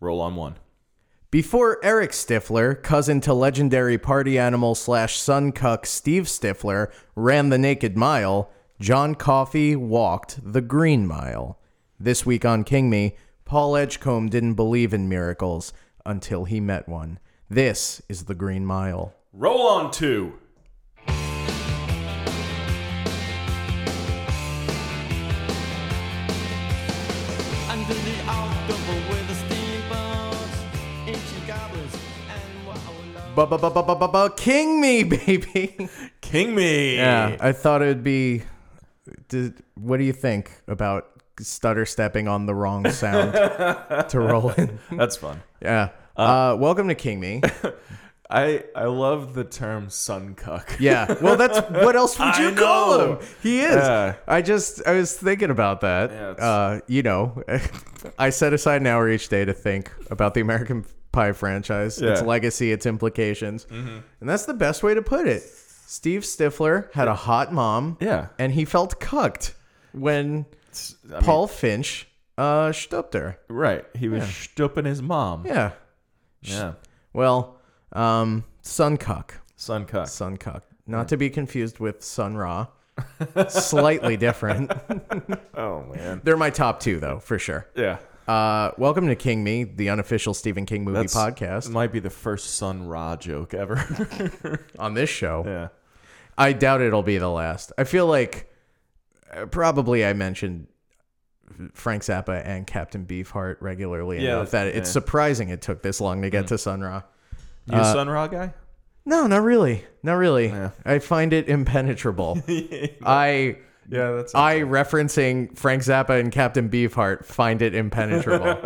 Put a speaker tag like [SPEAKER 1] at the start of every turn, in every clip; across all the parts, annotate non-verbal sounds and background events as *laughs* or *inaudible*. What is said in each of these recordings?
[SPEAKER 1] Roll on one.
[SPEAKER 2] Before Eric Stifler, cousin to legendary party animal slash son cuck Steve Stifler, ran the naked mile, John Coffey walked the green mile. This week on King Me, Paul Edgecombe didn't believe in miracles until he met one. This is the green mile.
[SPEAKER 1] Roll on two.
[SPEAKER 3] Under the October with the steamboats, ancient goblins, and what I would love.
[SPEAKER 2] Ba-ba-ba-ba-ba-ba, King Me, *laughs* baby!
[SPEAKER 1] King me.
[SPEAKER 2] Yeah, I thought it would be. Did, what do you think about stutter stepping on the wrong sound to roll in?
[SPEAKER 1] That's fun.
[SPEAKER 2] Yeah. Uh, welcome to King Me.
[SPEAKER 1] I I love the term sun cuck.
[SPEAKER 2] Yeah.
[SPEAKER 1] *laughs*
[SPEAKER 2] Well, that's what else would
[SPEAKER 1] I
[SPEAKER 2] you call
[SPEAKER 1] know.
[SPEAKER 2] him? He is.
[SPEAKER 1] Yeah.
[SPEAKER 2] I just I was thinking about that.
[SPEAKER 1] Yeah, it's-
[SPEAKER 2] uh, you know, *laughs* I set aside an hour each day to think about the American Pie franchise, its
[SPEAKER 1] Yeah. Mm-hmm.
[SPEAKER 2] legacy, its implications, and that's the best way to put it. Steve Stifler had a hot mom.
[SPEAKER 1] Yeah.
[SPEAKER 2] And he felt cucked when
[SPEAKER 1] I mean,
[SPEAKER 2] Paul Finch uh, stooped her.
[SPEAKER 1] Right. He was stooping his mom.
[SPEAKER 2] Yeah.
[SPEAKER 1] Yeah.
[SPEAKER 2] Well, um, Sun Cuck.
[SPEAKER 1] Sun cuck.
[SPEAKER 2] Sun Cuck. Not to be confused with
[SPEAKER 1] *laughs*
[SPEAKER 2] Sun Ra. Slightly different.
[SPEAKER 1] Oh man.
[SPEAKER 2] They're my top two, though, for sure.
[SPEAKER 1] Yeah.
[SPEAKER 2] Uh, welcome to King Me, the unofficial Stephen King movie
[SPEAKER 1] That's-
[SPEAKER 2] podcast.
[SPEAKER 1] Might be the first Sun Ra joke ever.
[SPEAKER 2] *laughs*
[SPEAKER 1] *laughs*
[SPEAKER 2] On this show,
[SPEAKER 1] yeah.
[SPEAKER 2] I doubt it'll be the last. I feel like uh, probably I mentioned Frank Zappa and Captain Beefheart regularly
[SPEAKER 1] Yeah,
[SPEAKER 2] enough that
[SPEAKER 1] that's-
[SPEAKER 2] it's
[SPEAKER 1] yeah. Mm.
[SPEAKER 2] surprising it took this long to get to Sun Ra.
[SPEAKER 1] You
[SPEAKER 2] Uh,
[SPEAKER 1] a Sun Ra guy?
[SPEAKER 2] No, not really. Not really. I find
[SPEAKER 1] *laughs*
[SPEAKER 2] it impenetrable. I
[SPEAKER 1] Yeah, that's
[SPEAKER 2] I referencing Frank Zappa and Captain Beefheart find it impenetrable.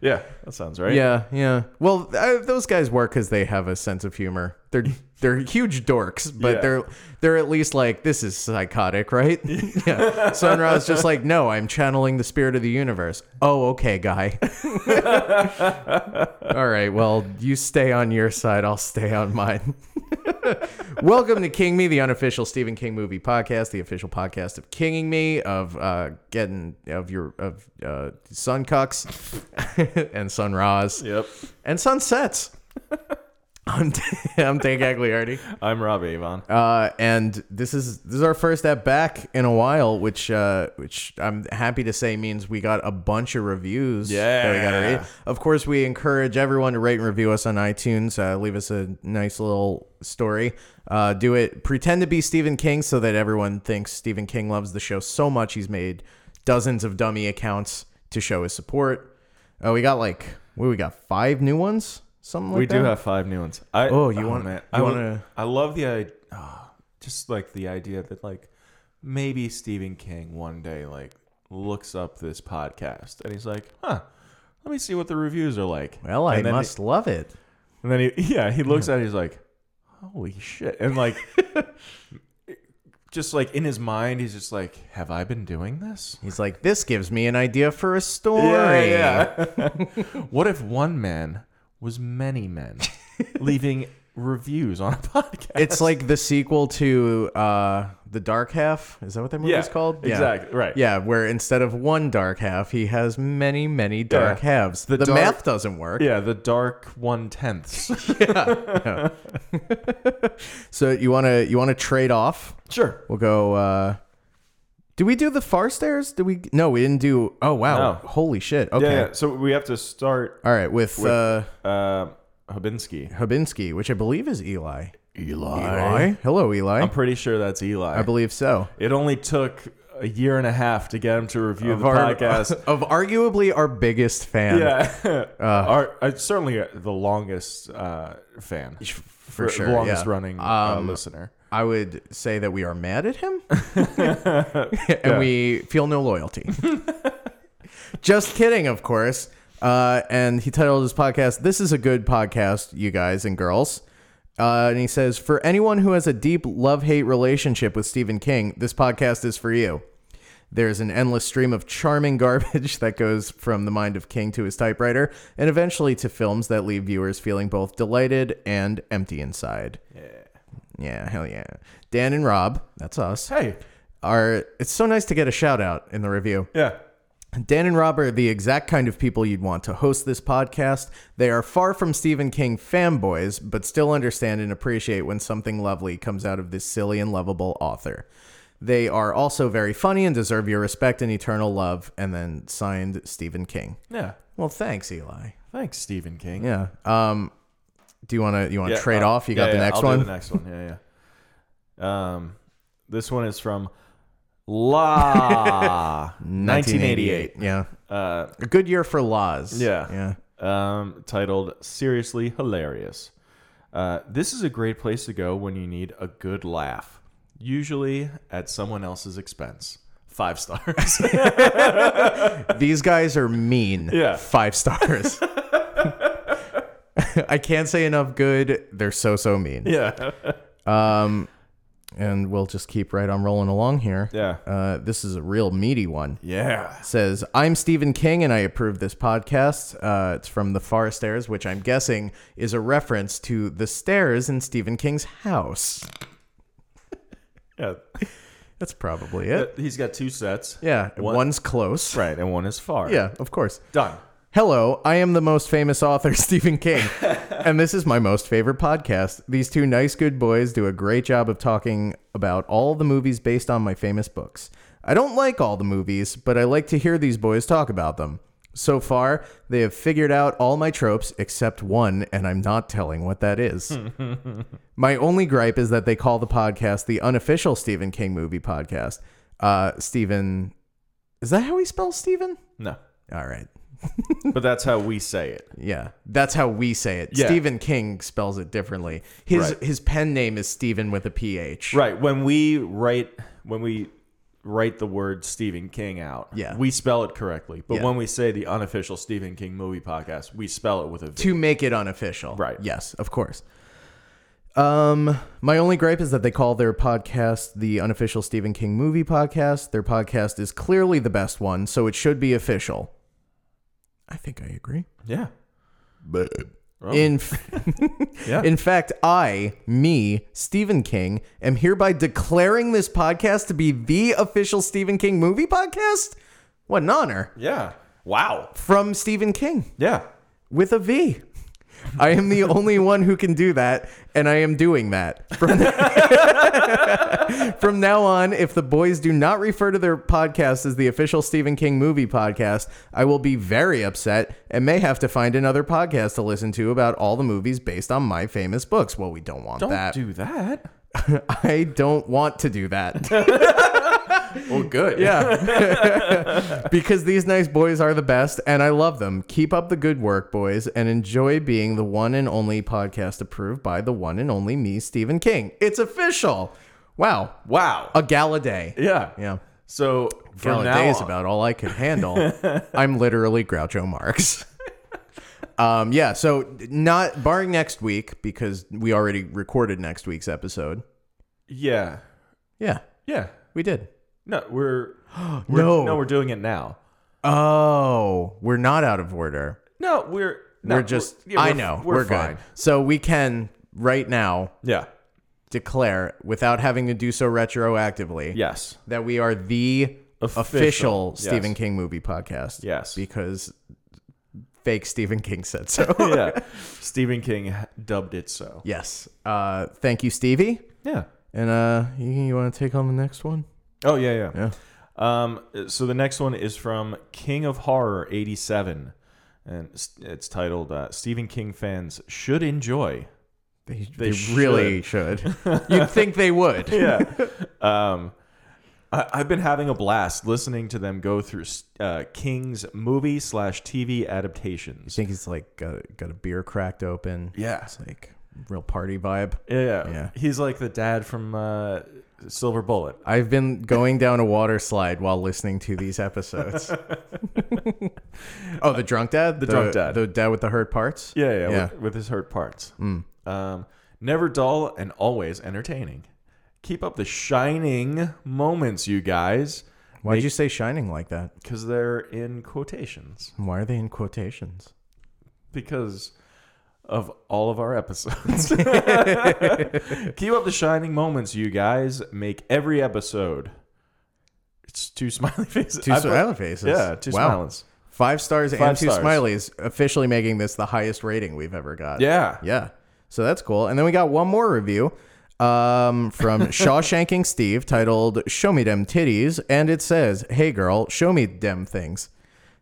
[SPEAKER 1] yeah, that sounds right.
[SPEAKER 2] yeah, yeah. Well, I, those guys work because they have a sense of humor. They're they're huge dorks, but
[SPEAKER 1] Yeah.
[SPEAKER 2] they're they're at least like this is psychotic, right? *laughs* yeah. Sun Ra's just like, no, I'm channeling the spirit of the universe. Oh, okay, guy. *laughs* All right, well, you stay on your side, I'll stay on mine. Welcome to King Me, the unofficial Stephen King movie podcast, the official podcast of Kinging Me, of uh, getting of your of uh, sun cucks *laughs* and sun raws
[SPEAKER 1] Yep.
[SPEAKER 2] and sunsets. I'm *laughs* I'm Dan Gagliardi,
[SPEAKER 1] I'm Rob Avon.
[SPEAKER 2] uh, and this is this is our first step back in a while, which uh, which I'm happy to say means we got a bunch of reviews. that we gotta
[SPEAKER 1] Yeah.
[SPEAKER 2] read. Of course, we encourage everyone to rate and review us on iTunes. Uh, leave us a nice little story. Uh, do it. Pretend to be Stephen King so that everyone thinks Stephen King loves the show so much he's made dozens of dummy accounts to show his support. Uh, we got like what we got five new ones. Something like
[SPEAKER 1] we
[SPEAKER 2] that?
[SPEAKER 1] do have five new ones. I,
[SPEAKER 2] Oh, you want-
[SPEAKER 1] man.
[SPEAKER 2] you
[SPEAKER 1] I
[SPEAKER 2] wanna-
[SPEAKER 1] would- I love the idea, just like the idea that like maybe Stephen King one day like looks up this podcast and he's like, huh, let me see what the reviews are like.
[SPEAKER 2] Well, I
[SPEAKER 1] And then he-
[SPEAKER 2] must love it.
[SPEAKER 1] and then he yeah he looks at it, he's like, holy shit, and
[SPEAKER 2] *laughs*
[SPEAKER 1] like. Just like in his mind, he's just like, "Have I been doing this?
[SPEAKER 2] He's like, this gives me an idea for a story.
[SPEAKER 1] Yeah, yeah. *laughs* what if one man was many men leaving reviews on a podcast?
[SPEAKER 2] It's like the sequel to uh, The Dark Half. Is that what that movie's
[SPEAKER 1] Yeah,
[SPEAKER 2] called?
[SPEAKER 1] exactly, right.
[SPEAKER 2] Yeah, where instead of one dark half, he has many, many dark
[SPEAKER 1] Yeah.
[SPEAKER 2] halves. The,
[SPEAKER 1] The dark-
[SPEAKER 2] math doesn't work.
[SPEAKER 1] Yeah, the dark one tenths.
[SPEAKER 2] So you wanna you wanna trade off?
[SPEAKER 1] *laughs* sure.
[SPEAKER 2] We'll go uh do we do the far stairs? Did we no, we didn't do oh
[SPEAKER 1] No.
[SPEAKER 2] wow. Holy shit. Okay.
[SPEAKER 1] Yeah, yeah. So we have to start
[SPEAKER 2] All right, with, uh
[SPEAKER 1] uh, Habinsky.
[SPEAKER 2] Habinsky, which I believe is Eli.
[SPEAKER 1] Eli.
[SPEAKER 2] Eli? Hello, Eli.
[SPEAKER 1] I'm pretty sure that's Eli.
[SPEAKER 2] I believe so.
[SPEAKER 1] it only took a year and a half to get him to review the *laughs* podcast.
[SPEAKER 2] *laughs* of arguably our biggest fan.
[SPEAKER 1] yeah. *laughs* Our, uh, certainly the longest uh, fan. For,
[SPEAKER 2] sure,
[SPEAKER 1] The longest
[SPEAKER 2] yeah.
[SPEAKER 1] running uh, listener.
[SPEAKER 2] I would say that we are mad at him *laughs* and we feel no loyalty. *laughs* Just kidding, of course. Uh, and he titled his podcast, This is a Good Podcast, You Guys and Girls. Uh, and he says, For anyone who has a deep love hate relationship with Stephen King, this podcast is for you. There's an endless stream of charming *laughs* garbage that goes from the mind of King to his typewriter and eventually to films that leave viewers feeling both delighted and empty inside. Yeah, hell yeah. Dan and Rob, that's us,
[SPEAKER 1] Hey.
[SPEAKER 2] are it's so nice to get a shout out in the review.
[SPEAKER 1] Yeah.
[SPEAKER 2] Dan and Rob are the exact kind of people you'd want to host this podcast. They are far from Stephen King fanboys, but still understand and appreciate when something lovely comes out of this silly and lovable author. They are also very funny and deserve your respect and eternal love. And then signed Stephen King.
[SPEAKER 1] Yeah.
[SPEAKER 2] Well, thanks, Eli.
[SPEAKER 1] Thanks, Stephen King.
[SPEAKER 2] Yeah. Um, do you want to you want to
[SPEAKER 1] Yeah,
[SPEAKER 2] trade
[SPEAKER 1] uh,
[SPEAKER 2] off? You got
[SPEAKER 1] yeah,
[SPEAKER 2] the
[SPEAKER 1] yeah,
[SPEAKER 2] next
[SPEAKER 1] I'll do
[SPEAKER 2] one.
[SPEAKER 1] the next one. Yeah, yeah. Um, this one is from
[SPEAKER 2] *laughs*
[SPEAKER 1] La 1988.
[SPEAKER 2] Yeah.
[SPEAKER 1] Uh,
[SPEAKER 2] A good year for Laws.
[SPEAKER 1] Yeah.
[SPEAKER 2] Yeah.
[SPEAKER 1] um, titled "Seriously Hilarious." Uh, this is a great place to go when you need a good laugh, usually at someone else's expense. Five
[SPEAKER 2] *laughs*
[SPEAKER 1] stars.
[SPEAKER 2] These guys are mean.
[SPEAKER 1] Yeah. *laughs*
[SPEAKER 2] Five stars. I can't say enough good. They're so so mean.
[SPEAKER 1] yeah,
[SPEAKER 2] And we'll just keep right on rolling along here.
[SPEAKER 1] *laughs* yeah,
[SPEAKER 2] Uh, this is a real meaty one.
[SPEAKER 1] yeah.
[SPEAKER 2] Says, I'm Stephen King and I approve this podcast. Uh, it's from The Far Stairs, which I'm guessing is a reference to the stairs in Stephen King's house.
[SPEAKER 1] yeah. Uh,
[SPEAKER 2] That's probably it.
[SPEAKER 1] He's got two sets.
[SPEAKER 2] Yeah.
[SPEAKER 1] One-
[SPEAKER 2] One's close.
[SPEAKER 1] right, and one is far.
[SPEAKER 2] Yeah, of course.
[SPEAKER 1] done.
[SPEAKER 2] Hello, I am the most famous author, *laughs* Stephen King, and this is my most favorite podcast. These two nice good boys do a great job of talking about all the movies based on my famous books. I don't like all the movies, but I like to hear these boys talk about them. So far, they have figured out all my tropes except one, and I'm not telling what that is. My only gripe is that they call the podcast the unofficial Stephen King movie podcast. Uh, Stephen, is that how he spells Stephen?
[SPEAKER 1] No,
[SPEAKER 2] All right.
[SPEAKER 1] but that's how we say it.
[SPEAKER 2] Yeah, that's how we say it.
[SPEAKER 1] Yeah.
[SPEAKER 2] Stephen King spells it differently. His
[SPEAKER 1] Right.
[SPEAKER 2] his pen name is Stephen with a ph.
[SPEAKER 1] Right. When we write when we write the word Stephen King out,
[SPEAKER 2] Yeah.
[SPEAKER 1] we spell it correctly. But
[SPEAKER 2] Yeah.
[SPEAKER 1] when we say the unofficial Stephen King movie podcast, we spell it with a V.
[SPEAKER 2] To make it unofficial.
[SPEAKER 1] Right.
[SPEAKER 2] Yes, of course. Um, my only gripe is that they call their podcast the unofficial Stephen King movie podcast. Their podcast is clearly the best one, so it should be official. I think I agree.
[SPEAKER 1] Yeah.
[SPEAKER 2] But
[SPEAKER 1] Oh. *laughs*
[SPEAKER 2] in f-
[SPEAKER 1] Yeah.
[SPEAKER 2] in fact, I, me, Stephen King, am hereby declaring this podcast to be the official Stephen King movie podcast. What an honor
[SPEAKER 1] yeah. Wow.
[SPEAKER 2] from Stephen King
[SPEAKER 1] Yeah.
[SPEAKER 2] with a V. I am the only one who can do that, and I am doing that. From, *laughs* From now on, if the boys do not refer to their podcast as the official Stephen King movie podcast, I will be very upset and may have to find another podcast to listen to about all the movies based on my famous books. Well, we don't want
[SPEAKER 1] Don't
[SPEAKER 2] that.
[SPEAKER 1] do that.
[SPEAKER 2] I don't want to
[SPEAKER 1] *laughs*
[SPEAKER 2] do that. well, good. Yeah. *laughs* because these nice boys are the best and I love them. Keep up the good work, boys, and enjoy being the one and only podcast approved by the one and only me, Stephen King. It's official. Wow.
[SPEAKER 1] Wow.
[SPEAKER 2] A gala day.
[SPEAKER 1] yeah.
[SPEAKER 2] Yeah.
[SPEAKER 1] So from
[SPEAKER 2] Gala
[SPEAKER 1] now
[SPEAKER 2] day is
[SPEAKER 1] on-
[SPEAKER 2] about all I
[SPEAKER 1] *laughs*
[SPEAKER 2] could handle. I'm literally Groucho Marx. Um, yeah, so not barring next week because we already recorded next week's episode.
[SPEAKER 1] Yeah.
[SPEAKER 2] Yeah,
[SPEAKER 1] Yeah.
[SPEAKER 2] we did.
[SPEAKER 1] No, we're,
[SPEAKER 2] *gasps*
[SPEAKER 1] we're
[SPEAKER 2] No.
[SPEAKER 1] we're doing it now.
[SPEAKER 2] Oh, we're not out of order.
[SPEAKER 1] No, we're no,
[SPEAKER 2] we're just.
[SPEAKER 1] yeah,
[SPEAKER 2] I
[SPEAKER 1] we're-
[SPEAKER 2] know.
[SPEAKER 1] We're,
[SPEAKER 2] We're,
[SPEAKER 1] fine.
[SPEAKER 2] good. So we can right now
[SPEAKER 1] Yeah.
[SPEAKER 2] declare, without having to do so retroactively,
[SPEAKER 1] Yes.
[SPEAKER 2] that we are the
[SPEAKER 1] Official.
[SPEAKER 2] official,
[SPEAKER 1] Yes.
[SPEAKER 2] Stephen King movie podcast.
[SPEAKER 1] Yes.
[SPEAKER 2] because fake Stephen King said so. *laughs*
[SPEAKER 1] yeah. Stephen King dubbed it so.
[SPEAKER 2] yes. Uh, thank you, Stevie.
[SPEAKER 1] Yeah.
[SPEAKER 2] And uh, you, you want to take on the next one?
[SPEAKER 1] Oh yeah, yeah. Um, so the next one is from King of Horror '87, and it's, it's titled uh, "Stephen King Fans Should Enjoy."
[SPEAKER 2] They,
[SPEAKER 1] They
[SPEAKER 2] they really should. You'd think they
[SPEAKER 1] *laughs*
[SPEAKER 2] would.
[SPEAKER 1] Yeah. *laughs* um, I, I've been having a blast listening to them go through uh, King's movie slash TV adaptations.
[SPEAKER 2] think he's like got, got a beer cracked open.
[SPEAKER 1] Yeah.
[SPEAKER 2] It's like real party vibe.
[SPEAKER 1] Yeah, yeah,
[SPEAKER 2] Yeah.
[SPEAKER 1] He's like the dad from uh, Silver Bullet.
[SPEAKER 2] I've been going down a water slide while listening to
[SPEAKER 1] *laughs*
[SPEAKER 2] these episodes. oh, the drunk dad, the,
[SPEAKER 1] drunk dad.
[SPEAKER 2] the dad with the hurt parts.
[SPEAKER 1] Yeah, yeah.
[SPEAKER 2] Yeah. Mm.
[SPEAKER 1] With, with his hurt parts. Um, never dull and always entertaining. Keep up the shining moments, you guys.
[SPEAKER 2] Why'd you say shining like that?
[SPEAKER 1] because they're in quotations
[SPEAKER 2] And Why are they in quotations?
[SPEAKER 1] because of all of our
[SPEAKER 2] *laughs*
[SPEAKER 1] episodes. Keep up the shining moments, you guys. Make every episode It's two smiley *laughs* faces.
[SPEAKER 2] Two
[SPEAKER 1] I put-
[SPEAKER 2] smiley faces.
[SPEAKER 1] Yeah, two
[SPEAKER 2] Wow.
[SPEAKER 1] smiles.
[SPEAKER 2] Five stars and
[SPEAKER 1] Five
[SPEAKER 2] two
[SPEAKER 1] stars.
[SPEAKER 2] smileys, officially making this the highest rating we've ever got.
[SPEAKER 1] Yeah.
[SPEAKER 2] Yeah. So that's cool. And then we got one more review um, from Shawshanking Steve titled Show Me Them Titties. And it says, Hey girl, show me them things.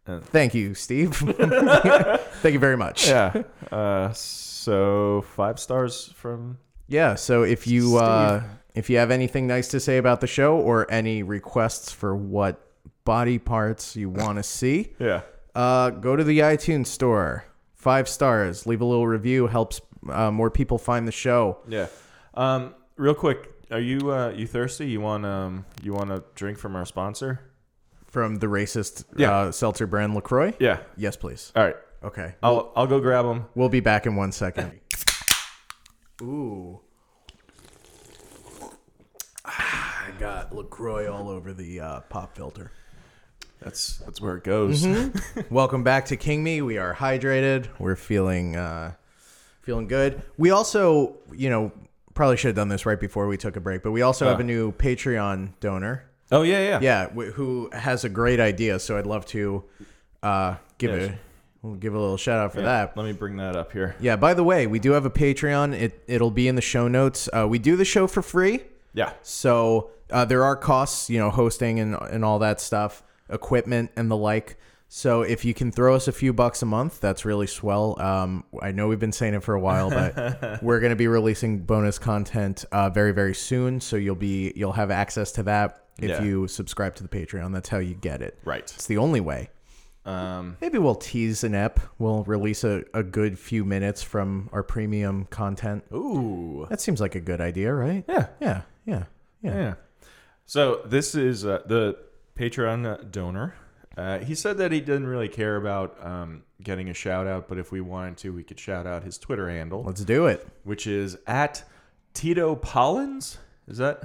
[SPEAKER 2] Thank you, Steve. Thank you very much.
[SPEAKER 1] Yeah. Uh, so five stars from
[SPEAKER 2] Yeah, so if you uh, if you have anything nice to say about the show or any requests for what body parts you want to see,
[SPEAKER 1] yeah.
[SPEAKER 2] uh, go to the iTunes store. Five stars. Leave a little review. Helps uh, more people find the show.
[SPEAKER 1] Yeah. Um, real quick, are you uh, you thirsty? You want um you want a drink from our sponsor?
[SPEAKER 2] From the racist
[SPEAKER 1] Yeah.
[SPEAKER 2] uh, seltzer brand Lacroix.
[SPEAKER 1] Yeah.
[SPEAKER 2] Yes, please.
[SPEAKER 1] All right.
[SPEAKER 2] Okay,
[SPEAKER 1] I'll I'll go grab them.
[SPEAKER 2] we'll be back in one second. Ooh. Ah, I got LaCroix all over the uh,
[SPEAKER 1] *laughs*
[SPEAKER 2] pop filter.
[SPEAKER 1] That's that's where it goes.
[SPEAKER 2] Welcome back to King Me. We are hydrated. We're feeling uh, feeling good. We also, you know, probably should have done this right before we took a break, but we also
[SPEAKER 1] Uh.
[SPEAKER 2] have a new Patreon donor.
[SPEAKER 1] *laughs* Oh yeah, yeah.
[SPEAKER 2] Yeah, wh- who has a great idea. So I'd love to uh, give
[SPEAKER 1] Yes.
[SPEAKER 2] a we'll give a little shout out for that.
[SPEAKER 1] Let me bring that up here.
[SPEAKER 2] Yeah. By the way, we do have a Patreon. It it'll be in the show notes. Uh, we do the show for free.
[SPEAKER 1] Yeah.
[SPEAKER 2] So uh, there are costs, you know, hosting and, and all that stuff, equipment and the like. So if you can throw us a few bucks a month, that's really swell. Um, I know we've been saying it for a
[SPEAKER 1] *laughs*
[SPEAKER 2] while, but we're going to be releasing bonus content uh, very very soon. So you'll be you'll have access to that if
[SPEAKER 1] Yeah.
[SPEAKER 2] you subscribe to the Patreon. That's how you get it.
[SPEAKER 1] Right.
[SPEAKER 2] It's the only way.
[SPEAKER 1] Um.
[SPEAKER 2] Maybe we'll tease an ep. We'll release a, a good few minutes from our premium content.
[SPEAKER 1] Ooh.
[SPEAKER 2] That seems like a good idea, right?
[SPEAKER 1] Yeah.
[SPEAKER 2] Yeah. Yeah. Yeah.
[SPEAKER 1] Yeah. So this is uh, the Patreon donor. Uh, he said that he didn't really care about um, getting a shout out, but if we wanted to, we could shout out his Twitter handle,
[SPEAKER 2] Let's do it.
[SPEAKER 1] which is at Tito Pollins. Is that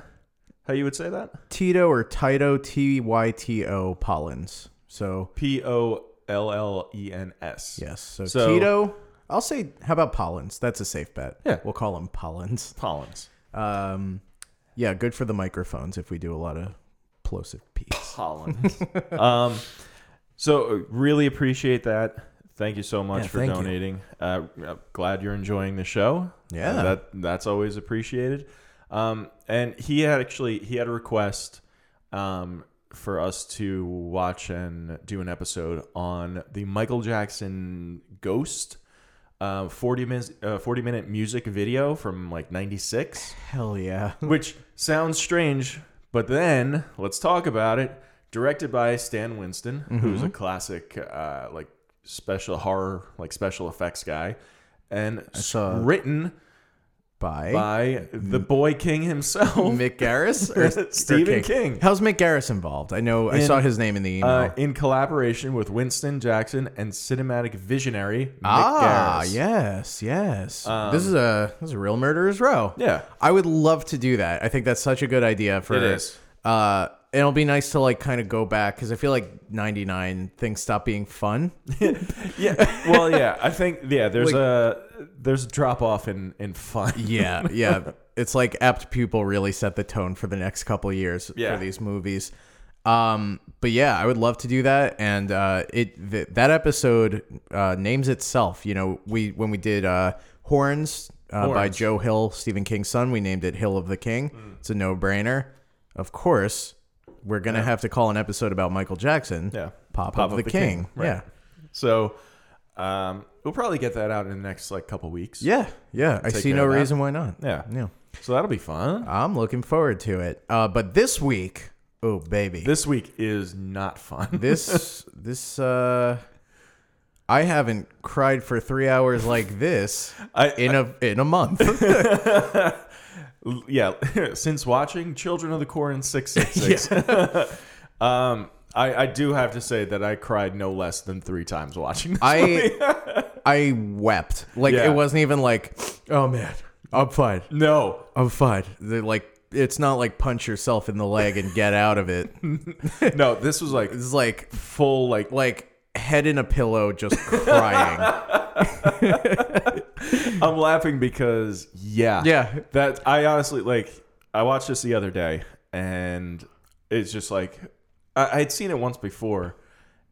[SPEAKER 1] how you would say that?
[SPEAKER 2] Tito or Tito T Y T O Pollins. So
[SPEAKER 1] P O L L E N S.
[SPEAKER 2] yes, so,
[SPEAKER 1] So-
[SPEAKER 2] Tito. I'll say, how about Pollins? That's a safe bet.
[SPEAKER 1] Yeah.
[SPEAKER 2] we'll call him Pollins.
[SPEAKER 1] Pollins.
[SPEAKER 2] Um, yeah, good for the microphones if we do a lot of plosive peas.
[SPEAKER 1] Pollins. um, so uh, really appreciate that. Thank you so much
[SPEAKER 2] Yeah,
[SPEAKER 1] for
[SPEAKER 2] thank you.
[SPEAKER 1] donating. Uh, I'm glad you're enjoying the show.
[SPEAKER 2] Yeah.
[SPEAKER 1] Uh, that that's always appreciated. Um, and he had actually he had a request um, for us to watch and do an episode on the Michael Jackson Ghost. Uh, 40 minutes uh, 40 minute music video from like 96
[SPEAKER 2] Hell yeah! *laughs*
[SPEAKER 1] which sounds strange, but then let's talk about it. Directed by Stan Winston, who's
[SPEAKER 2] Mm-hmm.
[SPEAKER 1] a classic, uh, like special horror, like special effects guy, and
[SPEAKER 2] saw- Mm.
[SPEAKER 1] written
[SPEAKER 2] Bye.
[SPEAKER 1] by the boy king himself, *laughs*
[SPEAKER 2] Mick Garris or
[SPEAKER 1] Stephen
[SPEAKER 2] or
[SPEAKER 1] King.
[SPEAKER 2] How's Mick Garris involved? I know I
[SPEAKER 1] In,
[SPEAKER 2] saw his name in the email.
[SPEAKER 1] uh, in collaboration with Winston Jackson and cinematic visionary Mick
[SPEAKER 2] ah,
[SPEAKER 1] Garris. Um,
[SPEAKER 2] yes, yes. this is a this is a real murderers row.
[SPEAKER 1] Yeah.
[SPEAKER 2] I would love to do that. I think that's such a good idea for
[SPEAKER 1] It is.
[SPEAKER 2] Uh, it'll be nice to like kind of go back because I feel like '99 things stop being fun.
[SPEAKER 1] *laughs* yeah. Well, yeah. I think yeah. There's
[SPEAKER 2] Like-
[SPEAKER 1] a there's a drop off in in fun.
[SPEAKER 2] yeah, yeah. It's like apt pupil really set the tone for the next couple of years
[SPEAKER 1] Yeah.
[SPEAKER 2] for these movies. Um, but yeah, I would love to do that. And uh, it th- that episode uh, names itself. You know, we when we did uh, Horns, uh, by
[SPEAKER 1] Horns. Mm.
[SPEAKER 2] Joe Hill, Stephen King's son, we named it Hill of the King. It's a no brainer. Of course, we're gonna have to call an episode about Michael Jackson.
[SPEAKER 1] Yeah.
[SPEAKER 2] Pop,
[SPEAKER 1] Pop
[SPEAKER 2] of
[SPEAKER 1] of
[SPEAKER 2] the,
[SPEAKER 1] the
[SPEAKER 2] King.
[SPEAKER 1] King, right.
[SPEAKER 2] Yeah.
[SPEAKER 1] *laughs* So um, we'll probably get that out in the next like couple weeks.
[SPEAKER 2] Yeah, yeah. I
[SPEAKER 1] Take
[SPEAKER 2] see
[SPEAKER 1] care
[SPEAKER 2] no
[SPEAKER 1] of that.
[SPEAKER 2] reason why not.
[SPEAKER 1] Yeah.
[SPEAKER 2] Yeah.
[SPEAKER 1] So that'll be fun.
[SPEAKER 2] I'm looking forward to it. Uh, but this week, oh baby,
[SPEAKER 1] This week is not fun.
[SPEAKER 2] this this uh, I haven't cried for three hours like this
[SPEAKER 1] I,
[SPEAKER 2] in a in a
[SPEAKER 1] *laughs*
[SPEAKER 2] month.
[SPEAKER 1] *laughs* yeah, *laughs* since watching Children of the Corn and
[SPEAKER 2] *laughs*
[SPEAKER 1] 666. *laughs* um I, I do have to say that I cried no less than 3 times watching this.
[SPEAKER 2] I *laughs* I wept like
[SPEAKER 1] Yeah.
[SPEAKER 2] it wasn't even like, oh man, I'm fine,
[SPEAKER 1] *laughs* no.
[SPEAKER 2] I'm fine. They're like it's not like punch yourself in the leg and get out of it.
[SPEAKER 1] No, this was *laughs* like
[SPEAKER 2] It's like
[SPEAKER 1] full like
[SPEAKER 2] like head in a pillow, just crying.
[SPEAKER 1] I'm laughing because *laughs* yeah.
[SPEAKER 2] Yeah.
[SPEAKER 1] That I honestly like I watched this the other day and it's just like I, I had seen it once before,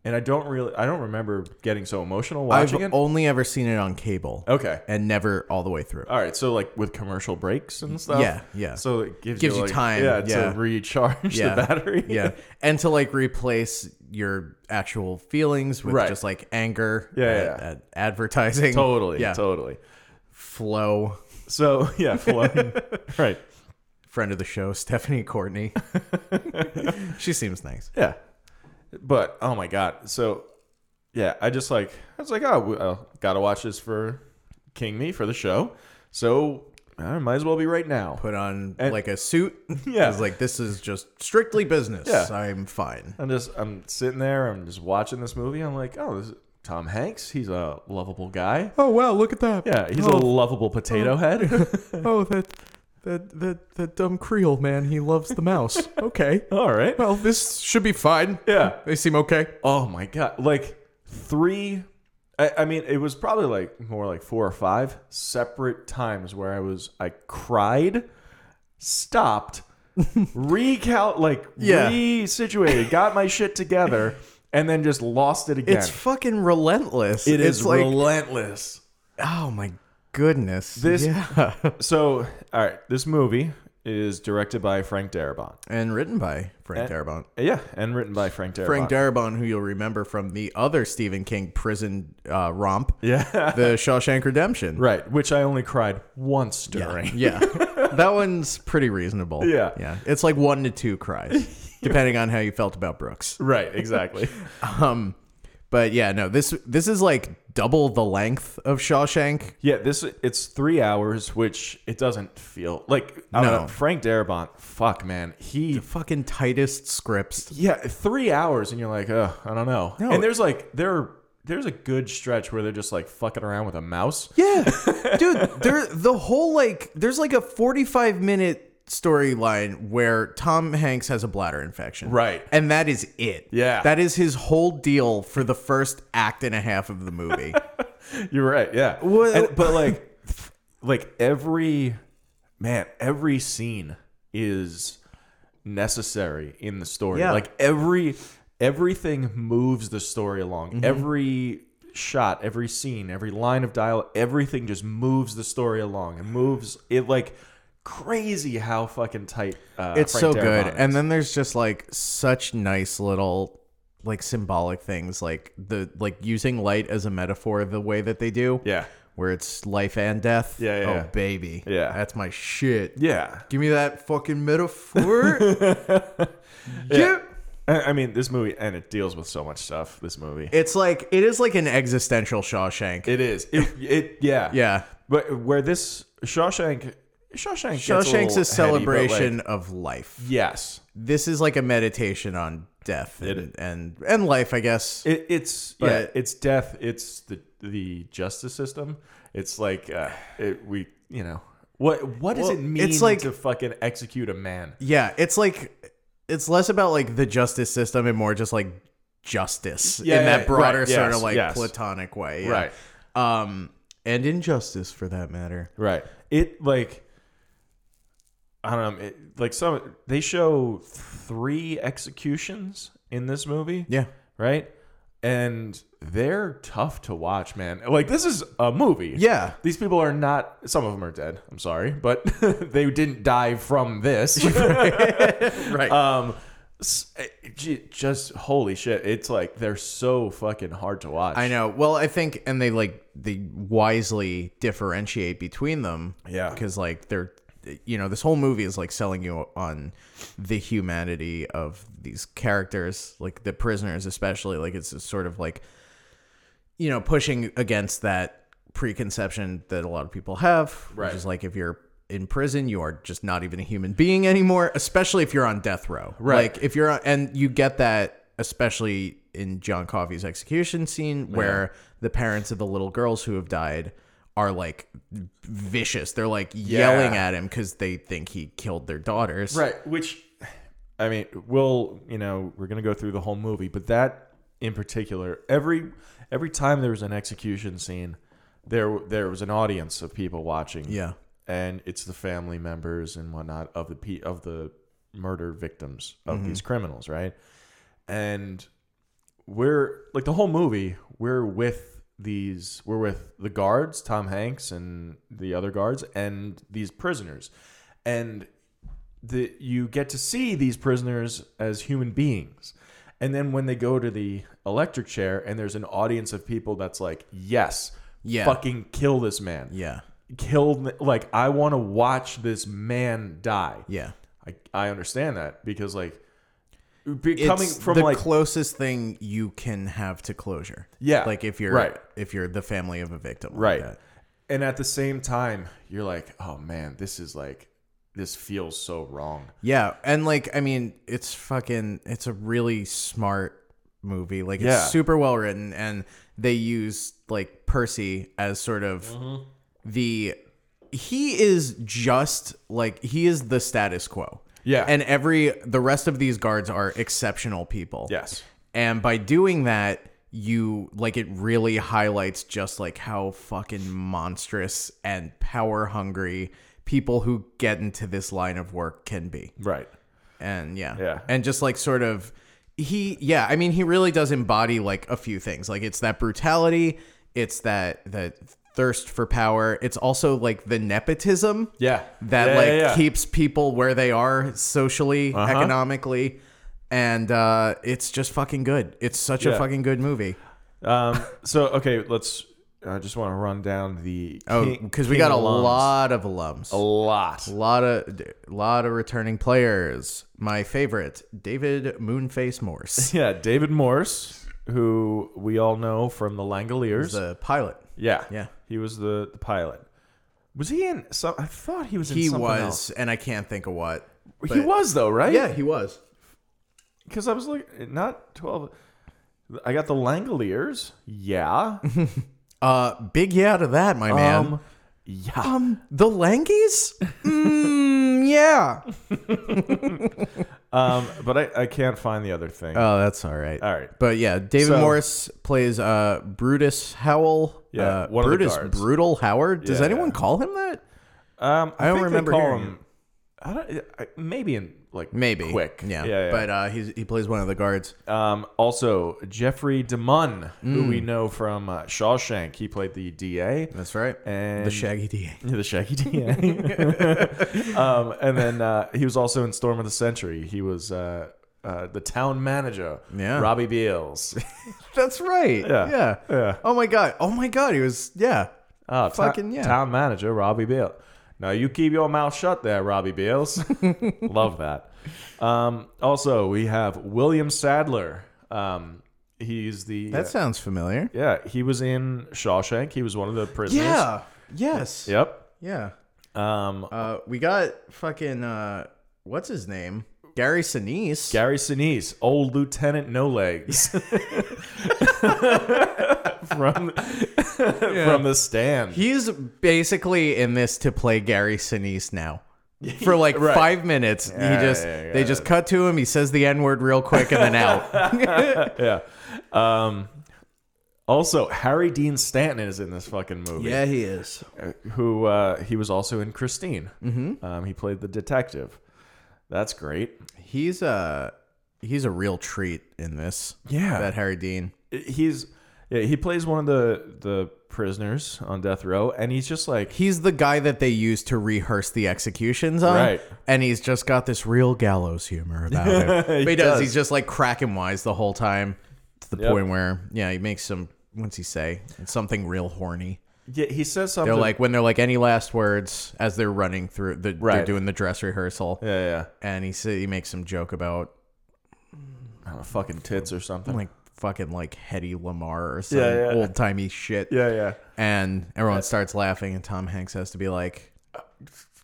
[SPEAKER 1] and I don't really I don't remember getting so emotional
[SPEAKER 2] I've
[SPEAKER 1] watching it.
[SPEAKER 2] only ever seen it on cable.
[SPEAKER 1] okay.
[SPEAKER 2] And never all the way through.
[SPEAKER 1] All right, so like with commercial breaks and stuff.
[SPEAKER 2] Mm, Yeah, yeah.
[SPEAKER 1] So it gives,
[SPEAKER 2] Gives you
[SPEAKER 1] like-
[SPEAKER 2] time,
[SPEAKER 1] Yeah, to
[SPEAKER 2] yeah.
[SPEAKER 1] recharge the battery.
[SPEAKER 2] yeah. *laughs* And to like replace your actual feelings with
[SPEAKER 1] Right.
[SPEAKER 2] just like anger
[SPEAKER 1] Yeah,
[SPEAKER 2] at,
[SPEAKER 1] yeah.
[SPEAKER 2] at
[SPEAKER 1] *laughs*
[SPEAKER 2] advertising.
[SPEAKER 1] totally.
[SPEAKER 2] Yeah.
[SPEAKER 1] totally.
[SPEAKER 2] Flow.
[SPEAKER 1] So *laughs* yeah,
[SPEAKER 2] *laughs*
[SPEAKER 1] flooding. right.
[SPEAKER 2] Friend of the show, *laughs* Stephanie Courtney. she seems nice.
[SPEAKER 1] Yeah. But oh my god. So yeah, I just like I was like, oh, we, uh, gotta watch this for King Me for the show. So I might as well be right now.
[SPEAKER 2] Put on
[SPEAKER 1] And-
[SPEAKER 2] like a *laughs* suit.
[SPEAKER 1] *laughs* Yeah.
[SPEAKER 2] It's like this is just strictly business.
[SPEAKER 1] Yeah.
[SPEAKER 2] I'm fine.
[SPEAKER 1] I'm just I'm sitting there. I'm just watching this movie. I'm like, oh, this is Tom Hanks. He's a lovable guy.
[SPEAKER 2] Oh wow, look at that.
[SPEAKER 1] Yeah, he's a
[SPEAKER 2] Oh.
[SPEAKER 1] lovable potato head. *laughs*
[SPEAKER 2] Oh that that that that dumb Creole man, he loves the *laughs* mouse. okay.
[SPEAKER 1] All right.
[SPEAKER 2] Well, this should be fine.
[SPEAKER 1] Yeah.
[SPEAKER 2] They seem okay.
[SPEAKER 1] Oh my god! Like three. I, I mean, it was probably like more like four or five separate times where I was I cried,
[SPEAKER 2] *laughs*
[SPEAKER 1] stopped, recal like
[SPEAKER 2] Yeah.
[SPEAKER 1] resituated, got my shit together, and then just lost it again.
[SPEAKER 2] It's fucking relentless.
[SPEAKER 1] It
[SPEAKER 2] it's
[SPEAKER 1] is
[SPEAKER 2] like,
[SPEAKER 1] relentless.
[SPEAKER 2] oh my goodness.
[SPEAKER 1] This-
[SPEAKER 2] yeah.
[SPEAKER 1] So, all right, this movie is directed by Frank Darabont.
[SPEAKER 2] and written by Frank Darabont.
[SPEAKER 1] Yeah, and written by Frank Darabont.
[SPEAKER 2] Eh. Frank Darabont, who you'll remember from the other Stephen King prison uh, romp,
[SPEAKER 1] yeah, *laughs*
[SPEAKER 2] The Shawshank Redemption.
[SPEAKER 1] right. Which I only cried once during.
[SPEAKER 2] Yeah. *laughs* that one's pretty reasonable.
[SPEAKER 1] Yeah.
[SPEAKER 2] Yeah. It's like one to two *laughs* cries, depending on how you felt about Brooks.
[SPEAKER 1] Right, exactly.
[SPEAKER 2] Um, but yeah, no, this this is like double the length of Shawshank.
[SPEAKER 1] Yeah, this it's three hours, which it doesn't feel like. I don't
[SPEAKER 2] No.
[SPEAKER 1] know, Frank Darabont, fuck man, he
[SPEAKER 2] Fucking tightest scripts.
[SPEAKER 1] yeah, three hours, and you're like, ugh, I don't know.
[SPEAKER 2] No.
[SPEAKER 1] And there's like there there's a good stretch where they're just like fucking around with a mouse.
[SPEAKER 2] Yeah, dude. There, the whole like, there's like a 45 minute storyline where Tom Hanks has a bladder infection,
[SPEAKER 1] Right.
[SPEAKER 2] And that is it.
[SPEAKER 1] Yeah.
[SPEAKER 2] that is his whole deal for the first act and a half of
[SPEAKER 1] *laughs*
[SPEAKER 2] the movie.
[SPEAKER 1] You're right, yeah.
[SPEAKER 2] Well-
[SPEAKER 1] And- but like, like every man, every scene is necessary in the story.
[SPEAKER 2] Yeah.
[SPEAKER 1] Like every everything moves the story along. Every shot, every scene, every line of dialogue, everything just moves the story along. It moves it like crazy how fucking tight. Uh,
[SPEAKER 2] it's
[SPEAKER 1] Frank
[SPEAKER 2] so
[SPEAKER 1] Darabont
[SPEAKER 2] good.
[SPEAKER 1] is.
[SPEAKER 2] And then there's just like such nice little like symbolic things, like the like using light as a metaphor the way that they do.
[SPEAKER 1] yeah,
[SPEAKER 2] where it's life and death.
[SPEAKER 1] Yeah, yeah,
[SPEAKER 2] oh
[SPEAKER 1] yeah.
[SPEAKER 2] baby,
[SPEAKER 1] Yeah.
[SPEAKER 2] that's my shit.
[SPEAKER 1] yeah.
[SPEAKER 2] Give me that fucking metaphor. yeah.
[SPEAKER 1] I I mean, this movie and it deals with so much stuff. This movie,
[SPEAKER 2] It's like it is like an existential Shawshank.
[SPEAKER 1] it is. It, it yeah
[SPEAKER 2] yeah.
[SPEAKER 1] But where this Shawshank, Shawshank, gets a
[SPEAKER 2] Shawshank's
[SPEAKER 1] little
[SPEAKER 2] a celebration
[SPEAKER 1] heady, but, like,
[SPEAKER 2] of life.
[SPEAKER 1] yes,
[SPEAKER 2] This is like a meditation on death
[SPEAKER 1] It
[SPEAKER 2] and and, and life, I guess.
[SPEAKER 1] it, it's yeah,
[SPEAKER 2] But-
[SPEAKER 1] it's death. It's the the justice system. It's like uh, it, we, you know, what what does
[SPEAKER 2] Well,
[SPEAKER 1] it mean?
[SPEAKER 2] it's like-
[SPEAKER 1] to fucking execute a man.
[SPEAKER 2] yeah, it's like it's less about like the justice system and more just like justice
[SPEAKER 1] Yeah,
[SPEAKER 2] in
[SPEAKER 1] yeah,
[SPEAKER 2] that broader
[SPEAKER 1] right,
[SPEAKER 2] sort
[SPEAKER 1] yes,
[SPEAKER 2] of like
[SPEAKER 1] yes.
[SPEAKER 2] platonic way. yeah.
[SPEAKER 1] Right.
[SPEAKER 2] Um and injustice for that matter.
[SPEAKER 1] Right. It like I don't know. It, like some they show three executions in this movie.
[SPEAKER 2] Yeah.
[SPEAKER 1] Right. And they're tough to watch, man. Like this is a movie.
[SPEAKER 2] Yeah.
[SPEAKER 1] These people are not. Some of them are dead. I'm sorry, but *laughs* they didn't die from this. *laughs*
[SPEAKER 2] Right.
[SPEAKER 1] um, s- eh, gee, just holy shit! It's like they're so fucking hard to watch.
[SPEAKER 2] I know. Well, I think, and they like they wisely differentiate between them.
[SPEAKER 1] Yeah.
[SPEAKER 2] because like they're, you know, this whole movie is like selling you on the humanity of these characters, like the prisoners, especially. Like it's just sort of like, you know, pushing against that preconception that a lot of people have,
[SPEAKER 1] Right.
[SPEAKER 2] which is like if you're in prison you are just not even a human being anymore especially if you're on death row
[SPEAKER 1] Right.
[SPEAKER 2] like if you're on, and you get that especially in John Coffey's execution scene where the parents of the little girls who have died are like vicious. They're like yelling
[SPEAKER 1] Yeah.
[SPEAKER 2] at him cuz they think he killed their daughters.
[SPEAKER 1] Right. Which, I mean, we'll you know we're gonna go through the whole movie, but that in particular, every every time there was an execution scene, there there was an audience of people watching.
[SPEAKER 2] Yeah.
[SPEAKER 1] and it's the family members and whatnot of the pe- of the murder victims of these criminals, right? and we're like the whole movie we're with these we're with the guards tom hanks and the other guards and these prisoners and the, you get to see these prisoners as human beings and then when they go to the electric chair and there's an audience of people that's like yes
[SPEAKER 2] Yeah.
[SPEAKER 1] fucking kill this man
[SPEAKER 2] Yeah.
[SPEAKER 1] kill like i want to watch this man die
[SPEAKER 2] Yeah.
[SPEAKER 1] I, I understand that because like becoming
[SPEAKER 2] It's
[SPEAKER 1] from
[SPEAKER 2] the
[SPEAKER 1] like
[SPEAKER 2] closest thing you can have to closure.
[SPEAKER 1] Yeah.
[SPEAKER 2] Like if you're
[SPEAKER 1] Right.
[SPEAKER 2] if you're the family of a victim. like
[SPEAKER 1] right,
[SPEAKER 2] that.
[SPEAKER 1] and at the same time you're like, oh man, this is like this feels so wrong.
[SPEAKER 2] Yeah, and like I mean, it's fucking it's a really smart movie. Like
[SPEAKER 1] Yeah.
[SPEAKER 2] it's super well written and they use like Percy as sort of
[SPEAKER 1] Mm-hmm.
[SPEAKER 2] the he is just like he is the status quo.
[SPEAKER 1] Yeah.
[SPEAKER 2] And every the rest of these guards are exceptional people.
[SPEAKER 1] Yes,
[SPEAKER 2] And by doing that, you like it really highlights just like how fucking monstrous and power hungry people who get into this line of work can be.
[SPEAKER 1] right,
[SPEAKER 2] And yeah.
[SPEAKER 1] Yeah.
[SPEAKER 2] And just like sort of he yeah, I mean he really does embody like a few things. Like it's that brutality, it's that that thirst for power, it's also like the nepotism
[SPEAKER 1] yeah,
[SPEAKER 2] that
[SPEAKER 1] Yeah,
[SPEAKER 2] like
[SPEAKER 1] yeah, yeah. Uh-huh.
[SPEAKER 2] keeps people where they are socially, economically, and uh, it's just fucking good. It's such a
[SPEAKER 1] Yeah.
[SPEAKER 2] fucking good movie.
[SPEAKER 1] Um, so okay, let's. I just want to run down the
[SPEAKER 2] Oh,
[SPEAKER 1] King-
[SPEAKER 2] because we
[SPEAKER 1] King
[SPEAKER 2] got a
[SPEAKER 1] alums.
[SPEAKER 2] lot of alums,
[SPEAKER 1] a lot.
[SPEAKER 2] a lot of a lot of returning players. My favorite, David
[SPEAKER 1] *laughs*
[SPEAKER 2] Moonface Morse,
[SPEAKER 1] Yeah, David Morse, who we all know from the Langoliers.
[SPEAKER 2] the pilot.
[SPEAKER 1] yeah,
[SPEAKER 2] Yeah.
[SPEAKER 1] he was the the pilot. Was he in? Some, I thought he was. in
[SPEAKER 2] He
[SPEAKER 1] something
[SPEAKER 2] was,
[SPEAKER 1] else.
[SPEAKER 2] and I can't think of what.
[SPEAKER 1] he
[SPEAKER 2] but-
[SPEAKER 1] was though, right?
[SPEAKER 2] Yeah, he was.
[SPEAKER 1] because I was looking not twelve. I got the Langoliers. Yeah,
[SPEAKER 2] Uh, big yeah to that, my man.
[SPEAKER 1] Um, yeah.
[SPEAKER 2] Um, the
[SPEAKER 1] *laughs*
[SPEAKER 2] Langies? Mm, yeah.
[SPEAKER 1] Um, but I, I can't find the other thing.
[SPEAKER 2] Oh, that's all right.
[SPEAKER 1] All right.
[SPEAKER 2] But yeah, David
[SPEAKER 1] So-
[SPEAKER 2] Morris plays uh, Brutus Howell.
[SPEAKER 1] Yeah,
[SPEAKER 2] uh,
[SPEAKER 1] one of the
[SPEAKER 2] Brutus
[SPEAKER 1] guards.
[SPEAKER 2] Brutal Howard. Does
[SPEAKER 1] Yeah,
[SPEAKER 2] anyone
[SPEAKER 1] yeah.
[SPEAKER 2] call him that?
[SPEAKER 1] um, I,
[SPEAKER 2] I don't
[SPEAKER 1] think they
[SPEAKER 2] remember
[SPEAKER 1] call
[SPEAKER 2] hearing
[SPEAKER 1] him. I don't. I, maybe in like
[SPEAKER 2] Maybe.
[SPEAKER 1] quick.
[SPEAKER 2] Yeah.
[SPEAKER 1] yeah,
[SPEAKER 2] But uh, he's, he plays one of the guards.
[SPEAKER 1] um, also Jeffrey DeMunn, who we know from uh, Shawshank, he played the DA
[SPEAKER 2] Mm. That's right.
[SPEAKER 1] and
[SPEAKER 2] the Shaggy DA.
[SPEAKER 1] *laughs* the Shaggy DA. *laughs* um, and then uh, he was also in Storm of the Century. He was. Uh, uh, the town manager,
[SPEAKER 2] Yeah.
[SPEAKER 1] Robbie Beals.
[SPEAKER 2] *laughs*
[SPEAKER 1] *laughs*
[SPEAKER 2] *laughs* That's right.
[SPEAKER 1] Yeah.
[SPEAKER 2] Yeah.
[SPEAKER 1] Yeah.
[SPEAKER 2] Oh my god. Oh my god. He was. Yeah.
[SPEAKER 1] Oh, to-
[SPEAKER 2] Fucking yeah.
[SPEAKER 1] Town manager Robbie Beals. Now you keep your mouth shut there, Robbie
[SPEAKER 2] *laughs*
[SPEAKER 1] Beals. Love that. Um, also, we have William Sadler. Um, he's the
[SPEAKER 2] That sounds familiar.
[SPEAKER 1] yeah. He was in Shawshank. He was one of the prisoners.
[SPEAKER 2] Yeah. Yes.
[SPEAKER 1] Yep.
[SPEAKER 2] Yeah.
[SPEAKER 1] Um,
[SPEAKER 2] Uh, we got fucking uh, what's his name? Gary Sinise.
[SPEAKER 1] Gary Sinise, old Lieutenant No Legs *laughs* from from the stand.
[SPEAKER 2] He's basically in this to play Gary
[SPEAKER 1] *laughs*
[SPEAKER 2] Sinise now. For like
[SPEAKER 1] Right.
[SPEAKER 2] five minutes,
[SPEAKER 1] Yeah,
[SPEAKER 2] he just
[SPEAKER 1] yeah, yeah.
[SPEAKER 2] they just cut to him. He says the n word real
[SPEAKER 1] *laughs*
[SPEAKER 2] quick and then out.
[SPEAKER 1] yeah. Um, also, Harry Dean Stanton is in this fucking movie.
[SPEAKER 2] he is.
[SPEAKER 1] who uh, he was also in Christine. Mm-hmm. Um, he played the detective. That's great.
[SPEAKER 2] He's a he's a real treat in this.
[SPEAKER 1] Yeah.
[SPEAKER 2] that Harry Dean.
[SPEAKER 1] He's yeah, he plays one of the the prisoners on death row, and he's just like
[SPEAKER 2] He's the guy that they use to rehearse the executions on,
[SPEAKER 1] Right.
[SPEAKER 2] and he's just got this real gallows humor
[SPEAKER 1] *laughs*
[SPEAKER 2] about it. But he,
[SPEAKER 1] He
[SPEAKER 2] does.
[SPEAKER 1] does.
[SPEAKER 2] He's just like cracking wise the whole time to the
[SPEAKER 1] Yep.
[SPEAKER 2] point where yeah, he makes some. What's he say? It's something real horny.
[SPEAKER 1] yeah, he says something
[SPEAKER 2] They're like when they're like any last words as they're running through the they're
[SPEAKER 1] Right.
[SPEAKER 2] doing the dress rehearsal,
[SPEAKER 1] yeah yeah
[SPEAKER 2] and he say, he makes some joke about
[SPEAKER 1] I don't know, fucking tits or something
[SPEAKER 2] like fucking like Hetty Lamar or some
[SPEAKER 1] Yeah, yeah.
[SPEAKER 2] old timey shit.
[SPEAKER 1] yeah yeah
[SPEAKER 2] And everyone starts laughing, and Tom Hanks has to be like,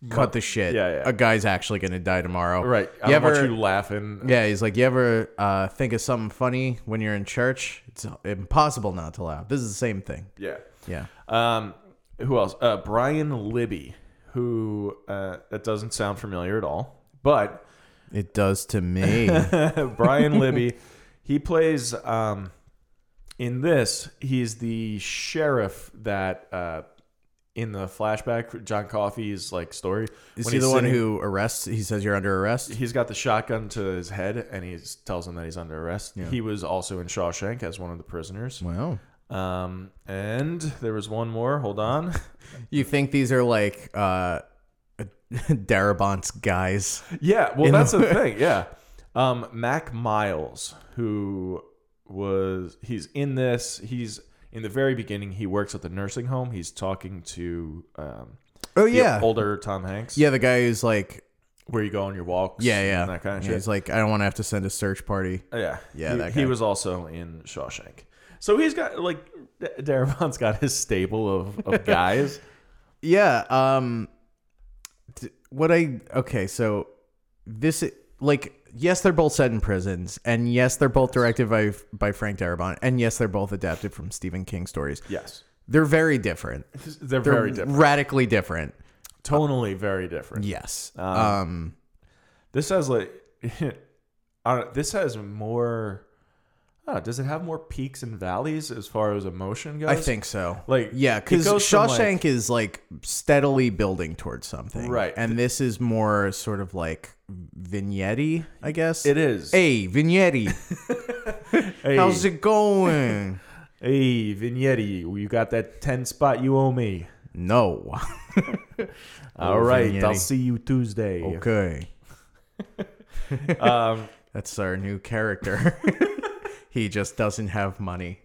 [SPEAKER 2] "Cut the shit!
[SPEAKER 1] Yeah, yeah.
[SPEAKER 2] A guy's actually gonna die tomorrow."
[SPEAKER 1] right I
[SPEAKER 2] You
[SPEAKER 1] don't
[SPEAKER 2] ever?
[SPEAKER 1] want you laughing
[SPEAKER 2] yeah, he's like, "You ever uh, think of something funny when you're in church? It's impossible not to laugh. This is the same thing."
[SPEAKER 1] yeah
[SPEAKER 2] Yeah.
[SPEAKER 1] um who else uh Brian Libby who uh that doesn't sound familiar at all but *laughs*
[SPEAKER 2] It does to me.
[SPEAKER 1] Brian Libby. He plays um, in this. He's the sheriff that uh, in the flashback, John Coffey's like story.
[SPEAKER 2] Is
[SPEAKER 1] when
[SPEAKER 2] he
[SPEAKER 1] he's
[SPEAKER 2] the one
[SPEAKER 1] sitting-
[SPEAKER 2] who arrests? He says you're under arrest.
[SPEAKER 1] he's got the shotgun to his head and he tells him that he's under arrest.
[SPEAKER 2] Yeah.
[SPEAKER 1] He was also in Shawshank as one of the prisoners.
[SPEAKER 2] Wow.
[SPEAKER 1] Um, and there was one more. Hold on. *laughs*
[SPEAKER 2] You think these are like uh, *laughs* Darabont's guys?
[SPEAKER 1] yeah. Well,
[SPEAKER 2] In
[SPEAKER 1] that's
[SPEAKER 2] the-
[SPEAKER 1] the thing.
[SPEAKER 2] *laughs*
[SPEAKER 1] Yeah. Um, Mac Miles, who was he's in this. He's in the very beginning. He works at the nursing home. He's talking to um,
[SPEAKER 2] Oh
[SPEAKER 1] the
[SPEAKER 2] yeah,
[SPEAKER 1] older Tom Hanks.
[SPEAKER 2] yeah. The guy who's like,
[SPEAKER 1] Where you go on your walks.
[SPEAKER 2] yeah, yeah,
[SPEAKER 1] And that kind of
[SPEAKER 2] Yeah,
[SPEAKER 1] shit.
[SPEAKER 2] He's like, I don't want to have to send a search party.
[SPEAKER 1] Yeah,
[SPEAKER 2] Yeah,
[SPEAKER 1] He,
[SPEAKER 2] that
[SPEAKER 1] he
[SPEAKER 2] guy.
[SPEAKER 1] was also in Shawshank, so he's got like D- Darabont's got his stable of,
[SPEAKER 2] *laughs*
[SPEAKER 1] of guys.
[SPEAKER 2] Yeah. Um. d- What I okay, so this i- like yes, they're both set in prisons, and yes, they're both directed by by Frank Darabont, and yes, they're both adapted from Stephen King stories.
[SPEAKER 1] yes,
[SPEAKER 2] They're very different.
[SPEAKER 1] they're,
[SPEAKER 2] They're
[SPEAKER 1] very different,
[SPEAKER 2] radically different.
[SPEAKER 1] tonally very different.
[SPEAKER 2] Yes. Um,
[SPEAKER 1] This has like, *laughs* I don't, this has more. I don't know, does it have more peaks and valleys as far as emotion goes?
[SPEAKER 2] I think so.
[SPEAKER 1] like,
[SPEAKER 2] yeah,
[SPEAKER 1] it
[SPEAKER 2] because
[SPEAKER 1] goes from,
[SPEAKER 2] Shawshank
[SPEAKER 1] like-
[SPEAKER 2] is like steadily building towards something,
[SPEAKER 1] Right.
[SPEAKER 2] And this is more sort of like vignette I guess.
[SPEAKER 1] It is.
[SPEAKER 2] Hey, vignette,
[SPEAKER 1] hey,
[SPEAKER 2] how's
[SPEAKER 1] *laughs*
[SPEAKER 2] it going?
[SPEAKER 1] hey, Vignetti, you got that ten spot you owe me.
[SPEAKER 2] No.
[SPEAKER 1] All right, I'll
[SPEAKER 2] Vignetti.
[SPEAKER 1] see you Tuesday.
[SPEAKER 2] Oh, Okay.
[SPEAKER 1] *laughs* Um,
[SPEAKER 2] That's our new character. *laughs* he just doesn't have money.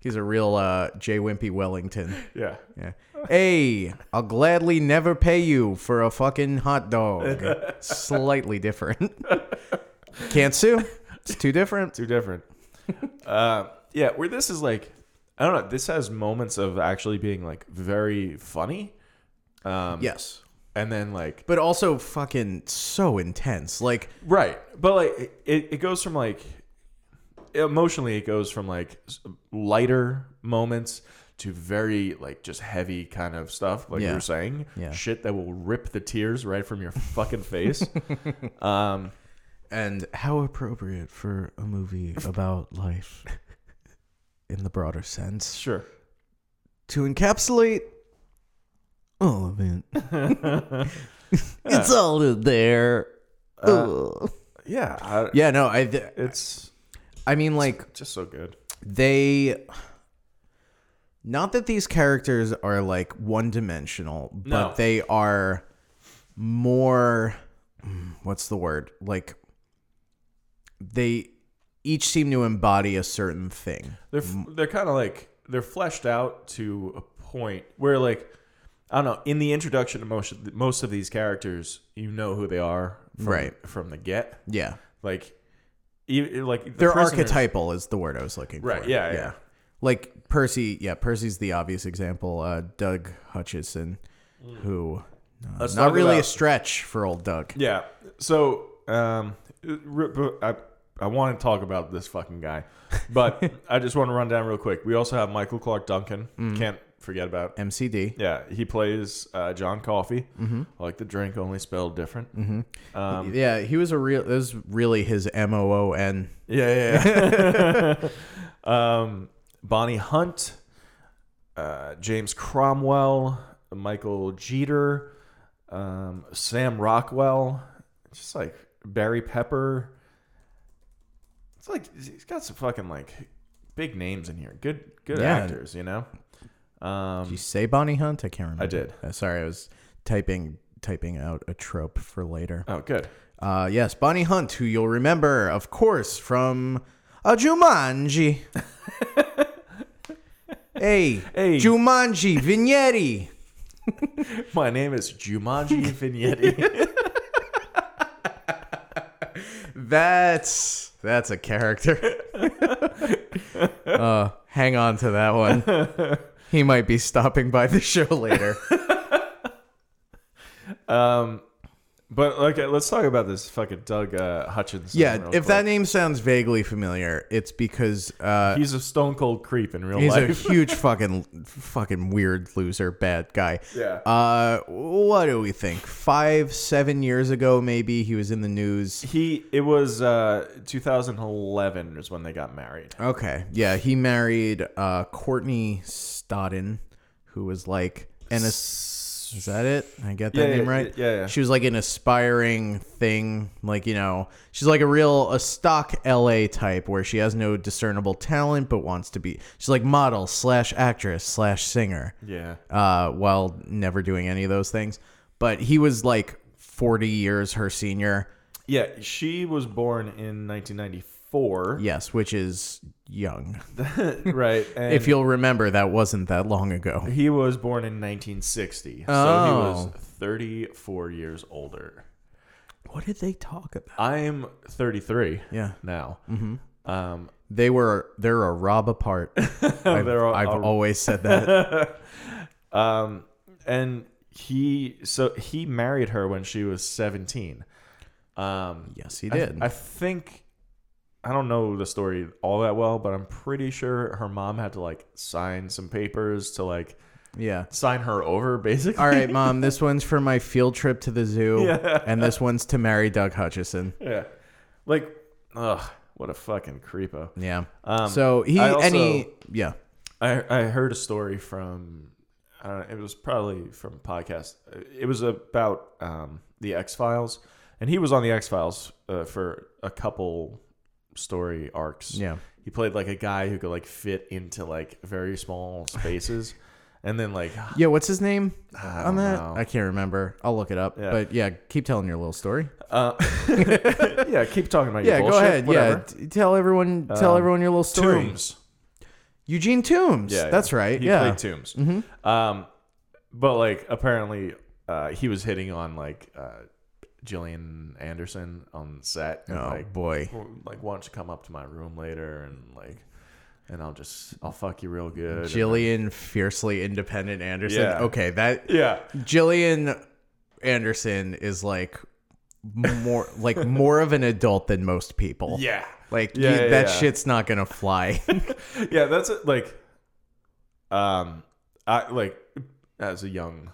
[SPEAKER 2] He's a real uh, J. Wimpy Wellington.
[SPEAKER 1] yeah.
[SPEAKER 2] Yeah. Hey, I'll gladly never pay you for a fucking hot dog. Slightly different. Can't sue. It's too different.
[SPEAKER 1] too different.
[SPEAKER 2] *laughs*
[SPEAKER 1] uh, yeah, where this is like, I don't know. This has moments of actually being like very funny, um,
[SPEAKER 2] Yes.
[SPEAKER 1] and then like
[SPEAKER 2] But also fucking so intense. Like,
[SPEAKER 1] right, but like it, it goes from like emotionally, it goes from like s- lighter moments to very like just heavy kind of stuff, like you
[SPEAKER 2] Yeah.
[SPEAKER 1] were saying,
[SPEAKER 2] Yeah.
[SPEAKER 1] shit that will rip the tears right from your fucking
[SPEAKER 2] *laughs*
[SPEAKER 1] face. um,
[SPEAKER 2] and how appropriate for a movie about life in the broader sense.
[SPEAKER 1] sure.
[SPEAKER 2] to encapsulate all of it. it's all in there. Ugh.
[SPEAKER 1] Yeah, I,
[SPEAKER 2] yeah, no, I, th-
[SPEAKER 1] it's
[SPEAKER 2] I mean, like
[SPEAKER 1] just so good.
[SPEAKER 2] they, not that these characters are like one dimensional, but
[SPEAKER 1] No.
[SPEAKER 2] they are more. mm, What's the word? Like they each seem to embody a certain thing.
[SPEAKER 1] They're
[SPEAKER 2] Mm.
[SPEAKER 1] they're kind of like they're fleshed out to a point where like I don't know. In the introduction to most of the- most of these characters, you know who they are from,
[SPEAKER 2] Right.
[SPEAKER 1] from the get.
[SPEAKER 2] Yeah,
[SPEAKER 1] Like, e like the
[SPEAKER 2] They're
[SPEAKER 1] prisoners-
[SPEAKER 2] archetypal is the word I was looking
[SPEAKER 1] Right,
[SPEAKER 2] for.
[SPEAKER 1] yeah, yeah.
[SPEAKER 2] Like Percy, yeah, Percy's the obvious example. Uh, Doug Hutchison, who uh,
[SPEAKER 1] Mm. Let's
[SPEAKER 2] not
[SPEAKER 1] talk
[SPEAKER 2] really a
[SPEAKER 1] about-
[SPEAKER 2] stretch for old Doug.
[SPEAKER 1] Yeah. So um, r- but I I want to talk about this fucking guy,
[SPEAKER 2] *laughs*
[SPEAKER 1] but I just want to run down real quick. We also have Michael Clark Duncan.
[SPEAKER 2] Mm.
[SPEAKER 1] Can't forget about
[SPEAKER 2] MCD.
[SPEAKER 1] Yeah, he plays uh, John Coffey. Mm-hmm. I like the drink, only spelled different. Mm-hmm. Um,
[SPEAKER 2] yeah, he was a real. That was really his M O O N.
[SPEAKER 1] yeah, yeah. yeah. *laughs* um, Bonnie Hunt, uh, James Cromwell, Michael Jeter, um, Sam Rockwell, just like Barry Pepper. It's like he's got some fucking like big names in here. Good, good
[SPEAKER 2] Yeah.
[SPEAKER 1] actors, you know. Um,
[SPEAKER 2] Did you say Bonnie Hunt? I can't remember.
[SPEAKER 1] I did.
[SPEAKER 2] Uh, sorry, I was typing typing out a trope for later.
[SPEAKER 1] oh, good.
[SPEAKER 2] Uh, yes, Bonnie Hunt, who you'll remember, of course, from uh,
[SPEAKER 1] *laughs*
[SPEAKER 2] Jumanji. hey,
[SPEAKER 1] Hey.
[SPEAKER 2] Jumanji, Vignetti.
[SPEAKER 1] My name is
[SPEAKER 2] *laughs*
[SPEAKER 1] Jumanji Vignetti.
[SPEAKER 2] That's that's
[SPEAKER 1] *laughs*
[SPEAKER 2] a character. uh, hang on to that one.
[SPEAKER 1] *laughs*
[SPEAKER 2] He might be stopping by the show later.
[SPEAKER 1] Um, but like, uh, let's talk about this fucking Doug uh, Hutchinson.
[SPEAKER 2] yeah,
[SPEAKER 1] real
[SPEAKER 2] if
[SPEAKER 1] quick.
[SPEAKER 2] that name sounds vaguely familiar, it's because uh,
[SPEAKER 1] he's a stone cold creep in real
[SPEAKER 2] he's a
[SPEAKER 1] life.
[SPEAKER 2] huge fucking fucking weird loser, bad guy.
[SPEAKER 1] yeah,
[SPEAKER 2] Uh, what do we think? Five, seven years ago, maybe he was in the news.
[SPEAKER 1] he. It was uh, 2011 is when they got married.
[SPEAKER 2] Okay, yeah, he married uh Courtney Stodden, who was like an as- is that it? Did I get that
[SPEAKER 1] Yeah, yeah,
[SPEAKER 2] name right?
[SPEAKER 1] yeah, yeah.
[SPEAKER 2] She was like an aspiring thing, like you know, she's like a real a stock LA type where she has no discernible talent but wants to be. She's like model slash actress slash singer
[SPEAKER 1] Yeah.
[SPEAKER 2] uh, while never doing any of those things. But he was like 40 years her senior.
[SPEAKER 1] Yeah. She was born in 1994.
[SPEAKER 2] Yes, which is young.
[SPEAKER 1] *laughs* right. And
[SPEAKER 2] if you'll remember, that wasn't that long ago.
[SPEAKER 1] he was born in 1960. So he
[SPEAKER 2] Oh.
[SPEAKER 1] was 34 years older.
[SPEAKER 2] What did they talk about?
[SPEAKER 1] I'm 33
[SPEAKER 2] Yeah,
[SPEAKER 1] now. Mm-hmm. Um,
[SPEAKER 2] they were they're a rob apart. I've,
[SPEAKER 1] *laughs* They're a-
[SPEAKER 2] I've
[SPEAKER 1] a-
[SPEAKER 2] always
[SPEAKER 1] *laughs*
[SPEAKER 2] said that.
[SPEAKER 1] um, and he so he married her when she was 17. Um,
[SPEAKER 2] yes, he
[SPEAKER 1] I th-
[SPEAKER 2] did.
[SPEAKER 1] I, think I don't know the story all that well, but I'm pretty sure her mom had to like sign some papers to like
[SPEAKER 2] yeah.
[SPEAKER 1] sign her over, *laughs* basically.
[SPEAKER 2] All right,
[SPEAKER 1] *laughs*
[SPEAKER 2] mom. This one's for my field trip to the zoo,
[SPEAKER 1] Yeah.
[SPEAKER 2] and this one's to marry Doug Hutchison.
[SPEAKER 1] Yeah. Like, ugh, what a fucking creepo.
[SPEAKER 2] Yeah.
[SPEAKER 1] Um,
[SPEAKER 2] so he
[SPEAKER 1] I also-
[SPEAKER 2] any yeah
[SPEAKER 1] I I heard a story from I don't know, it was probably from a podcast. It was about um, the X Files, and he was on the X Files uh, for a couple story arcs.
[SPEAKER 2] Yeah.
[SPEAKER 1] he played like a guy who could like fit into like very small spaces, and then like
[SPEAKER 2] yeah. What's his name on
[SPEAKER 1] don't
[SPEAKER 2] that?
[SPEAKER 1] know.
[SPEAKER 2] I can't remember. I'll look it up.
[SPEAKER 1] Yeah.
[SPEAKER 2] But yeah, keep telling your little story.
[SPEAKER 1] uh, *laughs* yeah, keep talking about your
[SPEAKER 2] Yeah, go
[SPEAKER 1] bullshit,
[SPEAKER 2] ahead.
[SPEAKER 1] whatever. Um,
[SPEAKER 2] Yeah, t- tell everyone, tell everyone your little story.
[SPEAKER 1] Tombs.
[SPEAKER 2] Eugene Toombs.
[SPEAKER 1] Yeah,
[SPEAKER 2] that's
[SPEAKER 1] yeah.
[SPEAKER 2] right.
[SPEAKER 1] He
[SPEAKER 2] yeah, Mm-hmm.
[SPEAKER 1] played Tombs. Um, but like apparently, uh, he was hitting on like uh, Gillian Anderson on set. And,
[SPEAKER 2] Oh
[SPEAKER 1] like,
[SPEAKER 2] boy.
[SPEAKER 1] w- like why don't you come up to my room later and like, and I'll just I'll fuck you real good.
[SPEAKER 2] Jillian fiercely independent Anderson.
[SPEAKER 1] Yeah.
[SPEAKER 2] Okay, that
[SPEAKER 1] yeah,
[SPEAKER 2] Jillian Anderson is like more like more of an adult than most people.
[SPEAKER 1] yeah,
[SPEAKER 2] Like
[SPEAKER 1] Yeah,
[SPEAKER 2] you-
[SPEAKER 1] yeah,
[SPEAKER 2] that
[SPEAKER 1] yeah.
[SPEAKER 2] shit's not gonna fly.
[SPEAKER 1] *laughs* yeah. That's it. Like, um, I like as a young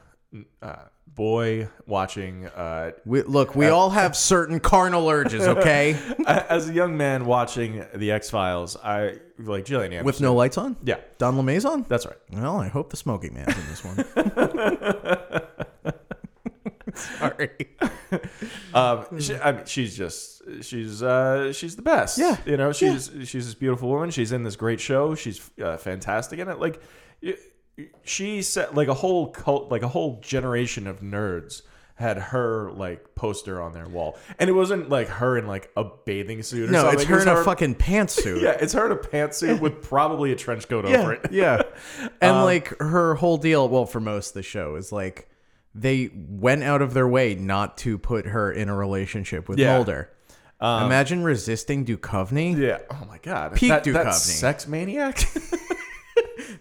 [SPEAKER 1] uh, boy watching uh, *laughs*
[SPEAKER 2] we, look, we all have certain carnal
[SPEAKER 1] *laughs*
[SPEAKER 2] urges, okay?
[SPEAKER 1] as a young man watching the X Files, I like Gillian Anderson.
[SPEAKER 2] With no lights on.
[SPEAKER 1] yeah,
[SPEAKER 2] Don LeMay's on.
[SPEAKER 1] that's right.
[SPEAKER 2] Well, I hope the smoking man's in
[SPEAKER 1] *laughs*
[SPEAKER 2] this one. *laughs*
[SPEAKER 1] *laughs*
[SPEAKER 2] Sorry.
[SPEAKER 1] Um, she, I mean, she's just she's uh, she's the best.
[SPEAKER 2] Yeah.
[SPEAKER 1] you know, she's she's this beautiful woman. She's in this great show. She's uh, fantastic in it. Like, y- y- she set like a whole cult, like a whole generation of nerds had her like poster on their wall, and it wasn't like her in like a bathing suit. Or
[SPEAKER 2] No,
[SPEAKER 1] something.
[SPEAKER 2] it's
[SPEAKER 1] It
[SPEAKER 2] her
[SPEAKER 1] was
[SPEAKER 2] in a fucking pantsuit.
[SPEAKER 1] Yeah, it's her in a pantsuit with probably a trench coat over it. *laughs*
[SPEAKER 2] *laughs*
[SPEAKER 1] Um,
[SPEAKER 2] yeah. And like her whole deal, well, for most of the show, is like they went out of their way not to put her in a relationship with
[SPEAKER 1] Yeah. Um,
[SPEAKER 2] Mulder. Imagine resisting Duchovny.
[SPEAKER 1] Yeah. *laughs* Oh my god.
[SPEAKER 2] Peak
[SPEAKER 1] that, that
[SPEAKER 2] Duchovny.
[SPEAKER 1] sex maniac. *laughs*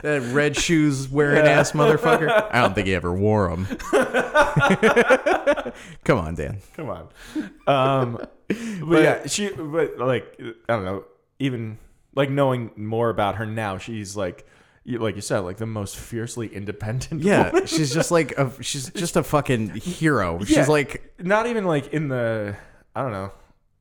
[SPEAKER 2] That red shoes wearing ass motherfucker. I don't think he ever wore
[SPEAKER 1] *laughs*
[SPEAKER 2] them. *laughs* Come on, Dan.
[SPEAKER 1] Come on. Um, but, yeah, she, but like, I don't know, even like knowing more about her now, she's like, you, like you said, like the most fiercely independent.
[SPEAKER 2] Yeah,
[SPEAKER 1] woman.
[SPEAKER 2] she's just like a she's just a
[SPEAKER 1] *laughs*
[SPEAKER 2] fucking hero. She's
[SPEAKER 1] Yeah.
[SPEAKER 2] like
[SPEAKER 1] Not even like in the, I don't know.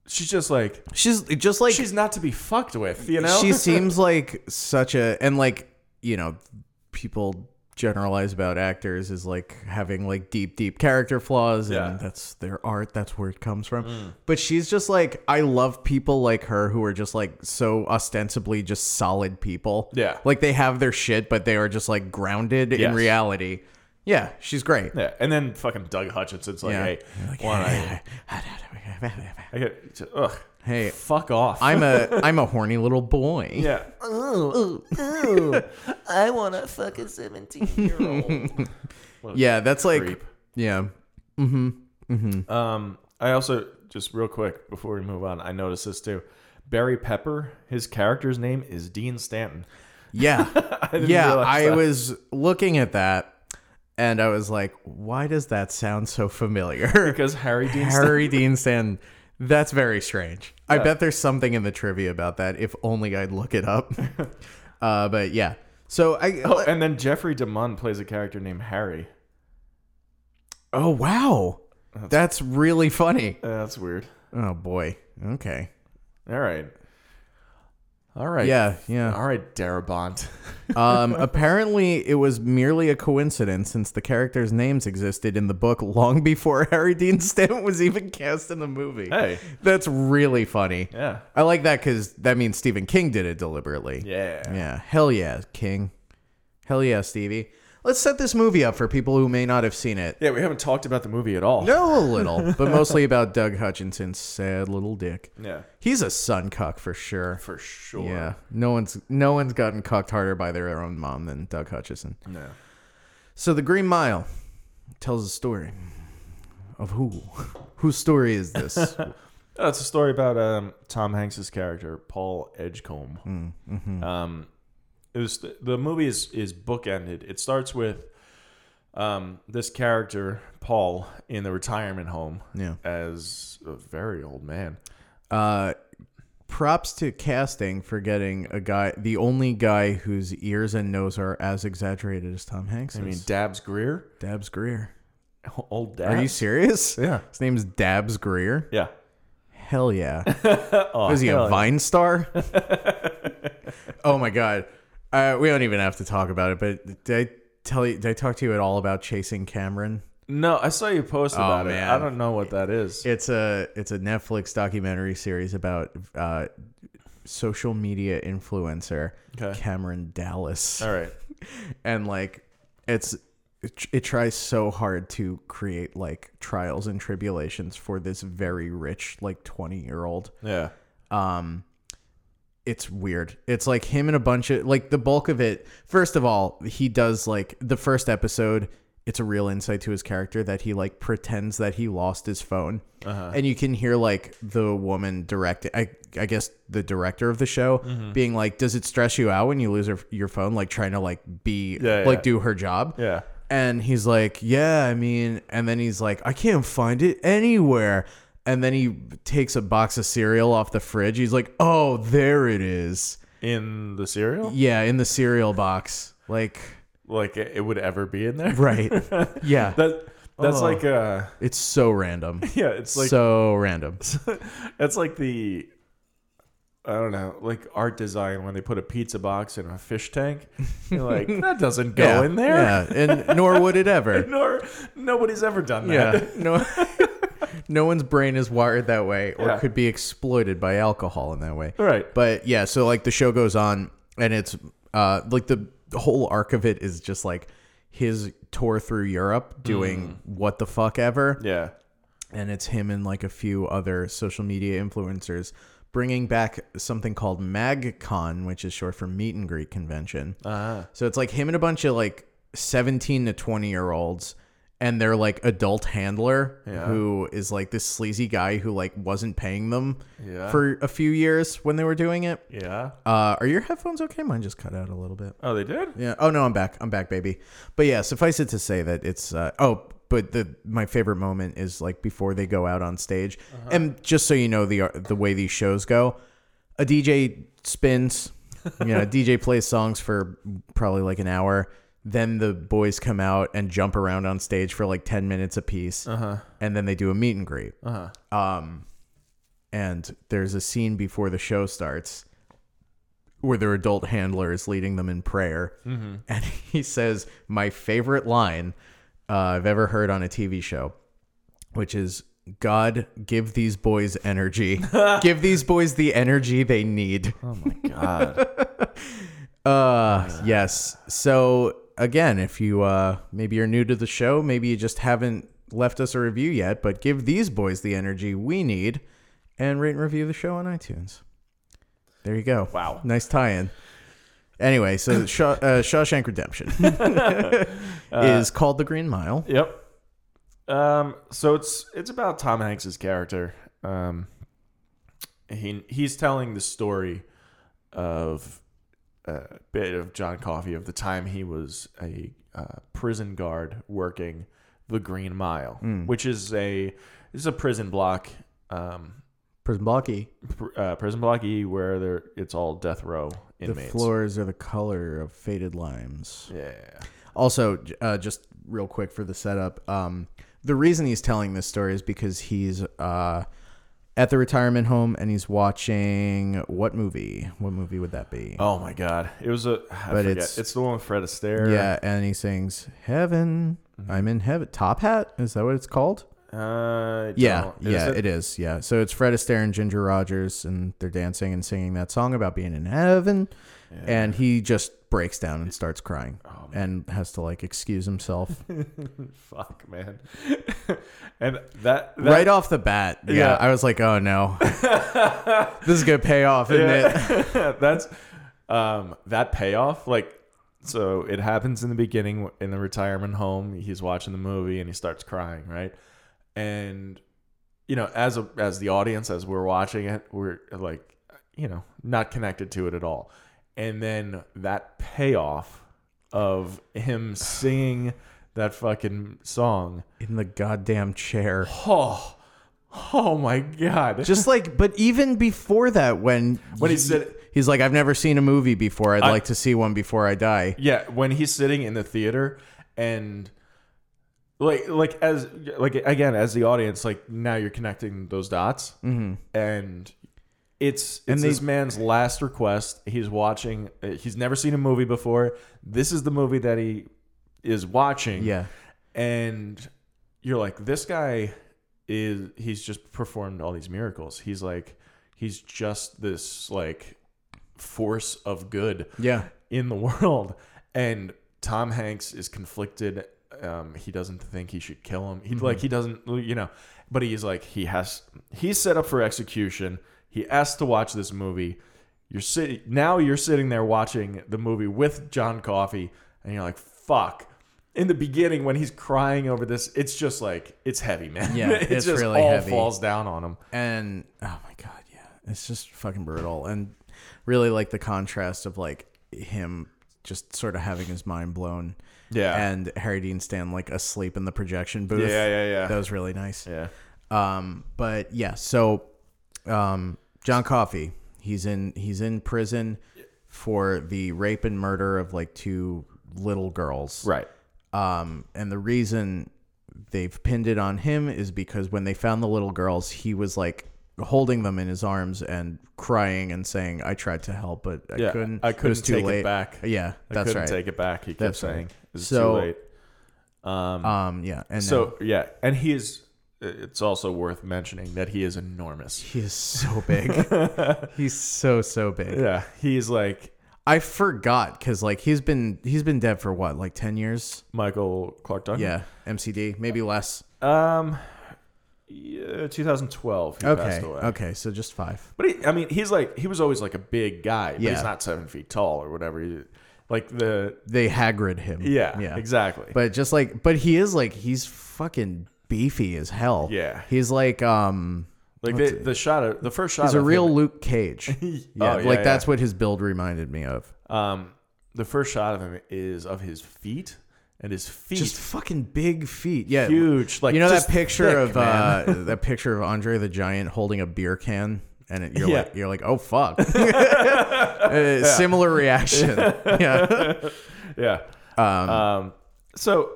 [SPEAKER 1] She's just like,
[SPEAKER 2] she's just like
[SPEAKER 1] she's not to be fucked with, you know? *laughs*
[SPEAKER 2] she seems like such a and like you know people generalize about actors is like having like deep deep character flaws
[SPEAKER 1] Yeah. Mm.
[SPEAKER 2] and that's their art that's where it comes from but she's just like i love people like her who are just like so ostensibly just solid people
[SPEAKER 1] Yeah.
[SPEAKER 2] like they have their shit but they are just like grounded in
[SPEAKER 1] Yes.
[SPEAKER 2] reality yeah she's great
[SPEAKER 1] yeah. And then fucking Doug Hutchinson's like,
[SPEAKER 2] Yeah.
[SPEAKER 1] hey, why don't I, I get, ugh,
[SPEAKER 2] *laughs* hey
[SPEAKER 1] fuck off.
[SPEAKER 2] i'm a i'm a horny little boy
[SPEAKER 1] yeah.
[SPEAKER 3] I want to fuck a 17 year old.
[SPEAKER 2] yeah that's like
[SPEAKER 1] Creep.
[SPEAKER 2] yeah
[SPEAKER 1] Um, I also just real quick before we move on, I noticed this too. Barry Pepper, his character's name is Dean Stanton. *laughs*
[SPEAKER 2] Yeah.
[SPEAKER 1] didn't
[SPEAKER 2] yeah,
[SPEAKER 1] realize
[SPEAKER 2] I
[SPEAKER 1] that.
[SPEAKER 2] was looking at that and I was like, why does that sound so familiar?
[SPEAKER 1] *laughs*
[SPEAKER 2] *laughs*
[SPEAKER 1] Because Harry Dean Stanton.
[SPEAKER 2] Harry Dean Stanton. That's very strange. I bet there's something in the trivia about that. If only I'd look it
[SPEAKER 1] *laughs*
[SPEAKER 2] up. uh, but yeah. So I.
[SPEAKER 1] Oh,
[SPEAKER 2] Oh,
[SPEAKER 1] *laughs* and then Jeffrey DeMunn plays a character named Harry.
[SPEAKER 2] oh, wow. That's, really funny.
[SPEAKER 1] Uh, that's weird.
[SPEAKER 2] Oh boy. Okay.
[SPEAKER 1] All right. All right.
[SPEAKER 2] Yeah, yeah.
[SPEAKER 1] All right, *laughs* Darabont.
[SPEAKER 2] Um, apparently, it was merely a coincidence since the characters' names existed in the book long before *laughs* Harry Dean Stanton was even cast in the movie.
[SPEAKER 1] Hey.
[SPEAKER 2] That's really funny.
[SPEAKER 1] Yeah.
[SPEAKER 2] I like that because that means Stephen King did it deliberately.
[SPEAKER 1] Yeah.
[SPEAKER 2] Yeah. Hell yeah, King. Hell yeah, Stevie. Let's set this movie up for people who may not have seen
[SPEAKER 1] *laughs*
[SPEAKER 2] it.
[SPEAKER 1] Yeah, we haven't talked about the movie at all.
[SPEAKER 2] Know a little, but mostly about Doug Hutchinson's sad little dick.
[SPEAKER 1] Yeah.
[SPEAKER 2] He's a sun cuck for sure.
[SPEAKER 1] For sure.
[SPEAKER 2] Yeah, no one's no one's gotten cucked harder by their own mom than Doug Hutchison.
[SPEAKER 1] No.
[SPEAKER 2] So the Green Mile tells a story of who? *laughs* Whose story
[SPEAKER 1] *laughs*
[SPEAKER 2] is this?
[SPEAKER 1] That's Uh, a story about um, Tom Hanks's character, Paul Edgecombe.
[SPEAKER 2] Mm, mm-hmm.
[SPEAKER 1] Um, it was the, the movie is is bookended. It starts with um, this character Paul in the retirement home
[SPEAKER 2] Yeah.
[SPEAKER 1] as a very old man.
[SPEAKER 2] uh, props to casting for getting a guy, the only guy whose ears and nose are as exaggerated as Tom Hanks.
[SPEAKER 1] I mean, Dabs Greer,
[SPEAKER 2] Dabs Greer.
[SPEAKER 1] *laughs* old
[SPEAKER 2] Are
[SPEAKER 1] Dabs.
[SPEAKER 2] you serious?
[SPEAKER 1] Yeah.
[SPEAKER 2] His name's Dabs Greer.
[SPEAKER 1] Yeah.
[SPEAKER 2] Hell yeah.
[SPEAKER 1] Oh,
[SPEAKER 2] Was he
[SPEAKER 1] hell
[SPEAKER 2] a
[SPEAKER 1] yeah. *laughs*
[SPEAKER 2] Vine star? oh my god, uh, we don't even have to talk about it. But did I tell you? Did I talk to you at all about chasing Cameron?
[SPEAKER 1] No, I saw you post about
[SPEAKER 2] man.
[SPEAKER 1] it. I don't know what that is.
[SPEAKER 2] It's a it's a Netflix documentary series about uh, social media influencer
[SPEAKER 1] Okay.
[SPEAKER 2] Cameron Dallas,
[SPEAKER 1] All right.
[SPEAKER 2] and like it's. It, tr- it tries so hard to create like trials and tribulations for this very rich like 20 year old
[SPEAKER 1] Yeah.
[SPEAKER 2] um it's weird it's like him and a bunch of like the bulk of it first of all he does like the first episode it's a real insight to his character that he like pretends that he lost his phone
[SPEAKER 1] Uh-huh.
[SPEAKER 2] and you can hear like the woman direct i i guess the director of the show
[SPEAKER 1] Mm-hmm.
[SPEAKER 2] being like does it stress you out when you lose your- your phone like trying to like be
[SPEAKER 1] Yeah,
[SPEAKER 2] like
[SPEAKER 1] yeah.
[SPEAKER 2] do her job
[SPEAKER 1] Yeah.
[SPEAKER 2] and he's like, Yeah, I mean, and then he's like, I can't find it anywhere. And then he takes a box of cereal off the fridge. He's like, Oh, there it is.
[SPEAKER 1] In the cereal?
[SPEAKER 2] Yeah, in the cereal box. Like,
[SPEAKER 1] Like it it would ever be in there? *laughs*
[SPEAKER 2] right. Yeah.
[SPEAKER 1] That that's
[SPEAKER 2] Oh.
[SPEAKER 1] like uh
[SPEAKER 2] it's so random.
[SPEAKER 1] yeah, it's *laughs* like
[SPEAKER 2] so random.
[SPEAKER 1] That's like the I don't know, like art design when they put a pizza box in a fish tank. *laughs* You're like, that doesn't go
[SPEAKER 2] Yeah,
[SPEAKER 1] in there.
[SPEAKER 2] Yeah. And nor would it ever.
[SPEAKER 1] *laughs* Nor nobody's ever done that.
[SPEAKER 2] yeah. No. *laughs* No one's brain is wired that way or
[SPEAKER 1] Yeah.
[SPEAKER 2] could be exploited by alcohol in that way.
[SPEAKER 1] Right.
[SPEAKER 2] But yeah, so like the show goes on and it's uh like the whole arc of it is just like his tour through Europe doing what the fuck ever
[SPEAKER 1] Mm. *laughs* Yeah.
[SPEAKER 2] and it's him and like a few other social media influencers bringing back something called MagCon, which is short for Meet and Greet Convention.
[SPEAKER 1] Uh-huh.
[SPEAKER 2] So it's like him and a bunch of like 17 to 20 year olds and their like adult handler
[SPEAKER 1] Yeah.
[SPEAKER 2] who is like this sleazy guy who like wasn't paying them
[SPEAKER 1] Yeah.
[SPEAKER 2] for a few years when they were doing it.
[SPEAKER 1] Yeah.
[SPEAKER 2] Uh, are your headphones okay? Mine just cut out a little bit.
[SPEAKER 1] Oh, they did?
[SPEAKER 2] Yeah. Oh no, I'm back. I'm back, baby. But yeah, suffice it to say that it's. Uh, oh, but the my favorite moment is like before they go out on stage, and just so you know the uh, the way these shows go, a DJ spins. You know, a DJ *laughs* plays songs for probably like an hour. Then the boys come out and jump around on stage for like ten minutes apiece, and then they do a meet and greet.
[SPEAKER 1] Uh-huh.
[SPEAKER 2] Um, and there's a scene before the show starts where their adult handler is leading them in prayer, and *laughs* he says my favorite line uh, I've ever heard on a TV show, which is "God give these boys
[SPEAKER 1] *laughs*
[SPEAKER 2] energy, give these boys the energy they need."
[SPEAKER 1] Oh God.
[SPEAKER 2] *laughs* Uh, yes. So again, if you uh maybe you're new to the show, maybe you just haven't left us a review yet, but give these boys the energy we need and rate and review the show on iTunes. There you go.
[SPEAKER 1] Wow.
[SPEAKER 2] Nice tie-in. Anyway, so Shaw, uh,
[SPEAKER 1] *laughs*
[SPEAKER 2] Shawshank Redemption
[SPEAKER 1] Uh,
[SPEAKER 2] *laughs* is called The Green Mile.
[SPEAKER 1] yep. Um so it's it's about Tom Hanks's character. Um he he's telling the story of a bit of John Coffey of the time he was a uh, prison guard working the Green Mile,
[SPEAKER 2] Hmm.
[SPEAKER 1] which is a this is a prison block, um,
[SPEAKER 2] Prison Blocky.
[SPEAKER 1] pr- uh, prison block E, where there it's all death row
[SPEAKER 2] The
[SPEAKER 1] inmates.
[SPEAKER 2] floors are the color of faded limes.
[SPEAKER 1] Yeah,
[SPEAKER 2] Also, j- uh, just real quick for the setup, um, the reason he's telling this story is because he's uh, at the retirement home and he's watching what movie? What movie would that be?
[SPEAKER 1] Oh my god, it was a. I
[SPEAKER 2] But
[SPEAKER 1] forget.
[SPEAKER 2] it's-
[SPEAKER 1] It's, the one with Fred Astaire.
[SPEAKER 2] Yeah, and he sings Heaven. I'm in heaven. Top Hat? Is that what it's called?
[SPEAKER 1] Uh,
[SPEAKER 2] Yeah,
[SPEAKER 1] don't- is
[SPEAKER 2] yeah,
[SPEAKER 1] it-
[SPEAKER 2] it is. Yeah. So it's Fred Astaire and Ginger Rogers, and they're dancing and singing that song about being in heaven. And he just breaks down and starts crying
[SPEAKER 1] Oh,
[SPEAKER 2] and has to like excuse himself
[SPEAKER 1] fuck, man. *laughs* and that, *laughs* that
[SPEAKER 2] right off the bat. Yeah,
[SPEAKER 1] Yeah.
[SPEAKER 2] I was like,
[SPEAKER 1] *laughs*
[SPEAKER 2] oh no, this is gonna pay off, isn't
[SPEAKER 1] *laughs*
[SPEAKER 2] it?
[SPEAKER 1] that's um that payoff like so it happens in the beginning in the retirement home he's watching the movie and he starts crying right and you know as a as the audience as we're watching it we're like you know not connected to it at all and then that payoff of him singing that fucking song
[SPEAKER 2] In the goddamn chair.
[SPEAKER 1] *sighs* oh oh my god
[SPEAKER 2] Just like, but even before that, when
[SPEAKER 1] When he
[SPEAKER 2] you-
[SPEAKER 1] said-
[SPEAKER 2] he's like, I've never seen a movie before. I'd like to see one before I die.
[SPEAKER 1] Yeah, when he's sitting in the theater and like like as like again as the audience like now you're connecting those dots mm-hmm. and it's it's
[SPEAKER 2] And they-
[SPEAKER 1] this man's last request he's watching uh, he's never seen a movie before this is the movie that he is watching
[SPEAKER 2] Yeah.
[SPEAKER 1] and you're like this guy is he's just performed all these miracles he's like he's just this like force of good
[SPEAKER 2] Yeah.
[SPEAKER 1] in the *laughs* world. And Tom Hanks is conflicted. Um, he doesn't think he should kill him. He
[SPEAKER 2] Mm-hmm.
[SPEAKER 1] like he doesn't you know, but he's like he has he's set up for execution. He asked to watch this movie. You're sitting now. You're sitting there watching the movie with John Coffey, and you're like, "Fuck!" In the beginning, when he's crying over this, it's just like it's heavy, man. *laughs*
[SPEAKER 2] Yeah,
[SPEAKER 1] it
[SPEAKER 2] it's
[SPEAKER 1] just
[SPEAKER 2] really
[SPEAKER 1] all
[SPEAKER 2] heavy.
[SPEAKER 1] falls down on him.
[SPEAKER 2] and oh my god yeah it's just fucking brutal and really like the contrast of like him just sort of having his mind blown
[SPEAKER 1] Yeah.
[SPEAKER 2] and harry dean stanton like asleep in the projection booth
[SPEAKER 1] Yeah, yeah, yeah.
[SPEAKER 2] that was really nice
[SPEAKER 1] Yeah,
[SPEAKER 2] um but yeah so um john coffey he's in he's in prison for the rape and murder of like two little girls
[SPEAKER 1] right.
[SPEAKER 2] um, and the reason they've pinned it on him is because when they found the little girls, he was like holding them in his arms and crying and saying, "I tried to help, but I
[SPEAKER 1] Yeah,
[SPEAKER 2] couldn't.
[SPEAKER 1] I
[SPEAKER 2] It was
[SPEAKER 1] couldn't
[SPEAKER 2] too
[SPEAKER 1] take it
[SPEAKER 2] late."
[SPEAKER 1] back.
[SPEAKER 2] Yeah,
[SPEAKER 1] I
[SPEAKER 2] that's
[SPEAKER 1] couldn't
[SPEAKER 2] right.
[SPEAKER 1] take it back. He kept
[SPEAKER 2] That's right.
[SPEAKER 1] saying, "It's
[SPEAKER 2] So-
[SPEAKER 1] too late."
[SPEAKER 2] Um, yeah, and so
[SPEAKER 1] So yeah, and he is. It's also worth mentioning that he is enormous.
[SPEAKER 2] he is so big.
[SPEAKER 1] *laughs*
[SPEAKER 2] he's so so big.
[SPEAKER 1] Yeah, he's like
[SPEAKER 2] I forgot because like he's been he's been dead for what like ten years.
[SPEAKER 1] Michael Clark Duncan.
[SPEAKER 2] Yeah, MCD maybe less.
[SPEAKER 1] Yeah. Um, yeah, 2012. He
[SPEAKER 2] Okay,
[SPEAKER 1] Passed away.
[SPEAKER 2] okay, so just five.
[SPEAKER 1] But he, I mean, he's like he was always like a big guy. But
[SPEAKER 2] Yeah.
[SPEAKER 1] He's not seven feet tall or whatever. He, like the
[SPEAKER 2] They Hagrid him.
[SPEAKER 1] yeah,
[SPEAKER 2] yeah,
[SPEAKER 1] exactly.
[SPEAKER 2] but just like but he is like he's fucking beefy as hell
[SPEAKER 1] Yeah.
[SPEAKER 2] he's like um
[SPEAKER 1] like the, the shot of the first shot.
[SPEAKER 2] he's a
[SPEAKER 1] of
[SPEAKER 2] real
[SPEAKER 1] him- Oh, *laughs*
[SPEAKER 2] luke cage yeah,
[SPEAKER 1] yeah,
[SPEAKER 2] like
[SPEAKER 1] yeah.
[SPEAKER 2] that's what his build reminded me of
[SPEAKER 1] um, the first shot of him is of his feet and his feet.
[SPEAKER 2] just fucking big feet yeah
[SPEAKER 1] Huge, like,
[SPEAKER 2] you know that
[SPEAKER 1] just
[SPEAKER 2] picture
[SPEAKER 1] thick,
[SPEAKER 2] of uh *laughs* that picture of andre the giant holding a beer can and it, you're
[SPEAKER 1] Yeah.
[SPEAKER 2] like you're like
[SPEAKER 1] *laughs*
[SPEAKER 2] oh fuck *laughs* Uh, similar reaction yeah
[SPEAKER 1] yeah. Um, so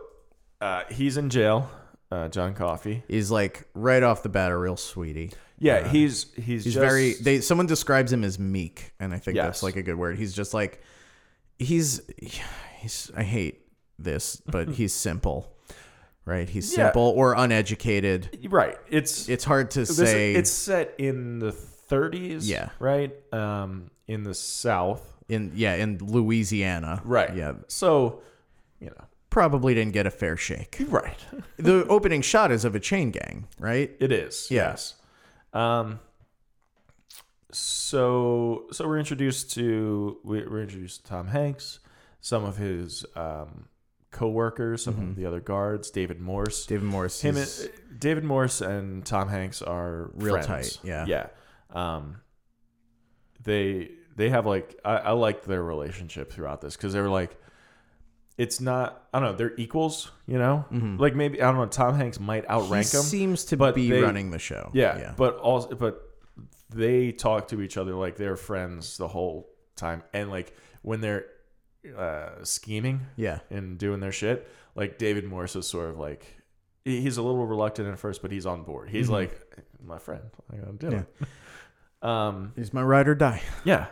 [SPEAKER 1] uh, he's in jail. Uh, John Coffey.
[SPEAKER 2] he's like right off the bat a real sweetie
[SPEAKER 1] Yeah, he's he's,
[SPEAKER 2] He's
[SPEAKER 1] just,
[SPEAKER 2] very they someone describes him as meek, and I think that's
[SPEAKER 1] Yes.
[SPEAKER 2] like a good word. He's just like he's he's I hate this,
[SPEAKER 1] *laughs*
[SPEAKER 2] but he's simple. Right? He's
[SPEAKER 1] Yeah.
[SPEAKER 2] simple or uneducated.
[SPEAKER 1] right. It's
[SPEAKER 2] It's hard to
[SPEAKER 1] this is-
[SPEAKER 2] say
[SPEAKER 1] it's set in the 30s.
[SPEAKER 2] Yeah.
[SPEAKER 1] right. Um, in the South.
[SPEAKER 2] in yeah, in Louisiana. Yeah.
[SPEAKER 1] Yeah. So you know.
[SPEAKER 2] Probably didn't get a fair shake.
[SPEAKER 1] Right.
[SPEAKER 2] the opening shot is of a chain gang, right?
[SPEAKER 1] It *laughs* is.
[SPEAKER 2] Yeah.
[SPEAKER 1] Yes. Um. So so we're introduced to we- we're introduced to Tom Hanks, some of his um co-workers, some of the other guards, David Morse.
[SPEAKER 2] David Morris
[SPEAKER 1] him
[SPEAKER 2] is-
[SPEAKER 1] and, uh, David Morse and Tom Hanks are
[SPEAKER 2] Real
[SPEAKER 1] friends.
[SPEAKER 2] tight, yeah.
[SPEAKER 1] yeah. Um, they they have like I, I liked their relationship throughout this because they were like, it's not I don't know they're equals you know like maybe I don't know Tom Hanks might
[SPEAKER 2] Mm-hmm. he
[SPEAKER 1] outrank him
[SPEAKER 2] seems to
[SPEAKER 1] but
[SPEAKER 2] be
[SPEAKER 1] they-
[SPEAKER 2] running the show.
[SPEAKER 1] yeah,
[SPEAKER 2] Yeah.
[SPEAKER 1] but also but they talk to each other like they're friends the whole time and like when they're uh, scheming
[SPEAKER 2] yeah.
[SPEAKER 1] and doing their shit. Like David Morris is sort of like he- he's a little reluctant at first, but he's on board. He's like, my friend. I gotta do it. Um,
[SPEAKER 2] He's my ride or die.
[SPEAKER 1] yeah.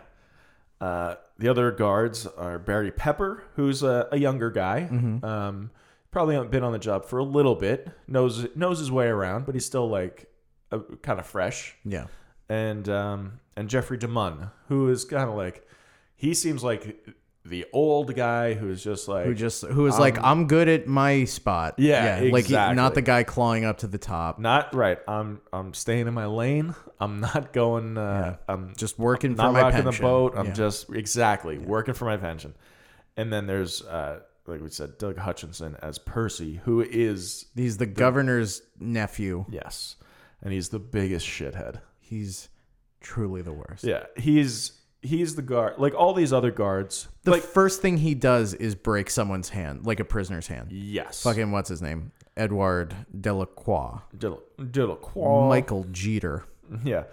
[SPEAKER 1] Uh, the other guards are Barry Pepper, who's a, a younger guy. Um, probably been on the job for a little bit. knows knows his way around, but he's still like uh, kind of fresh.
[SPEAKER 2] Yeah.
[SPEAKER 1] And um, and Jeffrey DeMunn, who is kind of like he seems like the old guy who's just like
[SPEAKER 2] Who just who is like I'm good at my spot.
[SPEAKER 1] Um, Yeah,
[SPEAKER 2] like he- not
[SPEAKER 1] exactly.
[SPEAKER 2] the guy clawing up to the top.
[SPEAKER 1] not right. I'm I'm staying in my lane. I'm not going. Uh, I'm
[SPEAKER 2] Just working
[SPEAKER 1] not
[SPEAKER 2] for my
[SPEAKER 1] rocking the
[SPEAKER 2] pension.
[SPEAKER 1] boat. I'm
[SPEAKER 2] Yeah.
[SPEAKER 1] just exactly working for my pension. And then there's uh, like we said, Doug Hutchinson as Percy, who is
[SPEAKER 2] He's the governor's nephew.
[SPEAKER 1] yes, and he's the biggest shithead.
[SPEAKER 2] He's truly the worst.
[SPEAKER 1] Yeah, he's he's the guard. Like all these other guards.
[SPEAKER 2] The
[SPEAKER 1] like
[SPEAKER 2] first thing he does is break someone's hand, like a prisoner's hand.
[SPEAKER 1] yes,
[SPEAKER 2] Fucking what's his name? Edward Delacroix.
[SPEAKER 1] Diddle, Diddlequaw.
[SPEAKER 2] Michael Jeter.
[SPEAKER 1] Yeah,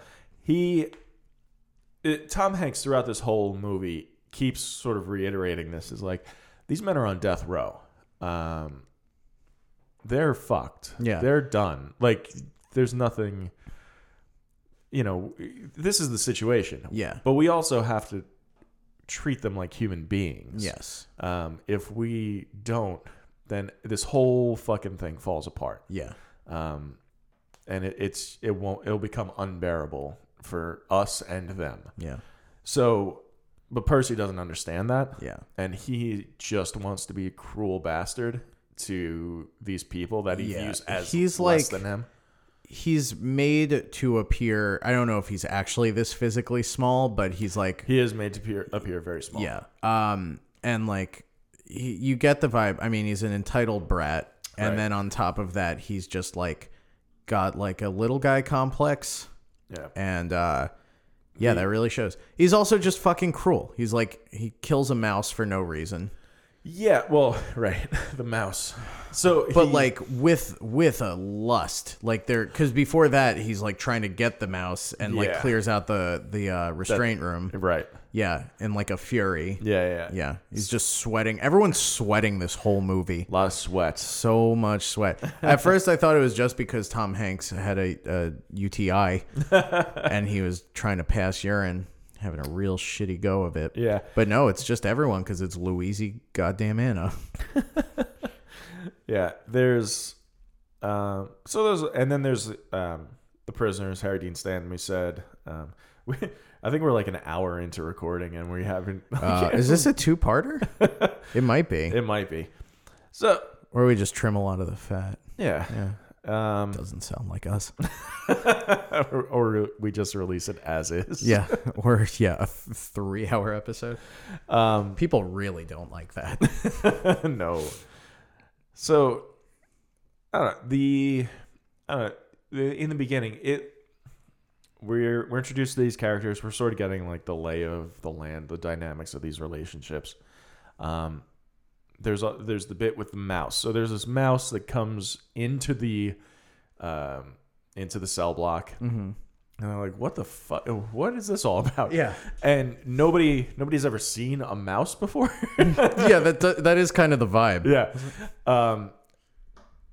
[SPEAKER 1] he. It, Tom Hanks throughout this whole movie keeps sort of reiterating this: is like these men are on death row. Um, they're fucked.
[SPEAKER 2] Yeah.
[SPEAKER 1] they're done. Like there's nothing. You know, this is the situation.
[SPEAKER 2] Yeah.
[SPEAKER 1] but we also have to treat them like human beings.
[SPEAKER 2] Yes.
[SPEAKER 1] Um, if we don't, then this whole fucking thing falls apart
[SPEAKER 2] Yeah.
[SPEAKER 1] um, and it, it's it won't it'll become unbearable for us and them.
[SPEAKER 2] Yeah.
[SPEAKER 1] So, but Percy doesn't understand that,
[SPEAKER 2] Yeah.
[SPEAKER 1] and he just wants to be a cruel bastard to these people that he
[SPEAKER 2] Yeah,
[SPEAKER 1] views as
[SPEAKER 2] he's
[SPEAKER 1] less
[SPEAKER 2] like-
[SPEAKER 1] than him.
[SPEAKER 2] He's made to appear. I don't know if he's actually this physically small, but he's like
[SPEAKER 1] He is made to appear appear very small.
[SPEAKER 2] Yeah. Um, and like he, you get the vibe. I mean, he's an entitled brat, and
[SPEAKER 1] Right.
[SPEAKER 2] then on top of that, he's just like got like a little guy complex,
[SPEAKER 1] yeah,
[SPEAKER 2] and uh, yeah, that really shows. He's also just fucking cruel. He's like he kills a mouse for no reason,
[SPEAKER 1] yeah. Well, *laughs* right, the mouse. So,
[SPEAKER 2] but
[SPEAKER 1] he-
[SPEAKER 2] like with with a lust, like there because before that he's like trying to get the mouse and like
[SPEAKER 1] Yeah.
[SPEAKER 2] clears out the the uh, restraint room,
[SPEAKER 1] right,
[SPEAKER 2] yeah, in like a fury.
[SPEAKER 1] yeah, yeah,
[SPEAKER 2] Yeah, he's just sweating. Everyone's sweating this whole movie.
[SPEAKER 1] A lot of sweat.
[SPEAKER 2] so much sweat. At first, I thought it was just because Tom Hanks had a, a UTI and he was trying to pass urine, having a real shitty go of it.
[SPEAKER 1] Yeah.
[SPEAKER 2] But no, it's just everyone because it's Louisi goddamn Anna.
[SPEAKER 1] Yeah, there's um so there's and then there's um the prisoners Harry Dean Stanton we said um *laughs* we I think we're like an hour into recording and we haven't *laughs*
[SPEAKER 2] Uh, Is this a two parter? it might be.
[SPEAKER 1] it might be. So,
[SPEAKER 2] Or we just trim a lot of the fat.
[SPEAKER 1] yeah.
[SPEAKER 2] *laughs*
[SPEAKER 1] Um *laughs*
[SPEAKER 2] Doesn't sound like us.
[SPEAKER 1] or, or we just release it as is.
[SPEAKER 2] Yeah. Or, yeah, a three hour episode.
[SPEAKER 1] Um
[SPEAKER 2] People really don't like that.
[SPEAKER 1] *laughs* no. So, I don't know. The, I don't know, the in the beginning, it we're we're introduced to these characters. We're sort of getting like the lay of the land, the dynamics of these relationships. Um, there's a, there's the bit with the mouse. So there's this mouse that comes into the, um, into the cell block, and
[SPEAKER 2] Mhm.
[SPEAKER 1] they're like, "What the fuck? What is this all about?"
[SPEAKER 2] Yeah.
[SPEAKER 1] and nobody nobody's ever seen a mouse before.
[SPEAKER 2] yeah, that, that is kind of the vibe.
[SPEAKER 1] Yeah. Um,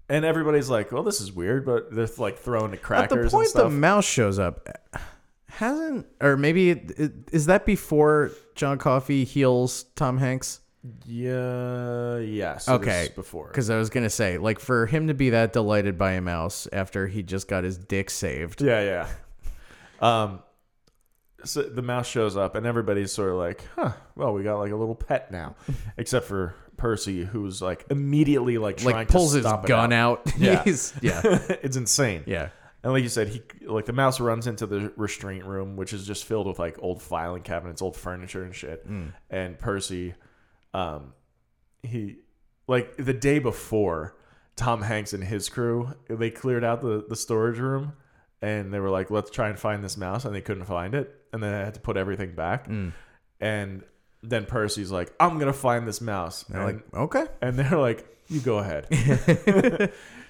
[SPEAKER 1] and everybody's like, "Well, this is weird," but they're like throwing the
[SPEAKER 2] At the
[SPEAKER 1] crackers and
[SPEAKER 2] point the
[SPEAKER 1] stuff.
[SPEAKER 2] mouse shows up, hasn't or maybe it, it, is that before John Coffey heals Tom Hanks?
[SPEAKER 1] yeah. Yeah. So this
[SPEAKER 2] Okay,
[SPEAKER 1] is before.
[SPEAKER 2] Because I was gonna say, like, for him to be that delighted by a mouse after he just got his dick saved,
[SPEAKER 1] Yeah. Yeah. Um. So the mouse shows up, and everybody's sort of like, "Huh? Well, we got like a little pet now," except for Percy, who's like immediately like trying
[SPEAKER 2] like pulls
[SPEAKER 1] to
[SPEAKER 2] his
[SPEAKER 1] stop it
[SPEAKER 2] gun out. *laughs*
[SPEAKER 1] Yeah.
[SPEAKER 2] He's- yeah,
[SPEAKER 1] *laughs* it's insane.
[SPEAKER 2] yeah,
[SPEAKER 1] And like you said, he like the mouse runs into the restraint room, which is just filled with like old filing cabinets, old furniture and shit.
[SPEAKER 2] Hmm.
[SPEAKER 1] And Percy, um, he like the day before, Tom Hanks and his crew they cleared out the the storage room, and they were like, let's try and find this mouse, and they couldn't find it, and then they had to put everything back.
[SPEAKER 2] Hmm.
[SPEAKER 1] And then Percy's like, I'm gonna find this mouse. *laughs*
[SPEAKER 2] They're
[SPEAKER 1] and,
[SPEAKER 2] like okay,
[SPEAKER 1] and they're like, "You go ahead."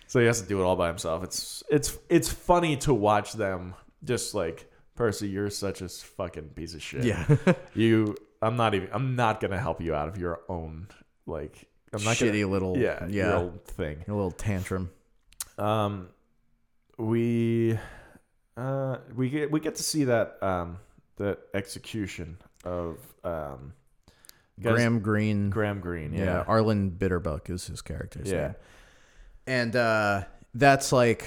[SPEAKER 1] so he has to do it all by himself. It's it's it's funny to watch them just like Percy, you're such a fucking piece of shit.
[SPEAKER 2] yeah,
[SPEAKER 1] you. I'm not even. I'm not gonna help you out of your own like. I'm not
[SPEAKER 2] *laughs* shitty little,
[SPEAKER 1] Gonna, yeah,
[SPEAKER 2] yeah,
[SPEAKER 1] yeah.
[SPEAKER 2] yeah,
[SPEAKER 1] Your old thing.
[SPEAKER 2] a little tantrum.
[SPEAKER 1] Um, we Uh, we get we get to see that um the execution of um guys-
[SPEAKER 2] Graham Greene.
[SPEAKER 1] Graham Green.
[SPEAKER 2] yeah.
[SPEAKER 1] Yeah.
[SPEAKER 2] Arlen Bitterbuck is his character's
[SPEAKER 1] Yeah.
[SPEAKER 2] name. And uh, that's like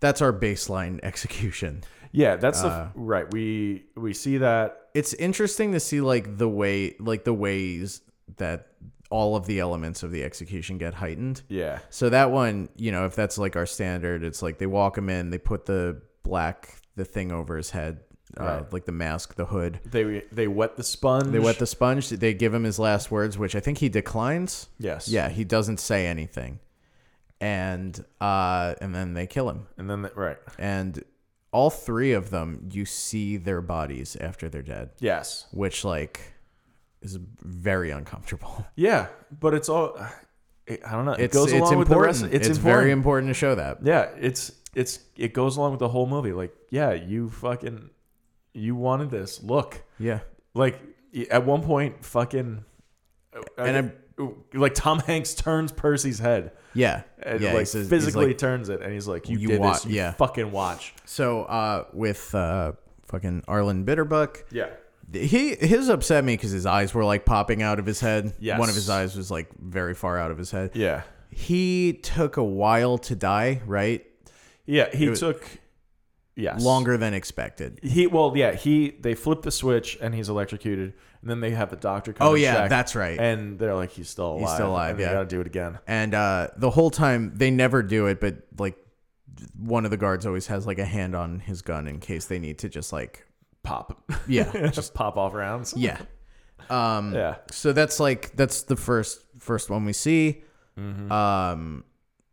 [SPEAKER 2] that's our baseline *laughs* execution.
[SPEAKER 1] Yeah, that's the f- right. We we see that.
[SPEAKER 2] It's interesting to see like the way like the ways that all of the elements of the execution get heightened.
[SPEAKER 1] Yeah.
[SPEAKER 2] So that one, you know, if that's like our standard, it's like they walk him in, they put the black the thing over his head, uh,
[SPEAKER 1] Right.
[SPEAKER 2] like the mask, the hood.
[SPEAKER 1] They they wet the sponge.
[SPEAKER 2] They wet the sponge. They give him his last words, which I think he declines.
[SPEAKER 1] Yes.
[SPEAKER 2] Yeah, he doesn't say anything, and uh, and then they kill him.
[SPEAKER 1] And then the, right.
[SPEAKER 2] And all three of them, you see their bodies after they're dead,
[SPEAKER 1] Yes.
[SPEAKER 2] which like is very uncomfortable.
[SPEAKER 1] Yeah, but it's all. I don't know. It
[SPEAKER 2] It's
[SPEAKER 1] goes
[SPEAKER 2] it's
[SPEAKER 1] along
[SPEAKER 2] important.
[SPEAKER 1] with the rest.
[SPEAKER 2] it's very important to show that.
[SPEAKER 1] Yeah, it's it's it goes along with the whole movie. Like, yeah, you fucking you wanted this. Look,
[SPEAKER 2] Yeah,
[SPEAKER 1] like y- at one point, fucking
[SPEAKER 2] And
[SPEAKER 1] I, like Tom Hanks turns Percy's head.
[SPEAKER 2] yeah,
[SPEAKER 1] And
[SPEAKER 2] yeah.
[SPEAKER 1] like
[SPEAKER 2] he says- he's
[SPEAKER 1] physically
[SPEAKER 2] like-
[SPEAKER 1] turns it, and he's like, "You,
[SPEAKER 2] You
[SPEAKER 1] did
[SPEAKER 2] wa-
[SPEAKER 1] this, you
[SPEAKER 2] yeah.
[SPEAKER 1] fucking watch."
[SPEAKER 2] so uh, with uh, fucking Arlen Bitterbuck,
[SPEAKER 1] Yeah,
[SPEAKER 2] he his upset me because his eyes were like popping out of his head.
[SPEAKER 1] Yes.
[SPEAKER 2] one of his eyes was like very far out of his head.
[SPEAKER 1] yeah,
[SPEAKER 2] He took a while to die, right?
[SPEAKER 1] yeah. He
[SPEAKER 2] was-
[SPEAKER 1] took yes
[SPEAKER 2] Longer than expected.
[SPEAKER 1] He well, yeah. He they flip the switch, and he's electrocuted, and then they have the doctor come.
[SPEAKER 2] Oh,
[SPEAKER 1] and
[SPEAKER 2] yeah,
[SPEAKER 1] check,
[SPEAKER 2] that's right.
[SPEAKER 1] And they're like, "He's still alive.
[SPEAKER 2] He's still alive,
[SPEAKER 1] And
[SPEAKER 2] yeah.
[SPEAKER 1] they gotta do it again.
[SPEAKER 2] And uh, the whole time they never do it, but like one of the guards always has like a hand on his gun in case they need to just like *laughs*
[SPEAKER 1] Pop. *laughs*
[SPEAKER 2] yeah
[SPEAKER 1] just pop off rounds.
[SPEAKER 2] yeah. Um,
[SPEAKER 1] Yeah.
[SPEAKER 2] So that's like that's the first first one we see.
[SPEAKER 1] Mm-hmm.
[SPEAKER 2] Um,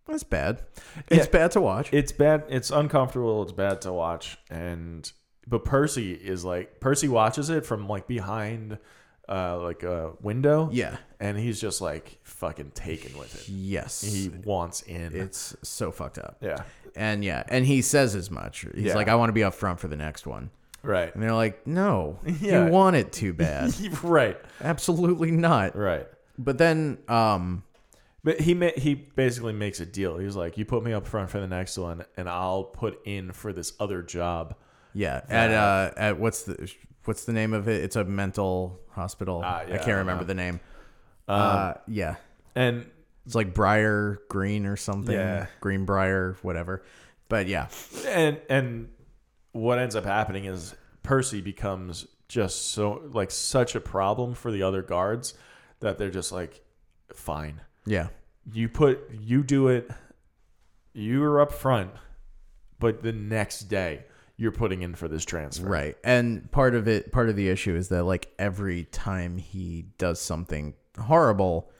[SPEAKER 2] that's bad. It's bad to watch.
[SPEAKER 1] It's bad. It's uncomfortable. It's bad to watch. And but Percy is like Percy watches it from like behind, uh, like a window.
[SPEAKER 2] Yeah.
[SPEAKER 1] and he's just like fucking taken with it.
[SPEAKER 2] yes,
[SPEAKER 1] He wants in.
[SPEAKER 2] it's so fucked up.
[SPEAKER 1] yeah,
[SPEAKER 2] And yeah, and he says as much. He's
[SPEAKER 1] Yeah.
[SPEAKER 2] like, I want to be up front for the next one.
[SPEAKER 1] right,
[SPEAKER 2] And they're like,
[SPEAKER 1] *laughs*
[SPEAKER 2] No,
[SPEAKER 1] Yeah.
[SPEAKER 2] you want it
[SPEAKER 1] *laughs*
[SPEAKER 2] too bad.
[SPEAKER 1] right,
[SPEAKER 2] Absolutely not.
[SPEAKER 1] right.
[SPEAKER 2] But then, um,
[SPEAKER 1] But he ma- he basically makes a deal. He's like, "You put me up front for the next one, and I'll put in for this other job."
[SPEAKER 2] yeah, at uh, at what's the what's the name of it? It's a mental hospital.
[SPEAKER 1] Ah,
[SPEAKER 2] I
[SPEAKER 1] yeah, Um,
[SPEAKER 2] can't remember
[SPEAKER 1] uh,
[SPEAKER 2] the name. uh, yeah,
[SPEAKER 1] And
[SPEAKER 2] it's like Briar Green or something.
[SPEAKER 1] Yeah.
[SPEAKER 2] Green Briar, whatever. But yeah,
[SPEAKER 1] and and what ends up happening is Percy becomes just so like such a problem for the other guards that they're just like, "Fine,
[SPEAKER 2] yeah,
[SPEAKER 1] you put you do it. You were up front, but the next day you're putting in for this transfer."
[SPEAKER 2] right. And part of it, part of the issue is that like every time he does something horrible.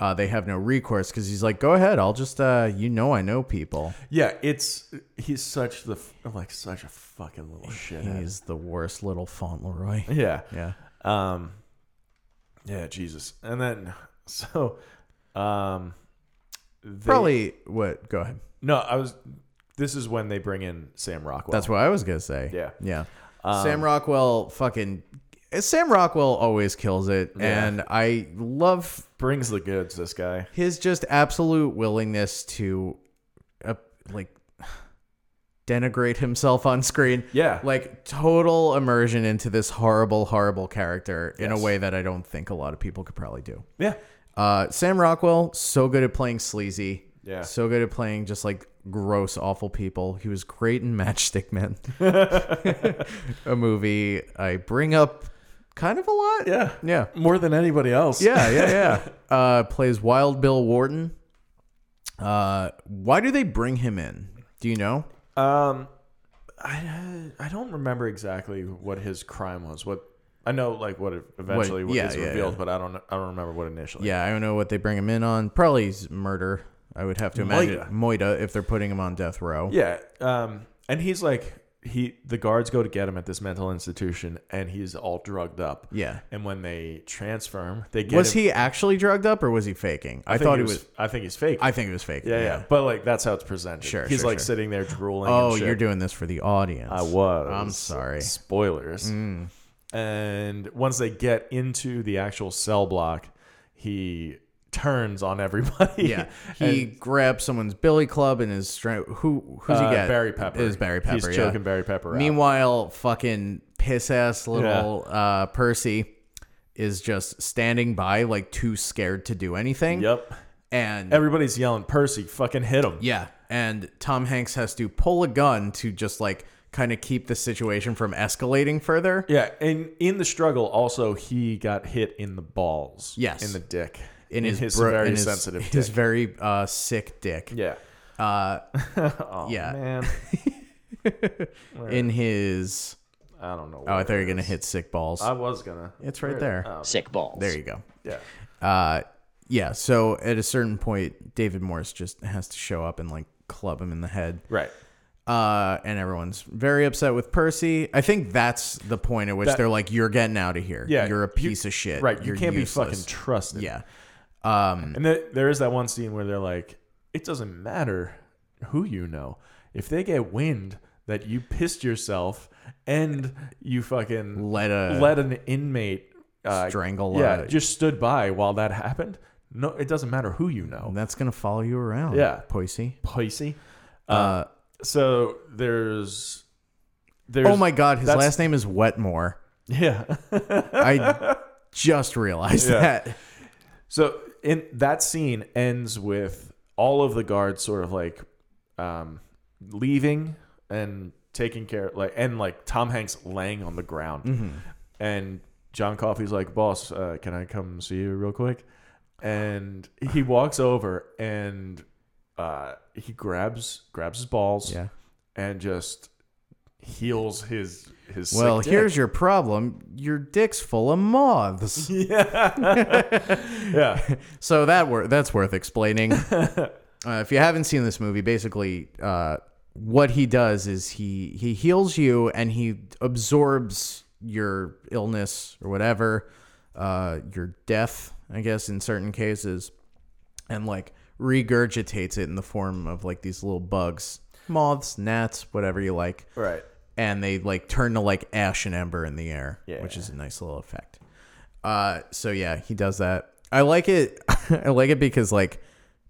[SPEAKER 2] Uh, they have no recourse because he's like, go ahead, I'll just, uh, you know, I know people.
[SPEAKER 1] Yeah, it's he's such the f- like such a fucking little shithead.
[SPEAKER 2] He's the worst little Fauntleroy.
[SPEAKER 1] *laughs* Yeah.
[SPEAKER 2] Yeah.
[SPEAKER 1] Um, yeah, Jesus. And then *laughs* so, um, they,
[SPEAKER 2] Probably what? Go ahead.
[SPEAKER 1] no. I was. This is when they bring in Sam Rockwell.
[SPEAKER 2] That's what I was gonna say.
[SPEAKER 1] Yeah. Um,
[SPEAKER 2] yeah. Sam Rockwell, fucking Sam Rockwell always kills it,
[SPEAKER 1] Yeah.
[SPEAKER 2] and I love
[SPEAKER 1] brings the goods. This guy.
[SPEAKER 2] his just absolute willingness to, uh, like, *sighs* denigrate himself on screen.
[SPEAKER 1] Yeah.
[SPEAKER 2] like total immersion into this horrible, horrible character in a
[SPEAKER 1] Yes.
[SPEAKER 2] way that I don't think a lot of people could probably do.
[SPEAKER 1] Yeah.
[SPEAKER 2] Uh, Sam Rockwell, so good at playing sleazy.
[SPEAKER 1] Yeah.
[SPEAKER 2] So good at playing just like gross, awful people. He was great in *laughs*
[SPEAKER 1] *laughs*
[SPEAKER 2] Matchstick Men, a movie I bring up kind of a lot.
[SPEAKER 1] Yeah.
[SPEAKER 2] Yeah.
[SPEAKER 1] More than anybody else.
[SPEAKER 2] Yeah. Yeah.
[SPEAKER 1] *laughs*
[SPEAKER 2] Yeah. uh, plays Wild Bill Warden. Uh, why do they bring him in? Do you know?
[SPEAKER 1] Um, I I don't remember exactly what his crime was. What I know, like what it- eventually what,
[SPEAKER 2] yeah,
[SPEAKER 1] is
[SPEAKER 2] yeah,
[SPEAKER 1] revealed,
[SPEAKER 2] yeah.
[SPEAKER 1] but I don't I don't remember what initially.
[SPEAKER 2] Yeah. I don't know what they bring him in on. Probably his murder. I would have to imagine
[SPEAKER 1] Moida.
[SPEAKER 2] Moida if they're putting him on death row.
[SPEAKER 1] Yeah. Um, and he's like he the guards go to get him at this mental institution, and he's all drugged up.
[SPEAKER 2] Yeah.
[SPEAKER 1] And when they transfer him, they get
[SPEAKER 2] Was
[SPEAKER 1] him-
[SPEAKER 2] he actually drugged up or was he faking? I,
[SPEAKER 1] I, think
[SPEAKER 2] thought
[SPEAKER 1] he
[SPEAKER 2] he was.
[SPEAKER 1] I think he's fake.
[SPEAKER 2] I think it was fake.
[SPEAKER 1] yeah, yeah, But like that's how it's presented.
[SPEAKER 2] Sure,
[SPEAKER 1] He's
[SPEAKER 2] sure,
[SPEAKER 1] like
[SPEAKER 2] sure.
[SPEAKER 1] sitting there drooling. and
[SPEAKER 2] Oh,
[SPEAKER 1] shit.
[SPEAKER 2] you're doing this for the audience.
[SPEAKER 1] I was.
[SPEAKER 2] I'm sorry. Mm.
[SPEAKER 1] Spoilers. And once they get into the actual cell block, he turns on everybody. *laughs*
[SPEAKER 2] Yeah, he grabs someone's billy club and is stra- who who's he
[SPEAKER 1] Uh,
[SPEAKER 2] got?
[SPEAKER 1] Barry Pepper.
[SPEAKER 2] It is Barry Pepper.
[SPEAKER 1] He's
[SPEAKER 2] yeah.
[SPEAKER 1] choking Barry Pepper out.
[SPEAKER 2] Meanwhile, fucking piss ass little uh, Percy is just standing by, like too scared to do anything.
[SPEAKER 1] yep.
[SPEAKER 2] And
[SPEAKER 1] Everybody's yelling, Percy, fucking hit him.
[SPEAKER 2] yeah, and Tom Hanks has to pull a gun to just like kind of keep the situation from escalating further.
[SPEAKER 1] Yeah, and in the struggle, also he got hit in the balls.
[SPEAKER 2] Yes.
[SPEAKER 1] in the dick.
[SPEAKER 2] In, his, bro-
[SPEAKER 1] very
[SPEAKER 2] in his-
[SPEAKER 1] sensitive
[SPEAKER 2] his *laughs*
[SPEAKER 1] dick.
[SPEAKER 2] very uh, sick dick.
[SPEAKER 1] yeah. Uh,
[SPEAKER 2] yeah.
[SPEAKER 1] man.
[SPEAKER 2] In his,
[SPEAKER 1] I don't know.
[SPEAKER 2] *laughs* oh, I
[SPEAKER 1] where
[SPEAKER 2] thought you were
[SPEAKER 1] it
[SPEAKER 2] gonna
[SPEAKER 1] is.
[SPEAKER 2] hit sick balls.
[SPEAKER 1] I was gonna.
[SPEAKER 2] it's right there.
[SPEAKER 4] *laughs*
[SPEAKER 1] Oh.
[SPEAKER 4] Sick balls.
[SPEAKER 2] There you go.
[SPEAKER 1] Yeah.
[SPEAKER 2] Uh, yeah. So at a certain point, David Morse just has to show up and like club him in the head.
[SPEAKER 1] Right.
[SPEAKER 2] Uh, and everyone's very upset with Percy. I think that's the point at which
[SPEAKER 1] That-
[SPEAKER 2] they're like, "You're getting out of here.
[SPEAKER 1] Yeah.
[SPEAKER 2] you're a
[SPEAKER 1] you-
[SPEAKER 2] piece of shit.
[SPEAKER 1] Right. You
[SPEAKER 2] You're
[SPEAKER 1] can't
[SPEAKER 2] useless."
[SPEAKER 1] be fucking trusted.
[SPEAKER 2] Yeah. Um,
[SPEAKER 1] And there, there is that one scene where they're like, "It doesn't matter who you know. If they get wind that you pissed yourself and you fucking
[SPEAKER 2] Let a-
[SPEAKER 1] let an inmate uh,
[SPEAKER 2] Strangle
[SPEAKER 1] yeah,
[SPEAKER 2] a-
[SPEAKER 1] just stood by while that happened. No, it doesn't matter who you know.
[SPEAKER 2] And that's gonna follow you around.
[SPEAKER 1] Yeah.
[SPEAKER 2] Percy.
[SPEAKER 1] Pisces.
[SPEAKER 2] Uh,
[SPEAKER 1] So there's, there's.
[SPEAKER 2] oh my God, his
[SPEAKER 1] that's-
[SPEAKER 2] last name is Wetmore.
[SPEAKER 1] *laughs* Yeah. *laughs*
[SPEAKER 2] I just realized
[SPEAKER 1] Yeah.
[SPEAKER 2] that.
[SPEAKER 1] So in that scene ends with all of the guards sort of like um, leaving and taking care, like and like Tom Hanks laying on the ground,
[SPEAKER 2] Mm-hmm.
[SPEAKER 1] and John Coffey's like, "Boss, uh, can I come see you real quick?" And he walks over and uh, he grabs grabs his balls,
[SPEAKER 2] Yeah.
[SPEAKER 1] and just heals his his. sick *laughs*
[SPEAKER 2] Well,
[SPEAKER 1] dick.
[SPEAKER 2] here's your problem. Your dick's full
[SPEAKER 1] *laughs*
[SPEAKER 2] of moths.
[SPEAKER 1] yeah.
[SPEAKER 2] *laughs* So that wor- that's
[SPEAKER 1] *laughs*
[SPEAKER 2] worth explaining. uh, if you haven't seen this movie, basically, uh, what he does is he he heals you and he absorbs your illness or whatever, uh, your death, I guess, in certain cases, and like regurgitates it in the form of like these little bugs, moths, gnats, whatever you like,
[SPEAKER 1] Right.
[SPEAKER 2] and they like turn to like ash and ember in the air, which is a nice little effect. Uh, so yeah, he does that. I like it. *laughs* I like it because like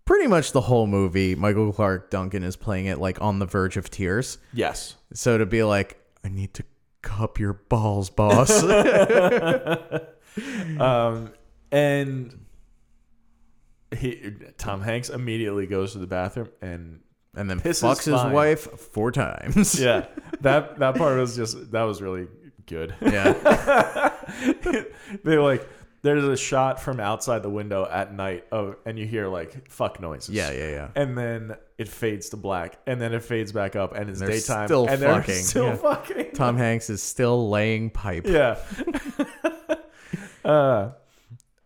[SPEAKER 2] pretty much the whole movie, Michael Clark Duncan is playing it like on the verge of tears.
[SPEAKER 1] Yes.
[SPEAKER 2] So to be like, I need to cup your balls,
[SPEAKER 1] *laughs*
[SPEAKER 2] boss.
[SPEAKER 1] and he Tom Hanks immediately goes to the bathroom and
[SPEAKER 2] and then
[SPEAKER 1] Piss is
[SPEAKER 2] fucks his
[SPEAKER 1] fine.
[SPEAKER 2] wife four times.
[SPEAKER 1] yeah *laughs* that that part was just that was really good *laughs*
[SPEAKER 2] *laughs* Yeah.
[SPEAKER 1] they like there's a shot from outside the window at night of and you hear like fuck noises
[SPEAKER 2] Yeah. Yeah. yeah.
[SPEAKER 1] and then it fades to black and then it fades back up and it's
[SPEAKER 2] They're
[SPEAKER 1] daytime
[SPEAKER 2] still
[SPEAKER 1] and they're
[SPEAKER 2] fucking.
[SPEAKER 1] still
[SPEAKER 2] Yeah.
[SPEAKER 1] fucking *laughs*
[SPEAKER 2] Tom Hanks is still laying pipe.
[SPEAKER 1] yeah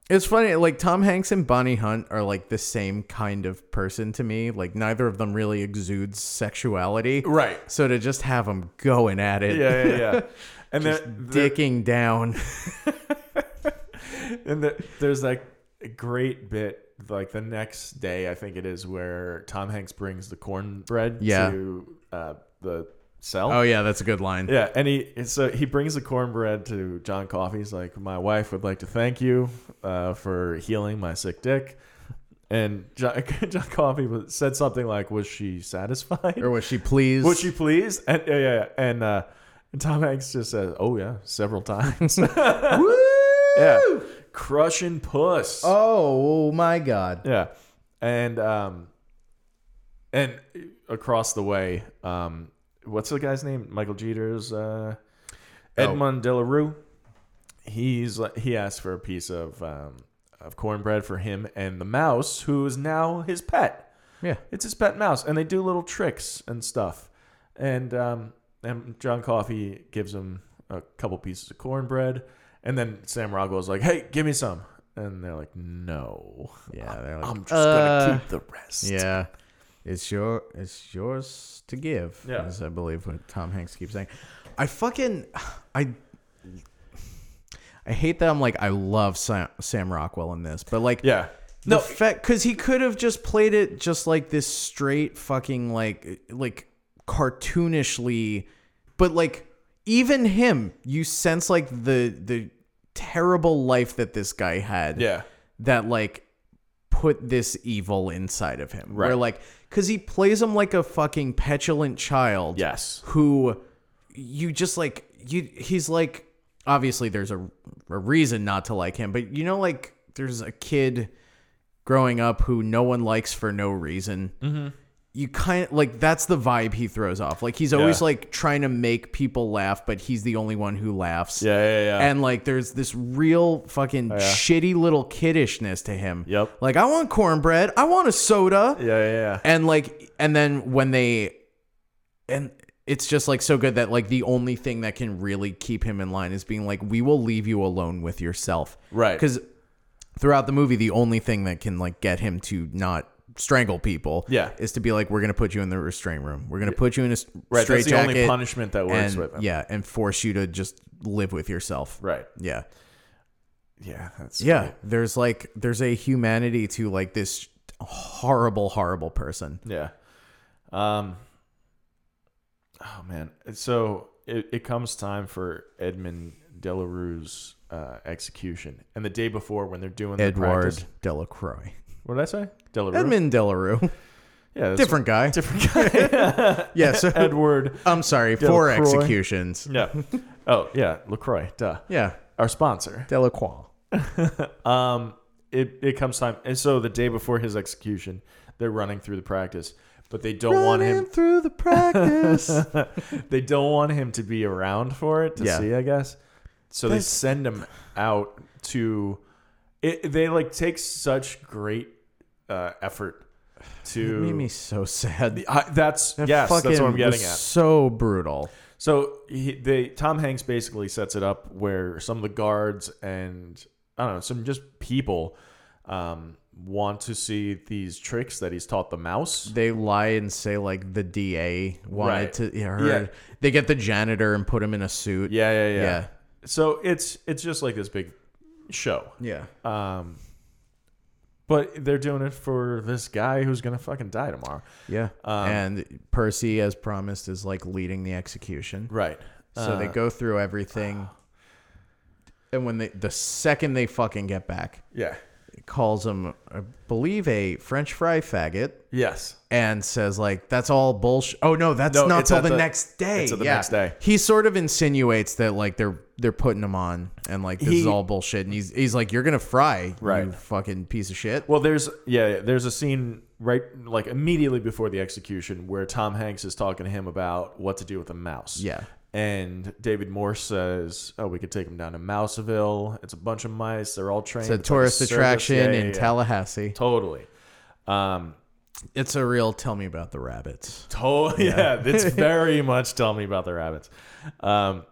[SPEAKER 2] It's funny, like Tom Hanks and Bonnie Hunt are like the same kind of person to me. Like neither of them really exudes sexuality,
[SPEAKER 1] right
[SPEAKER 2] So to just have them going at it,
[SPEAKER 1] yeah yeah
[SPEAKER 2] *laughs*
[SPEAKER 1] yeah and
[SPEAKER 2] just
[SPEAKER 1] then
[SPEAKER 2] dicking down.
[SPEAKER 1] And the, there's like a great bit, like the next day, I think it is, where Tom Hanks brings the cornbread
[SPEAKER 2] Yeah.
[SPEAKER 1] to uh, the cell.
[SPEAKER 2] Oh yeah, that's a good line.
[SPEAKER 1] Yeah, and he and so he brings the cornbread to John Coffey. He's like, "My wife would like to thank you uh, for healing my sick dick." And John, *laughs* John Coffey was- said something like, "Was she satisfied?" *laughs*
[SPEAKER 2] Or was she pleased?
[SPEAKER 1] Would
[SPEAKER 2] *laughs*
[SPEAKER 1] she please? And yeah, yeah, yeah. and uh, and Tom Hanks just says, "Oh yeah, several
[SPEAKER 2] *laughs*
[SPEAKER 1] times." *laughs* yeah, crushing puss.
[SPEAKER 2] Oh my god.
[SPEAKER 1] Yeah, and um, and across the way, um, what's the guy's name? Michael Jeter's uh, Edmond De La Rue. He's like- he asked for a piece of um, of cornbread for him and the mouse, who is now his pet.
[SPEAKER 2] Yeah.
[SPEAKER 1] It's his pet mouse, and they do little tricks and stuff. And um, and John Coffey gives him a couple pieces of cornbread, and then Sam Rockwell's like, "Hey, give me some," and they're like, "No,
[SPEAKER 2] Yeah. They're like, "Uh."
[SPEAKER 1] I'm just gonna keep the rest."
[SPEAKER 2] yeah. It's your it's yours to give.
[SPEAKER 1] Yeah.
[SPEAKER 2] As I believe what Tom Hanks keeps saying. I fucking *sighs* I I hate that I'm like I love Sam, Sam Rockwell in this, but like
[SPEAKER 1] yeah.
[SPEAKER 2] no, because he could have just played it just like this straight fucking like like cartoonishly, but like even him, you sense like the the terrible life that this guy had.
[SPEAKER 1] Yeah.
[SPEAKER 2] that like put this evil inside of him. Where
[SPEAKER 1] Right.
[SPEAKER 2] like, because he plays him like a fucking petulant child.
[SPEAKER 1] Yes.
[SPEAKER 2] Who you just like you? He's like obviously there's a, a reason not to like him, but you know like there's a kid growing up who no one likes for no reason. Mm-hmm. You kind of like that's the vibe he throws off. Like he's always
[SPEAKER 1] Yeah.
[SPEAKER 2] like trying to make people laugh, but he's the only one who laughs
[SPEAKER 1] Yeah, yeah, yeah.
[SPEAKER 2] and like there's this real fucking shitty little kiddishness to him.
[SPEAKER 1] Yep.
[SPEAKER 2] Like I want cornbread, I want a soda,
[SPEAKER 1] yeah, yeah, yeah.
[SPEAKER 2] and like and then when they and it's just like so good that like the only thing that can really keep him in line is being like we will leave you alone with yourself.
[SPEAKER 1] Right.
[SPEAKER 2] Cuz throughout the movie the only thing that can like get him to not strangle people
[SPEAKER 1] Yeah.
[SPEAKER 2] is to be like we're going to put you in the restraint room. We're going to put you in a s-
[SPEAKER 1] Right.
[SPEAKER 2] straight
[SPEAKER 1] That's the only
[SPEAKER 2] jacket
[SPEAKER 1] punishment that works
[SPEAKER 2] and
[SPEAKER 1] with him.
[SPEAKER 2] yeah, and force you to just live with yourself.
[SPEAKER 1] Right.
[SPEAKER 2] Yeah.
[SPEAKER 1] Yeah. That's
[SPEAKER 2] Yeah, there's like there's a humanity to like this horrible, horrible person.
[SPEAKER 1] Yeah. Um. Oh man. So it, it comes time for Edmund Delarue's uh, execution, and the day before when they're doing the
[SPEAKER 2] Edward
[SPEAKER 1] practice,
[SPEAKER 2] Delacroix,
[SPEAKER 1] what did I say? Delarue.
[SPEAKER 2] Edmund Delarue,
[SPEAKER 1] Yeah. that's-
[SPEAKER 2] different guy.
[SPEAKER 1] Different guy.
[SPEAKER 2] *laughs* Yeah, so
[SPEAKER 1] Edward.
[SPEAKER 2] I'm sorry, four
[SPEAKER 1] Delacroix.
[SPEAKER 2] executions. *laughs*
[SPEAKER 1] Yeah. Oh yeah. Lacroix. Duh.
[SPEAKER 2] Yeah,
[SPEAKER 1] Our sponsor.
[SPEAKER 2] Delacroix.
[SPEAKER 1] Um. It it comes time, and so the day before his execution, they're running through the practice, but they don't want him.
[SPEAKER 2] through the *laughs* practice.
[SPEAKER 1] *laughs* they don't want him to be around for it to
[SPEAKER 2] Yeah.
[SPEAKER 1] see, I guess. So
[SPEAKER 2] That's-
[SPEAKER 1] they send him out to. It, they like take such great uh, effort
[SPEAKER 2] it made
[SPEAKER 1] to.
[SPEAKER 2] me so sad.
[SPEAKER 1] I, that's
[SPEAKER 2] That
[SPEAKER 1] yes, that's what
[SPEAKER 2] fucking
[SPEAKER 1] I'm getting
[SPEAKER 2] was
[SPEAKER 1] at.
[SPEAKER 2] So brutal.
[SPEAKER 1] So he, they Tom Hanks basically sets it up where some of the guards and I don't know some just people um, want to see these tricks that he's taught the mouse.
[SPEAKER 2] They lie and say like the DA wanted
[SPEAKER 1] Right.
[SPEAKER 2] to. Yeah,
[SPEAKER 1] Yeah.
[SPEAKER 2] her, They get the janitor and put him in a suit.
[SPEAKER 1] Yeah, yeah, yeah,
[SPEAKER 2] Yeah.
[SPEAKER 1] So it's it's just like this big show.
[SPEAKER 2] yeah.
[SPEAKER 1] Um, but they're doing it for this guy who's gonna fucking die tomorrow.
[SPEAKER 2] Yeah.
[SPEAKER 1] Um,
[SPEAKER 2] and Percy, as promised, is like leading the execution.
[SPEAKER 1] Right. Uh,
[SPEAKER 2] So they go through everything. And when they, the second they fucking get back,
[SPEAKER 1] Yeah.
[SPEAKER 2] it calls him, I believe, a French fry faggot
[SPEAKER 1] Yes.
[SPEAKER 2] and says, like, that's all bullshit. Oh, no, that's
[SPEAKER 1] No,
[SPEAKER 2] not
[SPEAKER 1] it's
[SPEAKER 2] till
[SPEAKER 1] at
[SPEAKER 2] the,
[SPEAKER 1] the-
[SPEAKER 2] next day.
[SPEAKER 1] it's at the
[SPEAKER 2] Yeah.
[SPEAKER 1] next day.
[SPEAKER 2] He sort of insinuates that, like, they're, they're putting him on and, like, this is
[SPEAKER 1] He-
[SPEAKER 2] all bullshit. And he's, he's like, you're going to fry, you
[SPEAKER 1] Right.
[SPEAKER 2] fucking piece of shit.
[SPEAKER 1] Well, there's yeah, there's a scene right like immediately before the execution where Tom Hanks is talking to him about what to do with a mouse.
[SPEAKER 2] Yeah.
[SPEAKER 1] And David Moore says, "Oh, we could take him down to Mouseville. It's a bunch of mice. They're all trained.
[SPEAKER 2] It's a
[SPEAKER 1] like
[SPEAKER 2] tourist
[SPEAKER 1] circus."
[SPEAKER 2] attraction
[SPEAKER 1] Yeah, yeah,
[SPEAKER 2] in
[SPEAKER 1] yeah.
[SPEAKER 2] Tallahassee.
[SPEAKER 1] Totally. Um,
[SPEAKER 2] It's a real tell me about the rabbits.
[SPEAKER 1] *laughs* Totally. Yeah. it's very much tell me about the rabbits. Um,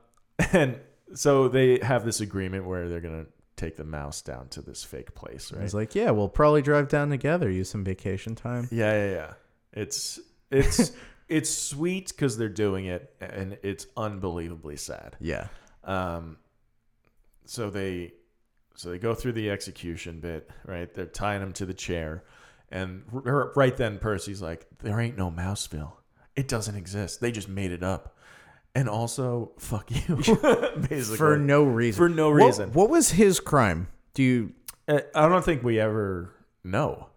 [SPEAKER 1] and so they have this agreement where they're going to take the mouse down to this fake place, right?
[SPEAKER 2] He's like, yeah, we'll probably drive down together, use some vacation time.
[SPEAKER 1] yeah, yeah, yeah. It's it's *laughs* it's sweet cuz they're doing it and it's unbelievably sad.
[SPEAKER 2] Yeah.
[SPEAKER 1] Um so they so they go through the execution bit, right? They're tying him to the chair and r- right then Percy's like there ain't no Mouseville. It doesn't exist. They just made it up. And also, fuck
[SPEAKER 2] *laughs*
[SPEAKER 1] you. *laughs* Basically.
[SPEAKER 2] For no reason.
[SPEAKER 1] For no
[SPEAKER 2] What-
[SPEAKER 1] reason.
[SPEAKER 2] What, was his crime? Do you
[SPEAKER 1] Uh, I don't think we ever know.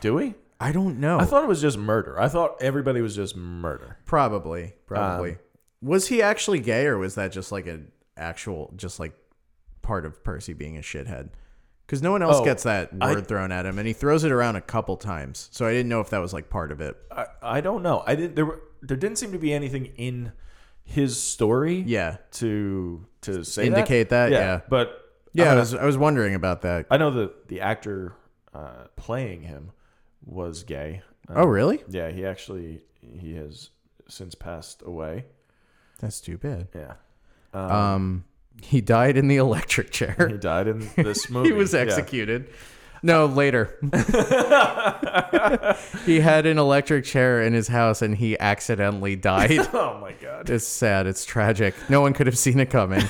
[SPEAKER 1] Do we?
[SPEAKER 2] I don't know.
[SPEAKER 1] I thought it was just murder. I thought everybody was just murder.
[SPEAKER 2] probably.
[SPEAKER 1] Um,
[SPEAKER 2] Probably. was he actually gay or was that just like an actual just like part of Percy being a shithead? Because no one else
[SPEAKER 1] Oh,
[SPEAKER 2] gets that
[SPEAKER 1] I-
[SPEAKER 2] word thrown at him and he throws it around a couple times. So I didn't know if that was like part of it.
[SPEAKER 1] I, I don't know. I didn't. There were, there didn't seem to be anything in his story.
[SPEAKER 2] Yeah.
[SPEAKER 1] To to say
[SPEAKER 2] Indicate that, yeah.
[SPEAKER 1] But
[SPEAKER 2] Yeah,
[SPEAKER 1] I,
[SPEAKER 2] I
[SPEAKER 1] don't
[SPEAKER 2] was I was wondering about that.
[SPEAKER 1] know- Uh, I know that the actor uh, playing him was gay. Uh,
[SPEAKER 2] Oh really?
[SPEAKER 1] Yeah, he actually he has since passed away.
[SPEAKER 2] That's too bad.
[SPEAKER 1] Yeah. Uh,
[SPEAKER 2] Um he died in the electric chair.
[SPEAKER 1] He died
[SPEAKER 2] *laughs*
[SPEAKER 1] in this movie.
[SPEAKER 2] he was
[SPEAKER 1] Yeah.
[SPEAKER 2] executed. No, later. *laughs* he had an electric chair in his house and he
[SPEAKER 1] *laughs*
[SPEAKER 2] accidentally died.
[SPEAKER 1] Oh my god.
[SPEAKER 2] it's sad. It's tragic. No one could have seen it coming.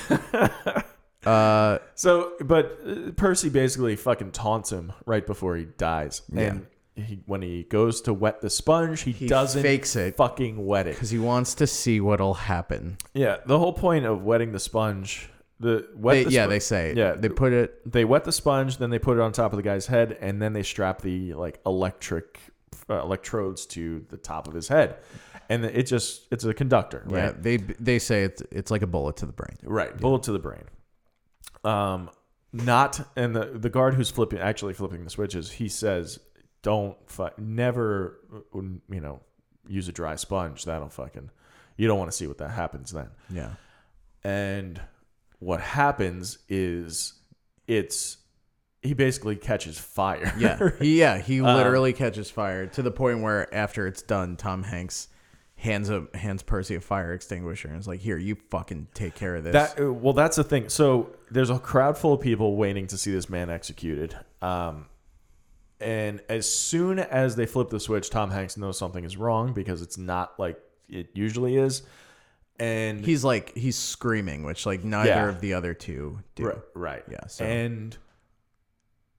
[SPEAKER 2] Uh,
[SPEAKER 1] So, but uh, Percy basically fucking taunts him right before he dies, and he, when he goes to wet the sponge, he,
[SPEAKER 2] He
[SPEAKER 1] doesn't
[SPEAKER 2] fakes it.
[SPEAKER 1] fucking wet it.
[SPEAKER 2] because he wants to see what'll happen.
[SPEAKER 1] Yeah, the whole point of wetting the sponge The wet
[SPEAKER 2] They,
[SPEAKER 1] the
[SPEAKER 2] yeah,
[SPEAKER 1] spo-
[SPEAKER 2] they say.
[SPEAKER 1] yeah.
[SPEAKER 2] they put it.
[SPEAKER 1] they wet the sponge, then they put it on top of the guy's head, and then they strap the like electric uh, electrodes to the top of his head, and it just it's a conductor, right?
[SPEAKER 2] Yeah, they they say it's it's like a bullet to the brain.
[SPEAKER 1] Right, bullet to the brain. Um, not and the the guard who's flipping actually flipping the switches. He says, "Don't fuck, never, uh, you know, use a dry sponge. That'll fucking, you don't want to see what that happens then." *laughs*
[SPEAKER 2] Yeah,
[SPEAKER 1] And what happens is, it's he basically catches fire.
[SPEAKER 2] yeah, he, yeah. He
[SPEAKER 1] Uh,
[SPEAKER 2] literally catches fire to the point where after it's done, Tom Hanks hands up hands Percy a fire extinguisher and is like, "Here, you fucking take care of
[SPEAKER 1] *laughs*
[SPEAKER 2] this."
[SPEAKER 1] That uh, well, that's the thing. So there's a crowd full of people waiting to see this man executed. Um, and as soon as they flip the switch, Tom Hanks knows something is wrong because it's not like it usually is. And
[SPEAKER 2] he's like he's screaming, which like neither
[SPEAKER 1] Yeah.
[SPEAKER 2] of the other two do.
[SPEAKER 1] Right. right.
[SPEAKER 2] Yeah, so-
[SPEAKER 1] And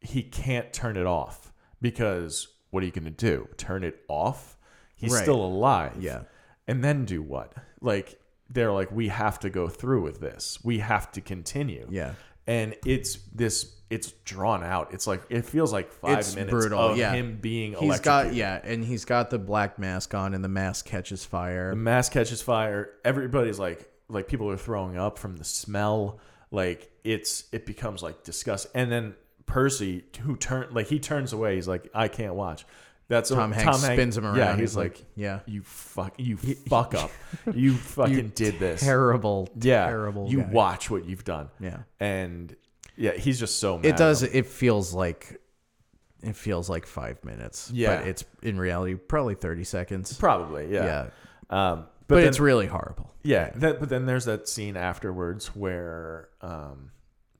[SPEAKER 1] he can't turn it off because what are you going to do? Turn it off? He's
[SPEAKER 2] Right.
[SPEAKER 1] still alive.
[SPEAKER 2] Yeah.
[SPEAKER 1] And then do what? Like they're like, we have to go through with this. We have to continue.
[SPEAKER 2] Yeah.
[SPEAKER 1] And it's this. It's drawn out. It's like it feels like five
[SPEAKER 2] It's
[SPEAKER 1] minutes
[SPEAKER 2] brutal,
[SPEAKER 1] of
[SPEAKER 2] yeah.
[SPEAKER 1] him being.
[SPEAKER 2] He's got
[SPEAKER 1] electrocuted.
[SPEAKER 2] yeah, and he's got the black mask on, and the mask catches fire.
[SPEAKER 1] The mask catches fire. Everybody's like, like people are throwing up from the smell. Like it's, it becomes like disgust. And then Percy, who turned, like he turns away. He's like, I can't watch. That's
[SPEAKER 2] Tom
[SPEAKER 1] a,
[SPEAKER 2] Hanks spins him
[SPEAKER 1] Yeah,
[SPEAKER 2] around.
[SPEAKER 1] he's,
[SPEAKER 2] He's
[SPEAKER 1] like,
[SPEAKER 2] like, yeah.
[SPEAKER 1] you fuck, you fuck
[SPEAKER 2] *laughs*
[SPEAKER 1] up, you fucking did this.
[SPEAKER 2] Terrible,
[SPEAKER 1] yeah,
[SPEAKER 2] terrible.
[SPEAKER 1] You
[SPEAKER 2] guy.
[SPEAKER 1] watch what you've done.
[SPEAKER 2] Yeah.
[SPEAKER 1] and yeah, he's just so. Mad
[SPEAKER 2] It does. It feels like it feels like five minutes.
[SPEAKER 1] Yeah.
[SPEAKER 2] but it's in reality probably thirty seconds.
[SPEAKER 1] probably.
[SPEAKER 2] yeah,
[SPEAKER 1] Yeah, Um,
[SPEAKER 2] but,
[SPEAKER 1] then-
[SPEAKER 2] it's really horrible.
[SPEAKER 1] Yeah, that, but then there's that scene afterwards where um,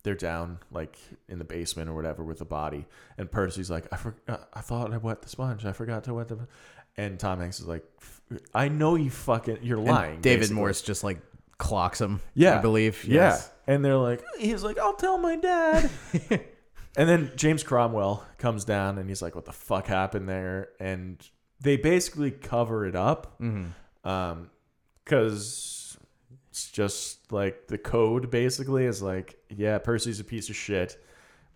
[SPEAKER 1] they're down like in the basement or whatever with the body, and Percy's like, "I forgot, I thought I wet the sponge. I forgot to wet the." And Tom Hanks is like, "F- "I know you fucking, you're
[SPEAKER 2] And
[SPEAKER 1] lying."
[SPEAKER 2] David
[SPEAKER 1] basically.
[SPEAKER 2] Morse just like clocks him.
[SPEAKER 1] yeah,
[SPEAKER 2] I believe. Yes.
[SPEAKER 1] yeah. And they're like, he's like, "I'll tell my
[SPEAKER 2] *laughs*
[SPEAKER 1] dad." and then James Cromwell comes down and he's like, "What the fuck happened there?" And they basically cover it up
[SPEAKER 2] Mm-hmm.
[SPEAKER 1] um because it's just like the code basically is like yeah percy's a piece of shit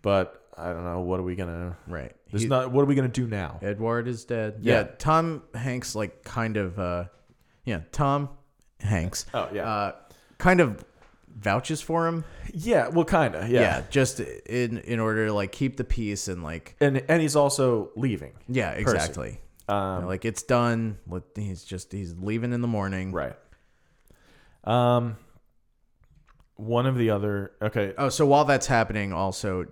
[SPEAKER 1] but i don't know what are we gonna
[SPEAKER 2] Right.
[SPEAKER 1] there's
[SPEAKER 2] He-
[SPEAKER 1] not what are we gonna do now
[SPEAKER 2] Edward is dead.
[SPEAKER 1] Yeah.
[SPEAKER 2] Yeah. Tom Hanks like kind of uh yeah, Tom Hanks.
[SPEAKER 1] Oh, yeah.
[SPEAKER 2] Uh kind of vouches for him.
[SPEAKER 1] yeah well kinda yeah,
[SPEAKER 2] just in in order to like keep the peace and like
[SPEAKER 1] and and he's also leaving
[SPEAKER 2] yeah, exactly.
[SPEAKER 1] um
[SPEAKER 2] like it's done. Let- He's just he's leaving in the morning.
[SPEAKER 1] right um one of the other okay
[SPEAKER 2] Oh, so while that's happening also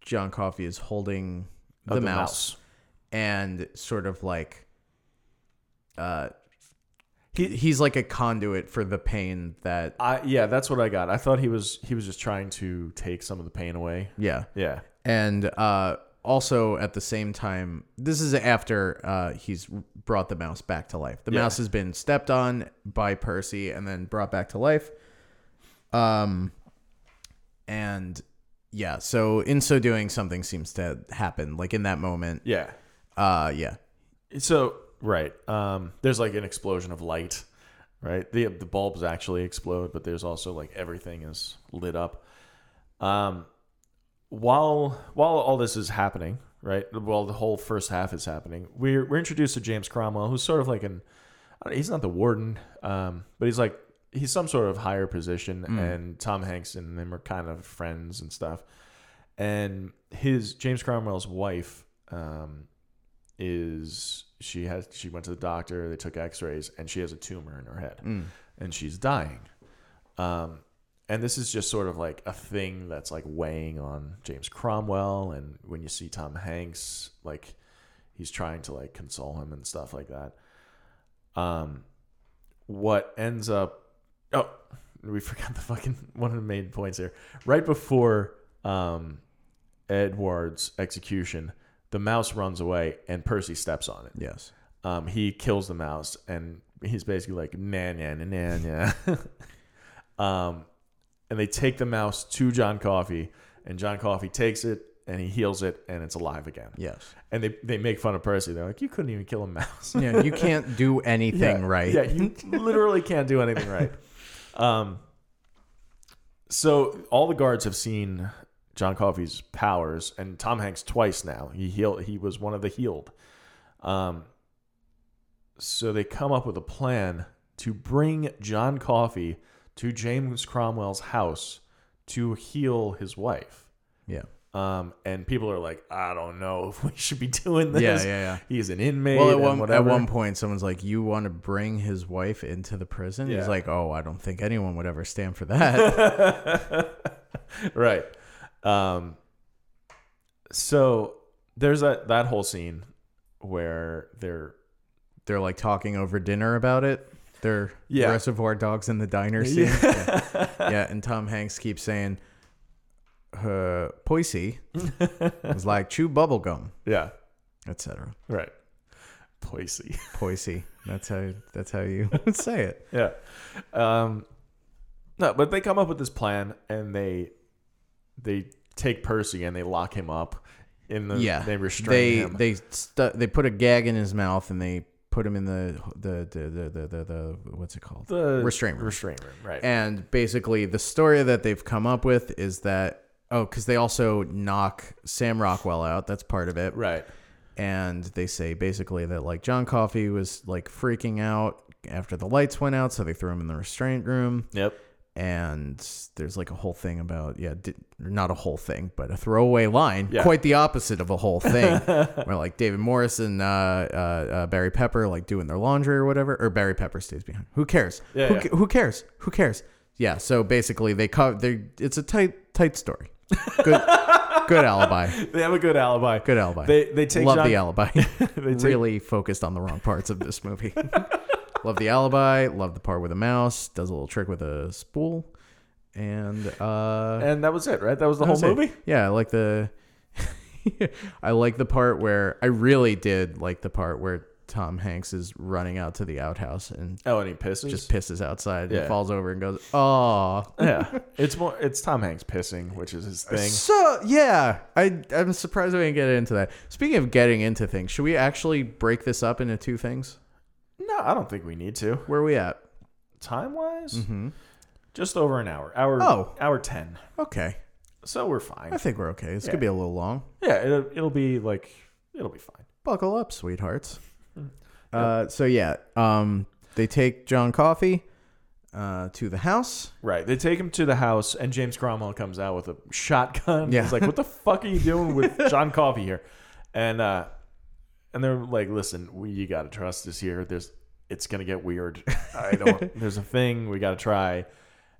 [SPEAKER 2] John Coffey is holding the,
[SPEAKER 1] the
[SPEAKER 2] mouse, and sort of like uh he, he's like a conduit for the pain that
[SPEAKER 1] I, yeah that's what i got i thought he was he was just trying to take some of the pain away
[SPEAKER 2] yeah.
[SPEAKER 1] yeah
[SPEAKER 2] and uh, also at the same time, this is after uh, he's brought the mouse back to life. The
[SPEAKER 1] Yeah.
[SPEAKER 2] mouse has been stepped on by Percy and then brought back to life. Um, and yeah, so in so doing, something seems to happen. Like in that moment,
[SPEAKER 1] yeah
[SPEAKER 2] uh, yeah,
[SPEAKER 1] So right, um, there's like an explosion of light, right? The the bulbs actually explode, but there's also like everything is lit up. Um, while while all this is happening, right? While the whole first half is happening, we're we're introduced to James Cromwell, who's sort of like an I don't- he's not the warden, um, but he's like he's some sort of higher position, and Tom Hanks and them are kind of friends and stuff. And his James Cromwell's wife um, is she has she went to the doctor they took x-rays and she has a tumor in her head and she's dying um, and this is just sort of like a thing that's like weighing on james cromwell and when you see tom hanks like he's trying to like console him and stuff like that um, what ends up oh we *laughs* forgot the fucking one of the main points here right before um, edward's execution the mouse runs away and percy steps on it
[SPEAKER 2] yes,
[SPEAKER 1] um, he kills the mouse and he's basically like nah nah nah nah nah *laughs* um, and they take the mouse to john coffee and john coffee takes it and he heals it and it's alive again *laughs*
[SPEAKER 2] yes,
[SPEAKER 1] and they, they make fun of percy they're like you couldn't even kill a mouse
[SPEAKER 2] *laughs* yeah. You can't do anything
[SPEAKER 1] yeah,
[SPEAKER 2] *laughs* right.
[SPEAKER 1] Yeah, you literally can't do anything right. Um, So all the guards have seen John Coffey's powers, and Tom Hanks twice now. He healed. He was one of the healed. Um, so they come up with a plan to bring John Coffey to James Cromwell's house to heal his wife.
[SPEAKER 2] Yeah.
[SPEAKER 1] Um, and people are like, I don't know if we should be doing this.
[SPEAKER 2] Yeah, yeah, yeah.
[SPEAKER 1] He's an inmate.
[SPEAKER 2] Well, at
[SPEAKER 1] and
[SPEAKER 2] one, at
[SPEAKER 1] whatever.
[SPEAKER 2] one point, someone's like, "You want to bring his wife into the prison?"
[SPEAKER 1] Yeah.
[SPEAKER 2] He's like, "Oh, I don't think anyone would ever stand for that."
[SPEAKER 1] right. Um, so there's that that whole scene where they're
[SPEAKER 2] They're like talking over dinner about it. They're
[SPEAKER 1] Yeah.
[SPEAKER 2] Reservoir Dogs in the diner scene.
[SPEAKER 1] *laughs*
[SPEAKER 2] Yeah. Yeah, and Tom Hanks keeps saying, uh,
[SPEAKER 1] *laughs*
[SPEAKER 2] "Poisey was like chew bubblegum,
[SPEAKER 1] yeah
[SPEAKER 2] etc."
[SPEAKER 1] right Poisey *laughs*
[SPEAKER 2] Poisey. That's how that's how you *laughs* say it.
[SPEAKER 1] yeah um, no but they come up with this plan and they they take Percy and they lock him up in the
[SPEAKER 2] Yeah,
[SPEAKER 1] they restrain
[SPEAKER 2] they,
[SPEAKER 1] him
[SPEAKER 2] They stu- they put a gag in his mouth and they put him in the the the the the, the, the what's it called
[SPEAKER 1] the
[SPEAKER 2] restraint room.
[SPEAKER 1] restraint room right
[SPEAKER 2] And basically, the story that they've come up with is that oh, because they also knock Sam Rockwell out. That's part of it,
[SPEAKER 1] right
[SPEAKER 2] and they say basically that like John Coffey was like freaking out after the lights went out, so they threw him in the restraint room.
[SPEAKER 1] yep
[SPEAKER 2] And there's like a whole thing about yeah, di- not a whole thing, but a throwaway line,
[SPEAKER 1] Yeah.
[SPEAKER 2] quite the opposite of a
[SPEAKER 1] *laughs*
[SPEAKER 2] whole thing, where like David Morris and uh, uh, uh, Barry Pepper like doing their laundry or whatever, or Barry Pepper stays behind. Who cares?
[SPEAKER 1] Yeah,
[SPEAKER 2] who,
[SPEAKER 1] yeah.
[SPEAKER 2] ca- who cares? Who cares? Yeah. So basically, they cut. They it's a tight tight story.
[SPEAKER 1] *laughs*
[SPEAKER 2] Good good alibi.
[SPEAKER 1] they have a good alibi *laughs*
[SPEAKER 2] Good alibi.
[SPEAKER 1] They- they take
[SPEAKER 2] love
[SPEAKER 1] John-
[SPEAKER 2] the alibi.
[SPEAKER 1] *laughs*
[SPEAKER 2] really focused on the wrong parts of this movie. love the alibi. Love the part with a mouse. Does a little trick with a spool, and uh,
[SPEAKER 1] and that was it right that was the
[SPEAKER 2] that was
[SPEAKER 1] whole
[SPEAKER 2] it.
[SPEAKER 1] movie
[SPEAKER 2] Yeah, I like the. *laughs* I like the part where I really did like the part where Tom Hanks is running out to the outhouse and
[SPEAKER 1] oh and he pisses
[SPEAKER 2] just pisses outside
[SPEAKER 1] Yeah.
[SPEAKER 2] and falls over and goes, "Oh,
[SPEAKER 1] yeah, it's more. It's Tom Hanks pissing, which is his thing.
[SPEAKER 2] So yeah, I I'm surprised we didn't get into that. Speaking of getting into things, should we actually break this up into two things?
[SPEAKER 1] No, I don't think we need to.
[SPEAKER 2] Where are we at?
[SPEAKER 1] Time wise, just over an hour. Hour.
[SPEAKER 2] Oh.
[SPEAKER 1] hour ten.
[SPEAKER 2] Okay,
[SPEAKER 1] So we're
[SPEAKER 2] I
[SPEAKER 1] fine.
[SPEAKER 2] think we're okay. This
[SPEAKER 1] Yeah.
[SPEAKER 2] could be a little long.
[SPEAKER 1] Yeah, it'll, it'll be like it'll be fine.
[SPEAKER 2] Buckle up, sweethearts.
[SPEAKER 1] Hmm.
[SPEAKER 2] Uh, so yeah, um, they take John Coffee, uh, to the house.
[SPEAKER 1] Right. They take him to the house, and James Cromwell comes out with a shotgun.
[SPEAKER 2] Yeah.
[SPEAKER 1] He's like, "What the fuck are you doing with John Coffey here?" And uh, and they're like, "Listen, we, you got to trust us here. There's, it's gonna get weird. I don't. there's a thing we got to try."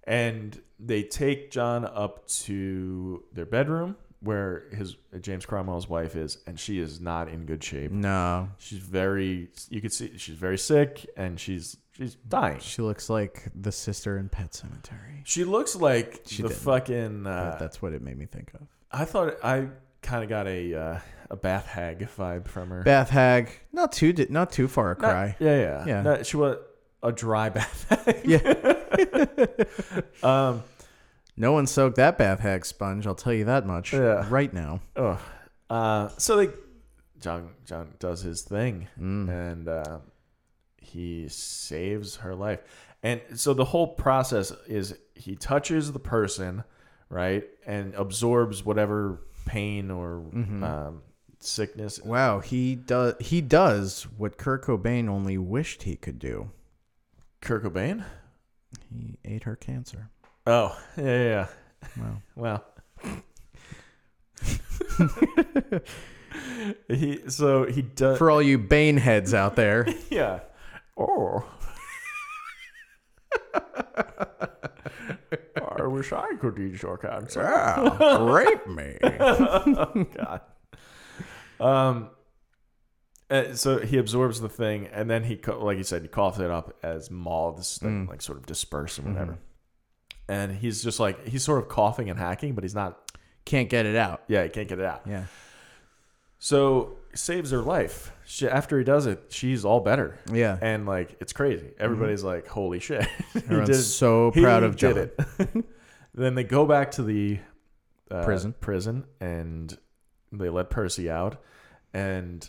[SPEAKER 1] And they take John up to their bedroom where his James Cromwell's wife is, and she is not in good shape.
[SPEAKER 2] Mm. No,
[SPEAKER 1] She's very. You could see she's very sick, and she's she's dying.
[SPEAKER 2] she looks like the sister in Pet Cemetery.
[SPEAKER 1] She looks like the
[SPEAKER 2] didn't.
[SPEAKER 1] fucking. Uh,
[SPEAKER 2] That's what it made me think of.
[SPEAKER 1] I thought I kind of got a uh, a bath hag vibe from her.
[SPEAKER 2] Bath hag, not too di- not too far a
[SPEAKER 1] Not-
[SPEAKER 2] cry.
[SPEAKER 1] yeah, yeah,
[SPEAKER 2] Yeah.
[SPEAKER 1] No, she was a dry *laughs* bath hag.
[SPEAKER 2] yeah,
[SPEAKER 1] Um,
[SPEAKER 2] no one soaked that bath hag sponge. I'll tell you that much.
[SPEAKER 1] Yeah.
[SPEAKER 2] right now.
[SPEAKER 1] oh, uh, so they, John John does his thing,
[SPEAKER 2] Mm.
[SPEAKER 1] and uh, he saves her life. And so the whole process is he touches the person, right, and absorbs whatever pain or
[SPEAKER 2] Mm-hmm.
[SPEAKER 1] um, sickness.
[SPEAKER 2] Wow, he does he does what Kurt Cobain only wished he could do.
[SPEAKER 1] Kurt Cobain.
[SPEAKER 2] He ate her cancer.
[SPEAKER 1] Oh, yeah, yeah. yeah.
[SPEAKER 2] Wow.
[SPEAKER 1] *laughs* Well, he so he does.
[SPEAKER 2] For all you Bane heads out there,
[SPEAKER 1] yeah. Oh. *laughs* I wish I could eat your cancer.
[SPEAKER 2] yeah, rape me.
[SPEAKER 1] *laughs* God. Um. uh, so he absorbs the thing, and then he, co- like you said, he coughs it up as moths that, like sort of disperse and whatever. And he's just like he's sort of coughing and hacking, but he's not.
[SPEAKER 2] Can't get it out.
[SPEAKER 1] Yeah, he can't get it out.
[SPEAKER 2] Yeah.
[SPEAKER 1] So saves her life. She, after he does it, she's all better.
[SPEAKER 2] Yeah. Mm-hmm.
[SPEAKER 1] and like it's crazy. Everybody's like, "Holy shit!" *laughs* He
[SPEAKER 2] Everyone's so proud of John.
[SPEAKER 1] it. *laughs* then they go back to the uh,
[SPEAKER 2] Prison.
[SPEAKER 1] prison, and they let Percy out, and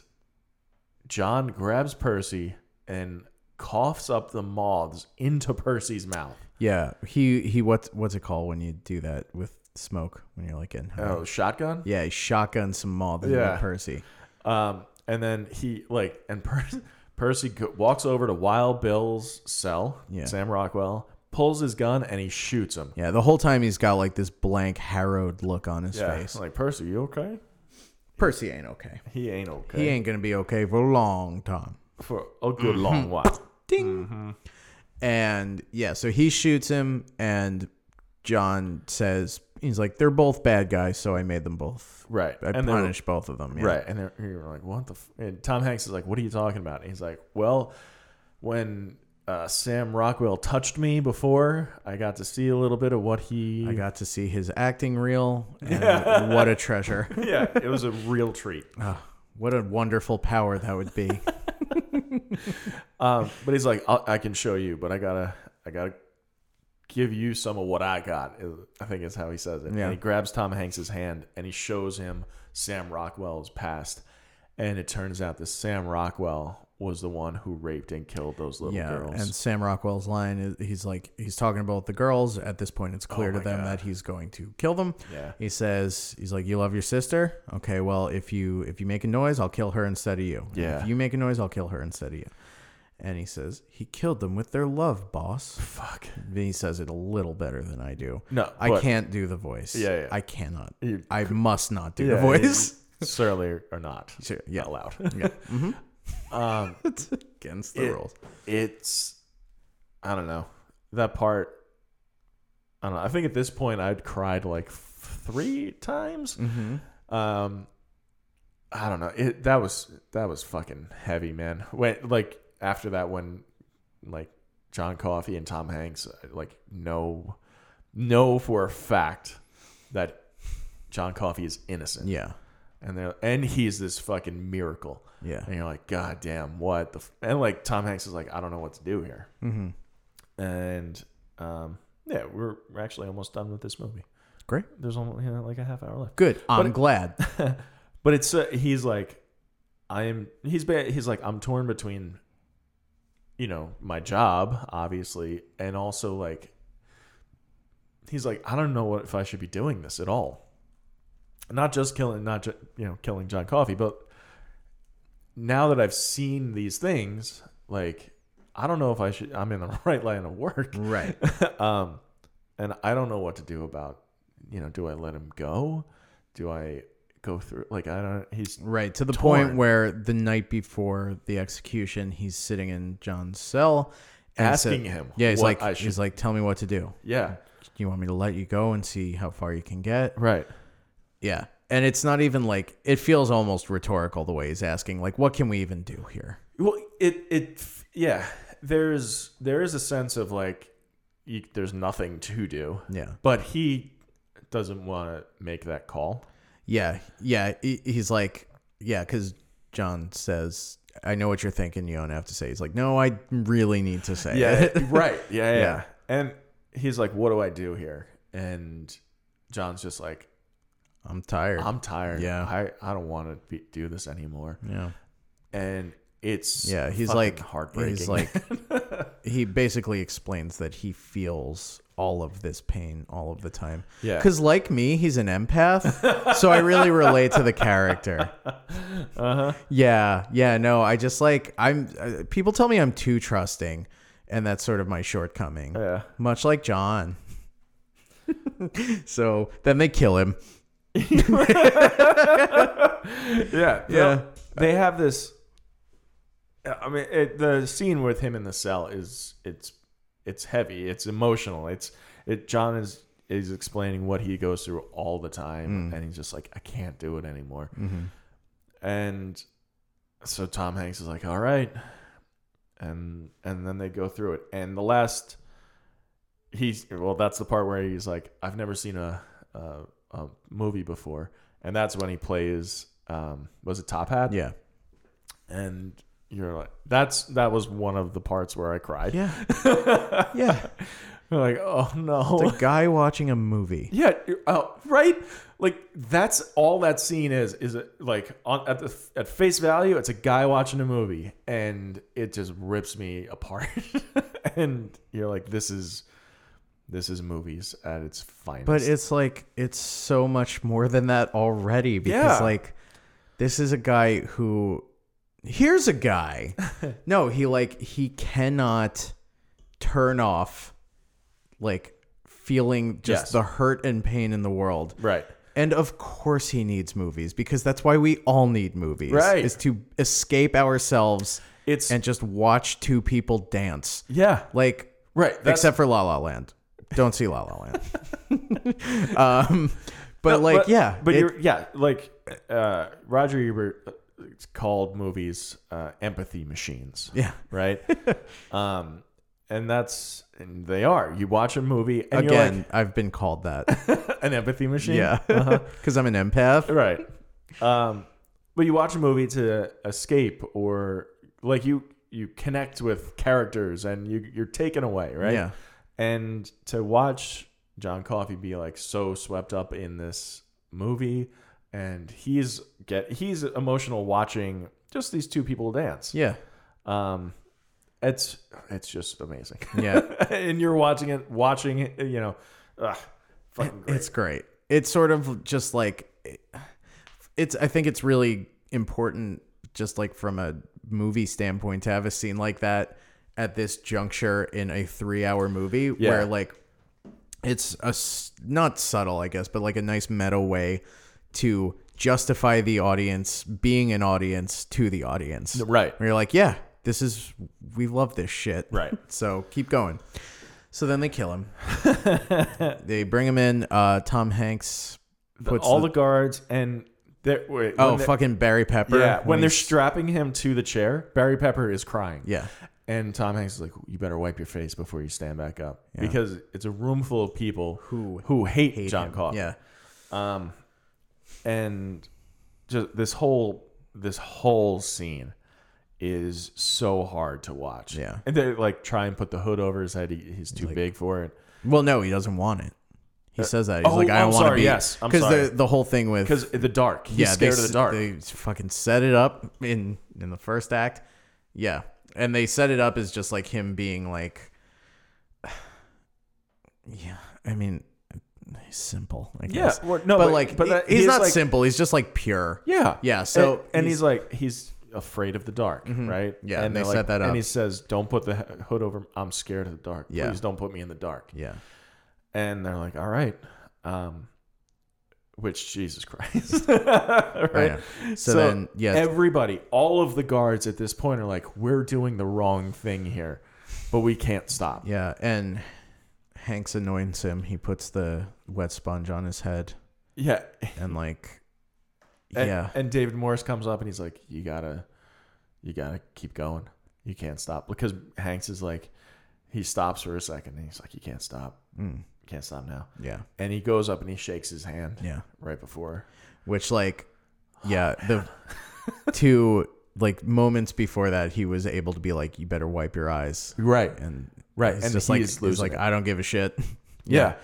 [SPEAKER 1] John grabs Percy and coughs up the moths into Percy's mouth.
[SPEAKER 2] Yeah, he he what's what's it called when you do that with smoke when you're like in?
[SPEAKER 1] Oh, shotgun.
[SPEAKER 2] Yeah, he shotgun some moth into
[SPEAKER 1] Yeah.
[SPEAKER 2] Percy.
[SPEAKER 1] Um, and then he like and *laughs* per- Percy go- walks over to Wild Bill's cell,
[SPEAKER 2] Yeah.
[SPEAKER 1] Sam Rockwell, pulls his gun and he shoots him.
[SPEAKER 2] Yeah, the whole time he's got like this blank, harrowed look on his
[SPEAKER 1] Yeah,
[SPEAKER 2] face.
[SPEAKER 1] like Percy, you okay?
[SPEAKER 2] Percy ain't okay.
[SPEAKER 1] He ain't okay
[SPEAKER 2] He ain't gonna be okay for a long time.
[SPEAKER 1] for a good
[SPEAKER 2] *laughs*
[SPEAKER 1] long while.
[SPEAKER 2] Ding. And yeah, so he shoots him, and John says he's like, "They're both bad guys, so I made them both.
[SPEAKER 1] Right,
[SPEAKER 2] I
[SPEAKER 1] and they were-
[SPEAKER 2] punished both of them. Yeah.
[SPEAKER 1] Right. And they're, you're like, what the? F-? And Tom Hanks is like, what are you talking about? And he's like, well, when uh, Sam Rockwell touched me before, I got to see a little bit of what he.
[SPEAKER 2] I got to see his acting reel, and what a treasure!
[SPEAKER 1] *laughs* yeah, it was a real treat.
[SPEAKER 2] What a wonderful power that
[SPEAKER 1] *laughs*
[SPEAKER 2] would be.
[SPEAKER 1] Um, but he's like, I'll, I can show you, but I gotta, I gotta give you some of what I got. is- I think is how he says it.
[SPEAKER 2] Yeah.
[SPEAKER 1] And he grabs Tom Hanks's hand and he shows him Sam Rockwell's past, and it turns out that Sam Rockwell was the one who raped and killed those little
[SPEAKER 2] yeah,
[SPEAKER 1] girls.
[SPEAKER 2] and Sam Rockwell's line is he's like he's talking about the girls. At this point, it's clear to
[SPEAKER 1] Oh my
[SPEAKER 2] them
[SPEAKER 1] God.
[SPEAKER 2] that he's going to kill them.
[SPEAKER 1] Yeah.
[SPEAKER 2] he says he's like, "You love your sister? Okay, well if you if you make a noise, I'll kill her instead of you.
[SPEAKER 1] Yeah.
[SPEAKER 2] if you make a noise, I'll kill her instead of you." And he says he killed them with their love, boss.
[SPEAKER 1] Fuck.
[SPEAKER 2] Then he says it a little better than I do.
[SPEAKER 1] No,
[SPEAKER 2] I
[SPEAKER 1] but-
[SPEAKER 2] can't do the voice.
[SPEAKER 1] Yeah, yeah.
[SPEAKER 2] I cannot.
[SPEAKER 1] You-
[SPEAKER 2] I must not do the
[SPEAKER 1] Yeah,
[SPEAKER 2] voice.
[SPEAKER 1] you certainly are not.
[SPEAKER 2] *laughs* Sure, yeah.
[SPEAKER 1] Not allowed. *laughs*
[SPEAKER 2] yeah, hmm it's against the
[SPEAKER 1] it-
[SPEAKER 2] rules.
[SPEAKER 1] It's I don't know that part. I don't know. I think at this point I'd cried like f- three times.
[SPEAKER 2] Mm-hmm.
[SPEAKER 1] Um, I don't know. It that was that was fucking heavy, man. *laughs* When like after that, when like John Coffey and Tom Hanks uh, like know know for a fact that John Coffey is innocent.
[SPEAKER 2] Yeah,
[SPEAKER 1] and they're and he's this fucking miracle.
[SPEAKER 2] yeah.
[SPEAKER 1] And you're like, God damn, what the? F-? And like Tom Hanks is like, I don't know what to do here.
[SPEAKER 2] Mm-hmm.
[SPEAKER 1] And um, yeah, we're we're actually almost done with this movie.
[SPEAKER 2] Great.
[SPEAKER 1] There's only you know, like a half hour left.
[SPEAKER 2] Good. I'm
[SPEAKER 1] it-
[SPEAKER 2] glad.
[SPEAKER 1] But it's uh, he's like, I am. He's ba- he's like, I'm torn between, you know, my job obviously, and also like, he's like, I don't know what if I should be doing this at all. Not just killing, not just you know, killing John Coffey, but now that I've seen these things, like, I don't know if I should. I'm in the *laughs* right line of work
[SPEAKER 2] *laughs* Right.
[SPEAKER 1] um, and I don't know what to do about. You know, do I let him go? Do I go through? Like I don't. He's
[SPEAKER 2] Right. To the point
[SPEAKER 1] Torn.
[SPEAKER 2] where the night before the execution, he's sitting in John's cell and he said-
[SPEAKER 1] Asking him
[SPEAKER 2] Yeah, he's
[SPEAKER 1] what
[SPEAKER 2] like
[SPEAKER 1] I
[SPEAKER 2] he's
[SPEAKER 1] should-
[SPEAKER 2] like, Tell me what to do.
[SPEAKER 1] yeah,
[SPEAKER 2] Do you want me to let you go and see how far you can get?
[SPEAKER 1] right,
[SPEAKER 2] Yeah. And it's not even like it feels almost rhetorical the way he's asking, like, what can we even do here?
[SPEAKER 1] Well, it it yeah. There's there is a sense of like you, there's nothing to do,
[SPEAKER 2] Yeah.
[SPEAKER 1] but he doesn't want to make that call.
[SPEAKER 2] Yeah. Yeah. he- He's like, Yeah, because John says, I know what you're thinking, you don't have to say. He's like, No, I really need to say it.
[SPEAKER 1] *laughs* right. Yeah, yeah,
[SPEAKER 2] Yeah.
[SPEAKER 1] And he's like, "What do I do here?" And John's just like,
[SPEAKER 2] I'm tired.
[SPEAKER 1] "I'm tired.
[SPEAKER 2] Yeah.
[SPEAKER 1] I I don't want to be, do this anymore."
[SPEAKER 2] yeah.
[SPEAKER 1] and it's
[SPEAKER 2] Yeah, he's
[SPEAKER 1] fucking
[SPEAKER 2] like
[SPEAKER 1] heartbreaking.
[SPEAKER 2] He's like he basically explains that he feels all of this pain all of the time.
[SPEAKER 1] Yeah.
[SPEAKER 2] Cuz like me, he's an empath, so I really relate to
[SPEAKER 1] *laughs*
[SPEAKER 2] the character.
[SPEAKER 1] Uh-huh.
[SPEAKER 2] Yeah. Yeah, no, I just like I'm uh, people tell me I'm too trusting and that's sort of my shortcoming.
[SPEAKER 1] *laughs* yeah,
[SPEAKER 2] Much like John. so then they kill him.
[SPEAKER 1] yeah,
[SPEAKER 2] *laughs* Yeah.
[SPEAKER 1] They have this. I mean, it, the scene with him in the cell is it's it's heavy. It's emotional. It's it. John is is explaining what he goes through all the time, and he's just like, I can't do it anymore. And so Tom Hanks is like, all right, and and then they go through it, and the last he's well that's the part where he's like i've never seen a, a, a movie before and that's when he plays um, was it top hat
[SPEAKER 2] Yeah.
[SPEAKER 1] and you're like that's that was one of the parts where i cried
[SPEAKER 2] Yeah. yeah.
[SPEAKER 1] We're like, oh no.
[SPEAKER 2] It's a guy watching a movie.
[SPEAKER 1] *laughs* Yeah, you're- oh, right. Like that's all that scene is. Is it like on, at the at face value, it's a guy watching a movie, and it just rips me apart. *laughs* and you're like, this is this is movies at its finest.
[SPEAKER 2] But it's like it's so much more than that already
[SPEAKER 1] Yeah.
[SPEAKER 2] because like this is a guy who here's
[SPEAKER 1] *laughs*
[SPEAKER 2] a guy. no, he like he cannot turn off like feeling just
[SPEAKER 1] Yes.
[SPEAKER 2] the hurt and pain in the world.
[SPEAKER 1] right.
[SPEAKER 2] And of course he needs movies because that's why we all need movies.
[SPEAKER 1] Right.
[SPEAKER 2] Is to escape ourselves
[SPEAKER 1] It's
[SPEAKER 2] and just watch two people dance.
[SPEAKER 1] yeah.
[SPEAKER 2] Like
[SPEAKER 1] Right. That's,
[SPEAKER 2] except for La La Land. Don't see La La
[SPEAKER 1] *laughs*
[SPEAKER 2] Land. um, but like, yeah,
[SPEAKER 1] But
[SPEAKER 2] it-
[SPEAKER 1] you're yeah, like uh, Roger Ebert uh, called movies uh, empathy machines.
[SPEAKER 2] yeah. *laughs*
[SPEAKER 1] Right. um, and that's and they are. You watch a movie and you're like,
[SPEAKER 2] Again, I've been called that.
[SPEAKER 1] *laughs* an empathy machine.
[SPEAKER 2] Yeah, because I'm an empath.
[SPEAKER 1] right. Um, but you watch a movie to escape, or like you you connect with characters, and you you're taken away, right?
[SPEAKER 2] Yeah.
[SPEAKER 1] And to watch John Coffey be like so swept up in this movie, and he's get he's emotional watching just these two people dance.
[SPEAKER 2] Yeah,
[SPEAKER 1] Um, it's it's just amazing, *laughs*
[SPEAKER 2] yeah.
[SPEAKER 1] and you're watching it, watching it, you know, ugh, fucking great.
[SPEAKER 2] It's great. It's sort of just like it's I think it's really important just like from a movie standpoint to have a scene like that at this juncture in a 3-hour movie where like it's a s- not subtle I guess but like a nice meta way to justify the audience being an audience to the audience.
[SPEAKER 1] right.
[SPEAKER 2] Where you're like, yeah, this is we love this shit.
[SPEAKER 1] Right.
[SPEAKER 2] *laughs* So keep going. So then they
[SPEAKER 1] *laughs*
[SPEAKER 2] kill him. they bring him in. Uh, Tom Hanks puts
[SPEAKER 1] all
[SPEAKER 2] the,
[SPEAKER 1] the, guards and they're wait,
[SPEAKER 2] oh
[SPEAKER 1] when they-
[SPEAKER 2] fucking Barry Pepper.
[SPEAKER 1] yeah when they're
[SPEAKER 2] he's-
[SPEAKER 1] strapping him to the chair barry pepper is crying *laughs*
[SPEAKER 2] yeah
[SPEAKER 1] and tom hanks is like you better wipe your face before you stand back up because it's a room full of people
[SPEAKER 2] Who
[SPEAKER 1] who hate,
[SPEAKER 2] hate
[SPEAKER 1] john
[SPEAKER 2] him.
[SPEAKER 1] coffey
[SPEAKER 2] Yeah,
[SPEAKER 1] um and just this whole this whole scene is so hard to watch
[SPEAKER 2] Yeah.
[SPEAKER 1] and they like try and put the hood over his head he, he's too big for it
[SPEAKER 2] well, no, he doesn't want it. He says that he's
[SPEAKER 1] oh,
[SPEAKER 2] like, I
[SPEAKER 1] I'm
[SPEAKER 2] don't want to
[SPEAKER 1] sorry,
[SPEAKER 2] be
[SPEAKER 1] yes,
[SPEAKER 2] *laughs*
[SPEAKER 1] I'm
[SPEAKER 2] because
[SPEAKER 1] sorry.
[SPEAKER 2] the the whole thing with
[SPEAKER 1] because the dark he's
[SPEAKER 2] yeah
[SPEAKER 1] scared
[SPEAKER 2] they,
[SPEAKER 1] of
[SPEAKER 2] s-
[SPEAKER 1] the dark
[SPEAKER 2] They fucking set it up in in the first act. Yeah, and they set it up as just like him being like, *sighs* yeah. I mean, he's simple. I
[SPEAKER 1] yeah
[SPEAKER 2] guess.
[SPEAKER 1] well, no
[SPEAKER 2] but like,
[SPEAKER 1] but
[SPEAKER 2] he-
[SPEAKER 1] that-
[SPEAKER 2] he's,
[SPEAKER 1] is,
[SPEAKER 2] not
[SPEAKER 1] like-
[SPEAKER 2] simple. He's just like pure.
[SPEAKER 1] Yeah.
[SPEAKER 2] Yeah, so
[SPEAKER 1] and, and he's,
[SPEAKER 2] he's- Mm-hmm.
[SPEAKER 1] like he's afraid of the dark, right?
[SPEAKER 2] Yeah, and
[SPEAKER 1] they're
[SPEAKER 2] they set
[SPEAKER 1] like-
[SPEAKER 2] that up.
[SPEAKER 1] And he says, "Don't put the h- hood over. m- I'm scared of the dark.
[SPEAKER 2] Yeah.
[SPEAKER 1] Please don't put me in the dark."
[SPEAKER 2] Yeah.
[SPEAKER 1] And they're like, "All right." Um, which Jesus *laughs*
[SPEAKER 2] *laughs*
[SPEAKER 1] Christ, right?
[SPEAKER 2] know. Oh, So then, yeah.
[SPEAKER 1] everybody, all of the guards at this point are like, "We're doing the wrong thing here, but we can't stop."
[SPEAKER 2] Yeah, and Hanks anoints him. He puts the wet sponge on his head
[SPEAKER 1] Yeah,
[SPEAKER 2] and like
[SPEAKER 1] And,
[SPEAKER 2] yeah.
[SPEAKER 1] And David Morris comes up and he's like, "You gotta, you gotta keep going. You can't stop." Because Hanks is like, he stops for a second and he's like, "You can't stop.
[SPEAKER 2] Mm,
[SPEAKER 1] You can't stop now."
[SPEAKER 2] yeah.
[SPEAKER 1] And he goes up and he shakes his hand.
[SPEAKER 2] Yeah.
[SPEAKER 1] Right before.
[SPEAKER 2] Which like
[SPEAKER 1] Oh,
[SPEAKER 2] yeah, the
[SPEAKER 1] *laughs*
[SPEAKER 2] two like moments before that he was able to be like you better wipe your eyes
[SPEAKER 1] Right.
[SPEAKER 2] and
[SPEAKER 1] Right.
[SPEAKER 2] it's
[SPEAKER 1] and
[SPEAKER 2] just
[SPEAKER 1] he
[SPEAKER 2] like
[SPEAKER 1] is
[SPEAKER 2] he's
[SPEAKER 1] losing
[SPEAKER 2] like
[SPEAKER 1] it.
[SPEAKER 2] I don't give a shit. *laughs*
[SPEAKER 1] yeah.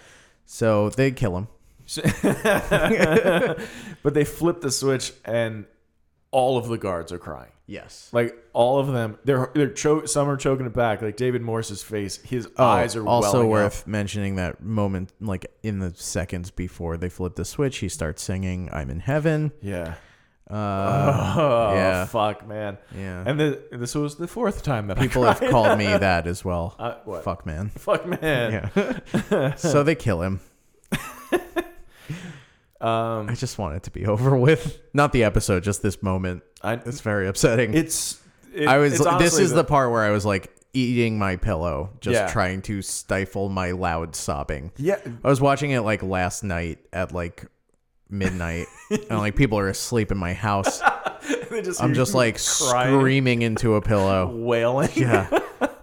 [SPEAKER 2] So they kill him.
[SPEAKER 1] *laughs* But they flip the switch and all of the guards are crying.
[SPEAKER 2] Yes.
[SPEAKER 1] Like all of them, they're they're cho- some are choking it back. Like David Morris's face, his
[SPEAKER 2] Oh,
[SPEAKER 1] eyes are
[SPEAKER 2] also
[SPEAKER 1] welling
[SPEAKER 2] worth mentioning that moment like in the seconds before they flip the switch he starts singing i'm in heaven
[SPEAKER 1] Up. Yeah.
[SPEAKER 2] uh,
[SPEAKER 1] Oh *laughs*
[SPEAKER 2] Yeah.
[SPEAKER 1] fuck, man.
[SPEAKER 2] Yeah.
[SPEAKER 1] And the, this was the fourth time that
[SPEAKER 2] people
[SPEAKER 1] I
[SPEAKER 2] have
[SPEAKER 1] cried.
[SPEAKER 2] called me that as well
[SPEAKER 1] Uh, what?
[SPEAKER 2] fuck man
[SPEAKER 1] Fuck, man.
[SPEAKER 2] yeah so they kill him
[SPEAKER 1] *laughs* Um,
[SPEAKER 2] i just want it to be over with not the episode just *laughs* this moment
[SPEAKER 1] I,
[SPEAKER 2] it's very upsetting
[SPEAKER 1] it's. it-
[SPEAKER 2] i was
[SPEAKER 1] it's
[SPEAKER 2] this
[SPEAKER 1] honestly
[SPEAKER 2] is the, part where i was like eating my pillow just
[SPEAKER 1] Yeah.
[SPEAKER 2] trying to stifle my loud sobbing
[SPEAKER 1] *laughs* yeah.
[SPEAKER 2] I was watching it like last night at like
[SPEAKER 1] *laughs*
[SPEAKER 2] midnight, and like people are asleep in my house.
[SPEAKER 1] They just
[SPEAKER 2] I'm
[SPEAKER 1] hear
[SPEAKER 2] just
[SPEAKER 1] you
[SPEAKER 2] like
[SPEAKER 1] crying,
[SPEAKER 2] screaming into a pillow.
[SPEAKER 1] wailing. *laughs*
[SPEAKER 2] Yeah.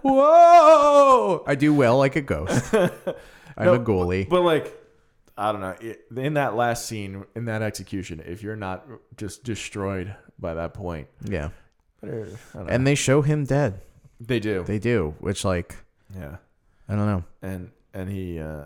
[SPEAKER 2] Whoa! I do wail like
[SPEAKER 1] *laughs*
[SPEAKER 2] a ghost. I'm a ghoulie.
[SPEAKER 1] But like, I don't know. It, in that last scene, in that execution, if you're not just destroyed by that point,
[SPEAKER 2] yeah.
[SPEAKER 1] I don't know.
[SPEAKER 2] And uh, they show him dead.
[SPEAKER 1] they do.
[SPEAKER 2] They do, which like
[SPEAKER 1] yeah.
[SPEAKER 2] I don't know.
[SPEAKER 1] And and he uh,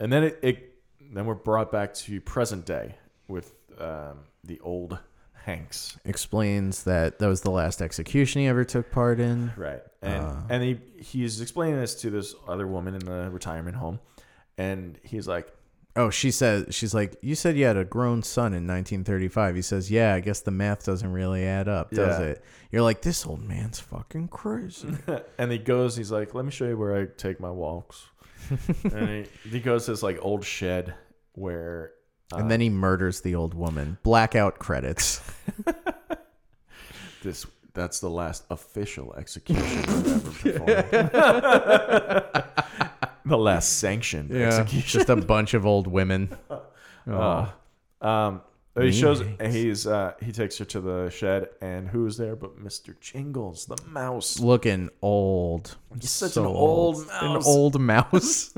[SPEAKER 1] and then it, it then we're brought back to present day with um, the old Hanks,
[SPEAKER 2] Explains that that was the last execution he ever took part in.
[SPEAKER 1] right? And
[SPEAKER 2] Uh-huh.
[SPEAKER 1] and he he's explaining this to this other woman in the retirement home, and he's like,
[SPEAKER 2] Oh, she says she's like, you said you had a grown son in 1935. He says, yeah, I guess the math doesn't really add up, does
[SPEAKER 1] Yeah.
[SPEAKER 2] it? You're like, this old man's fucking crazy.
[SPEAKER 1] and he goes, he's like, let me show you where I take my
[SPEAKER 2] *laughs*
[SPEAKER 1] walks. and he, he goes to this like old shed where uh,
[SPEAKER 2] and then he murders the old woman. Blackout credits.
[SPEAKER 1] this that's the last
[SPEAKER 2] *laughs*
[SPEAKER 1] official execution I've ever performed. *laughs* the last sanctioned execution.
[SPEAKER 2] just a bunch of old women.
[SPEAKER 1] Um, he shows he's uh, he takes her to the shed, and who's there but Mister Jingles, the mouse.
[SPEAKER 2] looking old.
[SPEAKER 1] such an old
[SPEAKER 2] An
[SPEAKER 1] mouse. *laughs*
[SPEAKER 2] old mouse.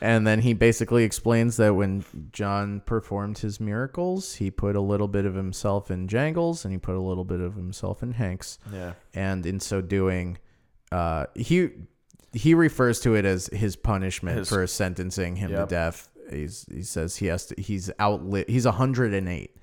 [SPEAKER 2] and then he basically explains that when John performed his miracles, he put a little bit of himself in Jangles and he put a little bit of himself in Hanks.
[SPEAKER 1] Yeah.
[SPEAKER 2] And in so doing, uh, he he refers to it as his punishment
[SPEAKER 1] His-
[SPEAKER 2] for sentencing him
[SPEAKER 1] Yep.
[SPEAKER 2] to death. He's, he says he has to, he's outlived, he's 108,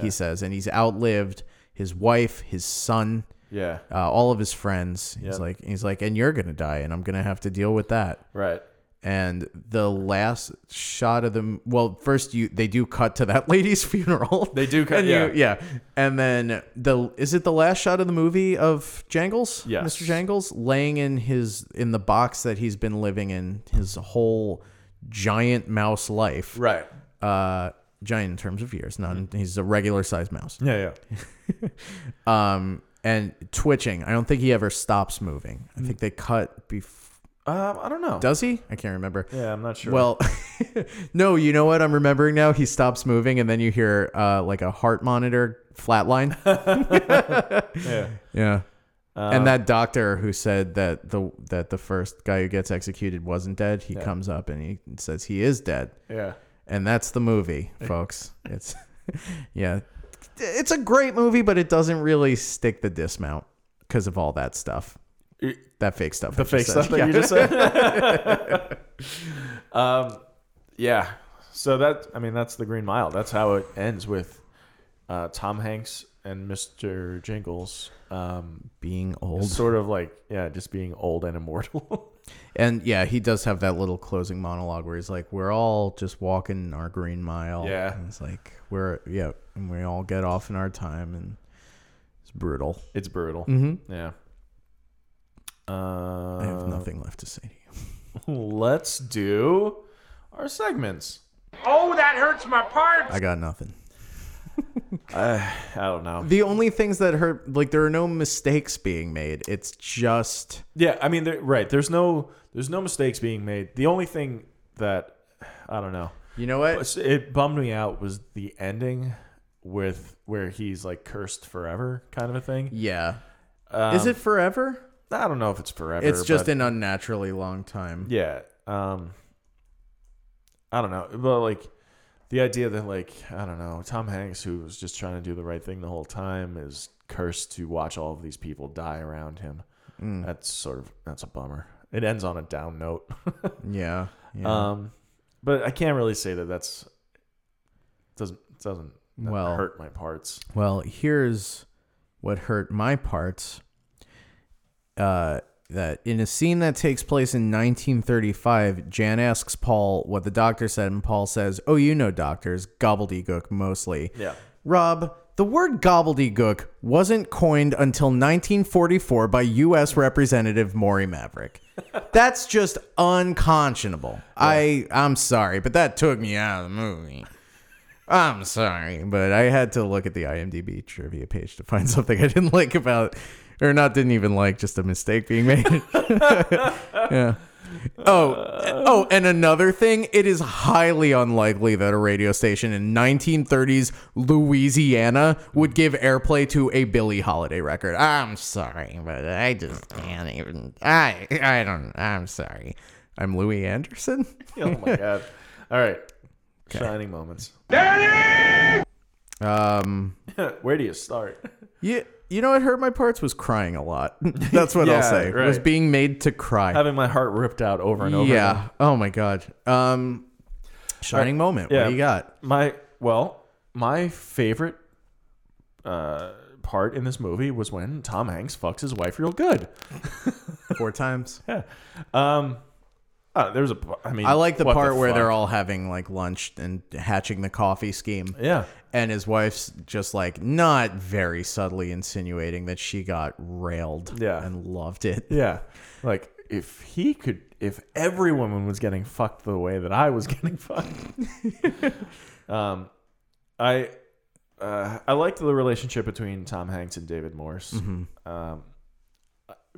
[SPEAKER 2] he says, and he's outlived his wife, his son,
[SPEAKER 1] Yeah.
[SPEAKER 2] uh, all of his friends. He's
[SPEAKER 1] Yep.
[SPEAKER 2] like, he's like, and you're gonna die, and I'm gonna have to deal with that.
[SPEAKER 1] Right.
[SPEAKER 2] And the last shot of them, well, first you they do cut to that *laughs* lady's funeral.
[SPEAKER 1] They do cut-
[SPEAKER 2] and
[SPEAKER 1] yeah.
[SPEAKER 2] you, yeah. And then the is it the last shot of the movie of Jangles,
[SPEAKER 1] Yes.
[SPEAKER 2] Mr. Jangles, laying in his in the box that he's been living in his whole giant mouse life,
[SPEAKER 1] Right. Mm-hmm.
[SPEAKER 2] uh, giant in terms of years. Not in- he's a regular sized mouse
[SPEAKER 1] Yeah. Yeah.
[SPEAKER 2] um, and twitching. I don't think he ever stops moving.
[SPEAKER 1] Mm.
[SPEAKER 2] I think they cut before.
[SPEAKER 1] Um, I don't know.
[SPEAKER 2] Does he? I can't remember.
[SPEAKER 1] yeah, I'm not sure.
[SPEAKER 2] Well, *laughs* no, you know what? I'm remembering now. He stops moving, and then you hear uh, like a heart monitor
[SPEAKER 1] *laughs*
[SPEAKER 2] flatline.
[SPEAKER 1] yeah.
[SPEAKER 2] yeah.
[SPEAKER 1] Uh,
[SPEAKER 2] and that doctor who said that the that the first guy who gets executed wasn't dead, he comes up and he says he is dead,
[SPEAKER 1] Yeah.
[SPEAKER 2] and that's the movie, folks. It's *laughs* yeah, it's a great movie, but it doesn't really stick the dismount because of all that stuff. That fake stuff.
[SPEAKER 1] the fake stuff that you just said. *laughs* um, yeah. So that I mean that's the Green Mile. That's how it ends with uh, Tom Hanks and Mr. Jingles. Um,
[SPEAKER 2] being old.
[SPEAKER 1] sort of like yeah, just being old and immortal. *laughs*
[SPEAKER 2] And yeah, he does have that little closing monologue where he's like, "We're all just walking our green mile."
[SPEAKER 1] Yeah.
[SPEAKER 2] And it's like we're yeah, and we all get off in our time, and it's brutal.
[SPEAKER 1] it's brutal. Yeah. Uh,
[SPEAKER 2] Mm-hmm. I have nothing left to say to you.
[SPEAKER 1] Let's do our segments.
[SPEAKER 4] Oh, that hurts my parts.
[SPEAKER 2] I got nothing.
[SPEAKER 1] I don't know.
[SPEAKER 2] The only things that hurt, like there are no mistakes being made. It's just
[SPEAKER 1] Yeah, I mean, there- right. There's no there's no mistakes being made. The only thing that I don't know.
[SPEAKER 2] you know what.
[SPEAKER 1] What's- it bummed me out was the ending with where he's like cursed forever kind of a thing
[SPEAKER 2] Yeah. Is it forever?
[SPEAKER 1] i don't know if it's forever
[SPEAKER 2] It's just
[SPEAKER 1] um, er, but-
[SPEAKER 2] an unnaturally long time.
[SPEAKER 1] yeah um i don't know but like the idea that like i don't know tom hanks who was just trying to do the right thing the whole time is cursed to watch all of these people die around him
[SPEAKER 2] Mm.
[SPEAKER 1] that's sort of that's a bummer it ends on a down note *laughs*
[SPEAKER 2] Uh-huh. Yeah. yeah.
[SPEAKER 1] um but i can't really say that that's doesn't doesn't that
[SPEAKER 2] Well-
[SPEAKER 1] hurt my parts
[SPEAKER 2] Well, here's what hurt my parts. Uh, that in a scene that takes place in 1935, Jan asks Paul what the doctor said, and Paul says, "Oh, you know doctors, gobbledygook mostly."
[SPEAKER 1] Yeah.
[SPEAKER 2] Rob, the word gobbledygook wasn't coined until 1944 by U.S. Representative Maury Maverick. That's just unconscionable. I I'm sorry, but that took me out of the movie. I'm sorry, but I had to look at the IMDb trivia page to find *laughs* something I didn't like about, or not didn't even like, just a mistake being made. yeah. Oh, oh, and another thing, it is highly unlikely that a radio station in 1930s Louisiana would give airplay to a Billie Holiday record. I'm sorry, but I just can't even. I I don't. I'm sorry. I'm Louis Anderson.
[SPEAKER 1] *laughs* oh my god. All right. Shining moments. *laughs*
[SPEAKER 2] Um. *laughs*
[SPEAKER 1] Where do you start?
[SPEAKER 2] Yeah. Um, you know what hurt my parts was crying a lot. *laughs* That's what
[SPEAKER 1] Yeah,
[SPEAKER 2] I'll say. Was
[SPEAKER 1] right.
[SPEAKER 2] being made to cry.
[SPEAKER 1] Having my heart ripped out over and over.
[SPEAKER 2] yeah.
[SPEAKER 1] again.
[SPEAKER 2] Oh my god. Um, shining moment. What
[SPEAKER 1] Yeah.
[SPEAKER 2] do you got?
[SPEAKER 1] My well, my favorite uh, part in this movie was when Tom Hanks fucks his wife real good.
[SPEAKER 2] Four *laughs* times.
[SPEAKER 1] Um, uh, there's a. p- I mean,
[SPEAKER 2] I like the
[SPEAKER 1] what
[SPEAKER 2] part where they're
[SPEAKER 1] fuck?
[SPEAKER 2] all having like lunch and hatching the coffee scheme.
[SPEAKER 1] Yeah.
[SPEAKER 2] And his wife's just like not very subtly insinuating that she got railed
[SPEAKER 1] Yeah.
[SPEAKER 2] and loved it. *laughs*
[SPEAKER 1] Yeah. Like if he could if every woman was getting fucked the way that I was *laughs* getting fucked.
[SPEAKER 2] *laughs*
[SPEAKER 1] um I uh, I liked the relationship between Tom Hanks and David Morse.
[SPEAKER 2] Mm-hmm.
[SPEAKER 1] Um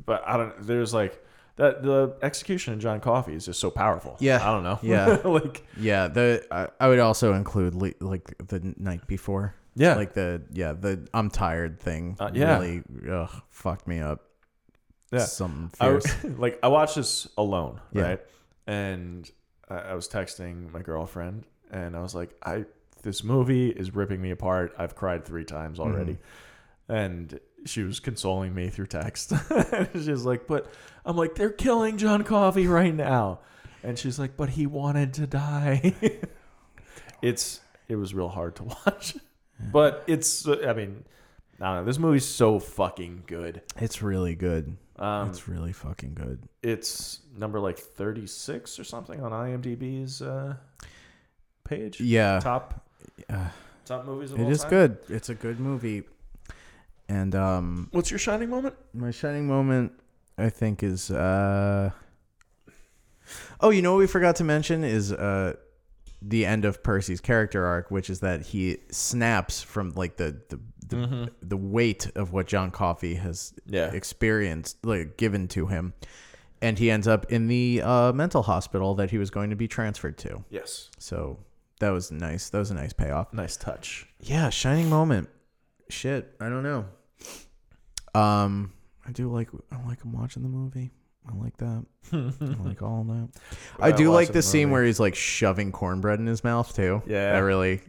[SPEAKER 1] but I don't there's like that the execution in John Coffey is just so powerful.
[SPEAKER 2] Yeah.
[SPEAKER 1] I don't know.
[SPEAKER 2] Yeah.
[SPEAKER 1] *laughs* like
[SPEAKER 2] Yeah, the I, I would also include le- like the night before.
[SPEAKER 1] Yeah.
[SPEAKER 2] like the yeah the I'm tired thing.
[SPEAKER 1] Uh, yeah.
[SPEAKER 2] really ugh, fucked me up.
[SPEAKER 1] Yeah.
[SPEAKER 2] Something
[SPEAKER 1] I
[SPEAKER 2] fierce.
[SPEAKER 1] was- *laughs* like I watched this alone,
[SPEAKER 2] Yeah.
[SPEAKER 1] right? And I, I was texting my girlfriend, and I was like, "I this movie is ripping me apart. I've cried three times
[SPEAKER 2] Mm-hmm.
[SPEAKER 1] already." And she was consoling me through text. *laughs* she's like, "But I'm like, they're killing John Coffey right now," and she's like, "But he wanted to die." *laughs* it's it was real hard to *laughs* watch, but it's I mean. I don't know. This movie's so fucking good.
[SPEAKER 2] *laughs* it's really good.
[SPEAKER 1] Um,
[SPEAKER 2] it's really fucking good.
[SPEAKER 1] it's number like 36 or something on IMDb's uh, page.
[SPEAKER 2] Yeah.
[SPEAKER 1] Top top movies of
[SPEAKER 2] It
[SPEAKER 1] all
[SPEAKER 2] is
[SPEAKER 1] time.
[SPEAKER 2] good. It's a good movie. And um,
[SPEAKER 1] What's your shining moment?
[SPEAKER 2] my shining moment, I think, is uh. Oh, you know what we forgot to mention is uh, the end of Percy's character arc, which is that he snaps from like the the the, the weight of what John Coffey has
[SPEAKER 1] Yeah.
[SPEAKER 2] experienced, like given to him, and he ends up in the uh, mental hospital that he was going to be transferred to.
[SPEAKER 1] Yes.
[SPEAKER 2] So that was nice. That was a nice payoff.
[SPEAKER 1] Nice touch.
[SPEAKER 2] Yeah, shining moment. Shit, I don't know. Um, I do like I like him watching the movie. I like that. I
[SPEAKER 1] *laughs*
[SPEAKER 2] like all that. I
[SPEAKER 1] Without
[SPEAKER 2] do like
[SPEAKER 1] watching
[SPEAKER 2] the
[SPEAKER 1] the
[SPEAKER 2] scene
[SPEAKER 1] movie.
[SPEAKER 2] where he's like shoving cornbread in his mouth too.
[SPEAKER 1] Yeah.
[SPEAKER 2] that really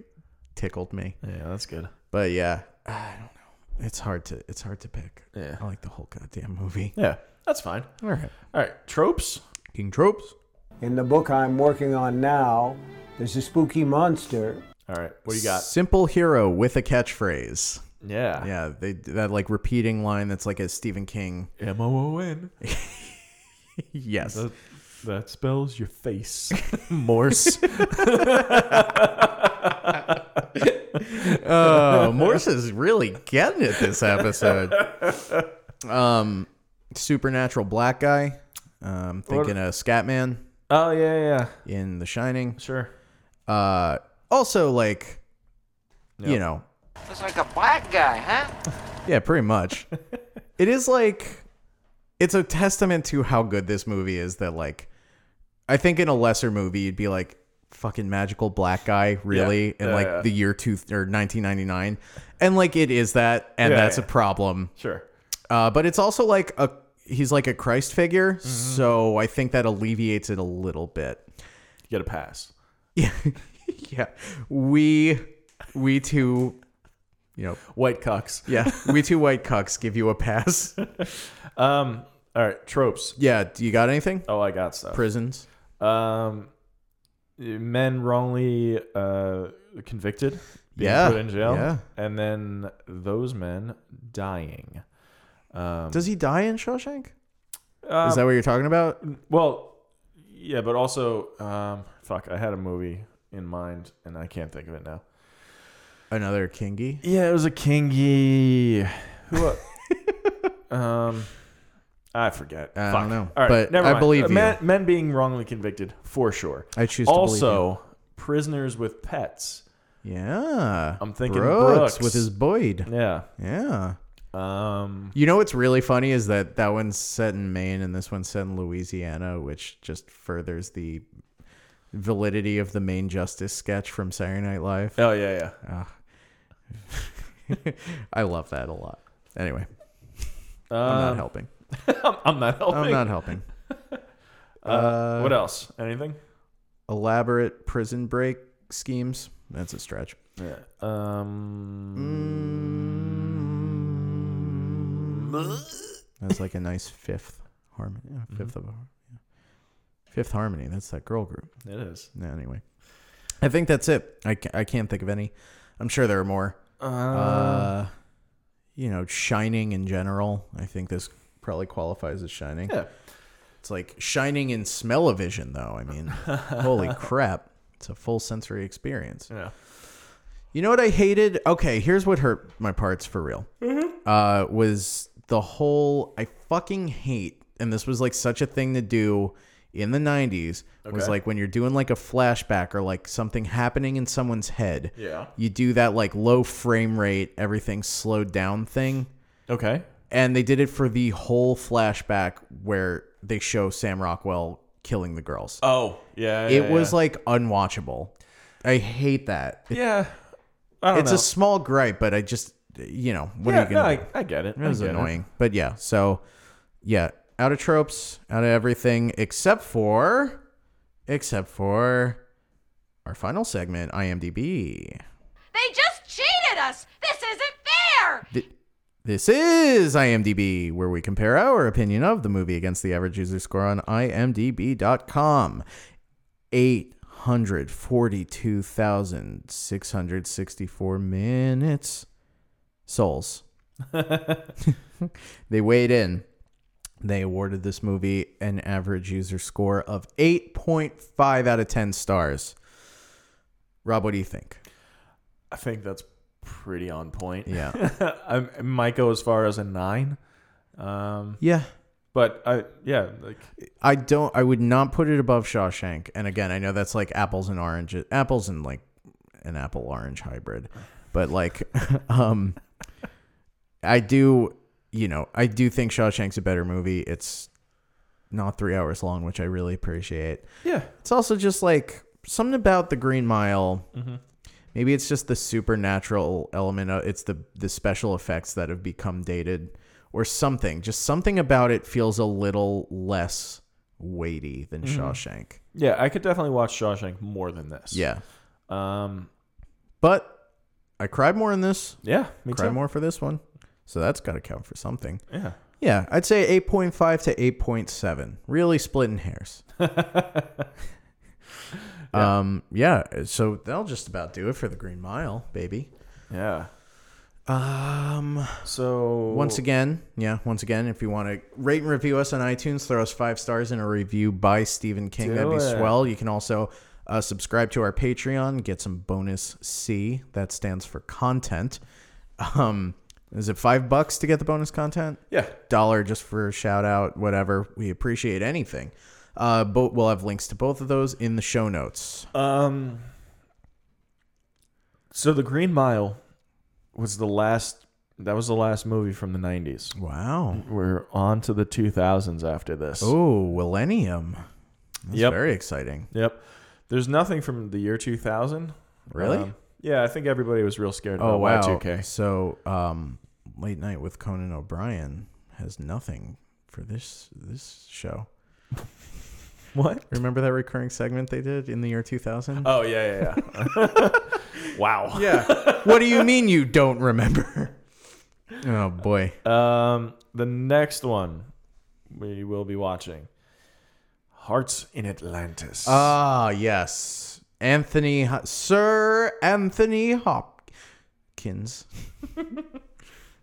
[SPEAKER 2] tickled me.
[SPEAKER 1] Yeah, that's good.
[SPEAKER 2] But yeah, I don't know. It's hard to it's hard to pick.
[SPEAKER 1] Yeah.
[SPEAKER 2] I like the whole goddamn
[SPEAKER 1] *laughs*
[SPEAKER 2] movie.
[SPEAKER 1] Yeah, that's fine.
[SPEAKER 2] All right,
[SPEAKER 1] All right, tropes.
[SPEAKER 2] King Tropes.
[SPEAKER 5] In the book I'm working on now, there's a spooky monster.
[SPEAKER 1] All right, what do you got?
[SPEAKER 2] Simple hero with a catchphrase.
[SPEAKER 1] Yeah.
[SPEAKER 2] Yeah, they that like repeating line that's like a Stephen King.
[SPEAKER 1] M O O N. *laughs*
[SPEAKER 2] Yes.
[SPEAKER 1] That- That spells your *laughs* face. Morse.
[SPEAKER 2] Oh, Morse is really getting it this episode. Um, supernatural black guy. Um, thinking of Scatman
[SPEAKER 1] oh yeah, yeah.
[SPEAKER 2] in The Shining.
[SPEAKER 1] Sure.
[SPEAKER 2] Uh, also like, you know,
[SPEAKER 6] Looks like a black guy, huh?
[SPEAKER 2] yeah,
[SPEAKER 1] *laughs*
[SPEAKER 2] pretty much. it is like, it's a testament to how good this movie is. That like, I think in a lesser movie you'd be like. Fucking magical black guy, really, in
[SPEAKER 1] Yeah,
[SPEAKER 2] like
[SPEAKER 1] yeah.
[SPEAKER 2] the year two or 1999, and like it is that, and
[SPEAKER 1] Yeah,
[SPEAKER 2] that's
[SPEAKER 1] yeah.
[SPEAKER 2] a problem.
[SPEAKER 1] Sure.
[SPEAKER 2] Uh, but it's also like a he's like a Christ figure,
[SPEAKER 1] Mm-hmm.
[SPEAKER 2] so I think that alleviates it a little bit. *laughs*
[SPEAKER 1] You get a pass.
[SPEAKER 2] Yeah, yeah. We we two, you know,
[SPEAKER 1] White cucks.
[SPEAKER 2] yeah, we two white cucks give you a pass.
[SPEAKER 1] Um. All right, tropes.
[SPEAKER 2] Yeah, do you got anything?
[SPEAKER 1] Oh, I got stuff.
[SPEAKER 2] Prisons.
[SPEAKER 1] Um, men wrongly uh, convicted, being
[SPEAKER 2] Yeah,
[SPEAKER 1] put in jail,
[SPEAKER 2] yeah.
[SPEAKER 1] and then those men dying.
[SPEAKER 2] Does he die in Shawshank?
[SPEAKER 1] Um,
[SPEAKER 2] Um, Is that what you're talking about?
[SPEAKER 1] well? Yeah, but also, um, fuck, I had a movie in mind and I can't think of it now.
[SPEAKER 2] Another Kingy.
[SPEAKER 1] Yeah, it was a Kingy. Who?
[SPEAKER 2] *laughs*
[SPEAKER 1] el- um, I forget.
[SPEAKER 2] I
[SPEAKER 1] Fuck.
[SPEAKER 2] don't know,
[SPEAKER 1] All right,
[SPEAKER 2] but
[SPEAKER 1] never
[SPEAKER 2] I
[SPEAKER 1] mind.
[SPEAKER 2] believe
[SPEAKER 1] Uh,
[SPEAKER 2] you.
[SPEAKER 1] Men, men being wrongly convicted for sure.
[SPEAKER 2] I choose to believe
[SPEAKER 1] also prisoners with pets.
[SPEAKER 2] Yeah,
[SPEAKER 1] I'm thinking Brooks.
[SPEAKER 2] with his Boyd.
[SPEAKER 1] Yeah.
[SPEAKER 2] Yeah.
[SPEAKER 1] Um,
[SPEAKER 2] You know what's really funny is that that one's set in Maine and this one's set in Louisiana, which just furthers the validity of the Maine justice sketch from Saturday Night Live.
[SPEAKER 1] oh yeah, yeah.
[SPEAKER 2] *laughs* I love that a lot. Anyway, I'm
[SPEAKER 1] Um,
[SPEAKER 2] not helping.
[SPEAKER 1] I'm, I'm not helping. Uh,
[SPEAKER 2] I'm not uh, helping.
[SPEAKER 1] what else? Anything?
[SPEAKER 2] Elaborate prison break schemes. That's a stretch.
[SPEAKER 1] Um,
[SPEAKER 2] That's like a nice fifth harmony. yeah, Fifth of a yeah. fifth harmony. That's that girl group.
[SPEAKER 1] It is.
[SPEAKER 2] Yeah, anyway, I think that's it. I, ca- I can't think of any. I'm sure there are more. Uh, you know, Shining in general. I think this probably qualifies as Shining.
[SPEAKER 1] Yeah.
[SPEAKER 2] It's like Shining in smell-o-vision, though. I mean, holy crap! It's a full sensory experience.
[SPEAKER 1] Yeah.
[SPEAKER 2] You know what I hated? Okay, here's what hurt my parts for real.
[SPEAKER 1] Mm-hmm.
[SPEAKER 2] Uh, was the whole I fucking hate, and this was like such a thing to do in the '90s. Was
[SPEAKER 1] Okay.
[SPEAKER 2] like when you're doing like a flashback or like something happening in someone's head.
[SPEAKER 1] Yeah.
[SPEAKER 2] You do that like low frame rate, everything slowed down thing,
[SPEAKER 1] Okay.
[SPEAKER 2] and they did it for the whole flashback where they show Sam Rockwell killing the girls.
[SPEAKER 1] Oh, yeah.
[SPEAKER 2] it
[SPEAKER 1] yeah,
[SPEAKER 2] was
[SPEAKER 1] yeah.
[SPEAKER 2] like unwatchable. I hate that
[SPEAKER 1] yeah. I don't
[SPEAKER 2] it's
[SPEAKER 1] know.
[SPEAKER 2] a small gripe, but I just you know what
[SPEAKER 1] yeah,
[SPEAKER 2] are you
[SPEAKER 1] no,
[SPEAKER 2] gonna? do?
[SPEAKER 1] I, I get it.
[SPEAKER 2] It was annoying, but yeah. So yeah, out of tropes, out of everything except for except for our final segment, IMDb.
[SPEAKER 7] They just cheated us! This isn't fair!
[SPEAKER 2] Th- This is IMDb, where we compare our opinion of the movie against the average user score on IMDb.com. 842,664 minutes. Souls. *laughs* they weighed in. They awarded this movie an average user score of 8.5 out of 10 stars. Rob, what do you think?
[SPEAKER 1] I think that's pretty on point. *laughs*
[SPEAKER 2] Yeah.
[SPEAKER 1] I might go as far as a nine, um,
[SPEAKER 2] yeah.
[SPEAKER 1] but I yeah like
[SPEAKER 2] I don't. I would not put it above Shawshank. And again, I know that's like apples and oranges, apples and like an apple orange hybrid. But like, *laughs* um, I do. You know, I do think Shawshank's a better movie. It's not three hours long, which I really appreciate.
[SPEAKER 1] yeah
[SPEAKER 2] It's also just like something about the Green Mile. Maybe it's just the supernatural element. Of, it's the the special effects that have become dated, or something. Just something about it feels a little less weighty than Shawshank.
[SPEAKER 1] yeah I could definitely watch Shawshank more than this.
[SPEAKER 2] Yeah,
[SPEAKER 1] Um.
[SPEAKER 2] but I cried more in this.
[SPEAKER 1] Yeah. Me
[SPEAKER 2] Cried
[SPEAKER 1] too.
[SPEAKER 2] more for this one. So that's got to count for something.
[SPEAKER 1] Yeah.
[SPEAKER 2] Yeah, I'd say eight point five to eight point seven. Really
[SPEAKER 1] *laughs*
[SPEAKER 2] splitting hairs. Um, yeah. So that'll just about do it for the Green Mile, baby.
[SPEAKER 1] Yeah.
[SPEAKER 2] Um,
[SPEAKER 1] So
[SPEAKER 2] once again, yeah, once again, if you want to rate and review us on iTunes, throw us five stars in a review by Stephen King.
[SPEAKER 1] Do
[SPEAKER 2] That'd be
[SPEAKER 1] it.
[SPEAKER 2] swell. You can also uh, subscribe to our Patreon, get some bonus C. That stands for content. Um, is it five bucks to get the bonus content?
[SPEAKER 1] Yeah.
[SPEAKER 2] dollar just for a shout out, whatever. We appreciate anything. Uh, but we'll have links to both of those in the show notes.
[SPEAKER 1] Um. So the Green Mile was the last. That was the last movie from the '90s.
[SPEAKER 2] Wow.
[SPEAKER 1] We're on to the 2000s after this.
[SPEAKER 2] Oh, Millennium. That's
[SPEAKER 1] Yep.
[SPEAKER 2] very exciting.
[SPEAKER 1] Yep. There's nothing from the year 2000.
[SPEAKER 2] Really?
[SPEAKER 1] Um, yeah, I think everybody was real scared about
[SPEAKER 2] oh, wow.
[SPEAKER 1] Y2K.
[SPEAKER 2] So, um, Late Night with Conan O'Brien has nothing for this this show.
[SPEAKER 1] What?
[SPEAKER 2] Remember that recurring segment they did in the year 2000?
[SPEAKER 1] Oh yeah, yeah, *laughs* yeah. wow.
[SPEAKER 2] yeah. what do you mean you don't remember? *laughs* Oh boy.
[SPEAKER 1] Um, the next one we will be watching Hearts in Atlantis.
[SPEAKER 2] Ah, yes. Anthony, Ho- Sir Anthony Hopkins.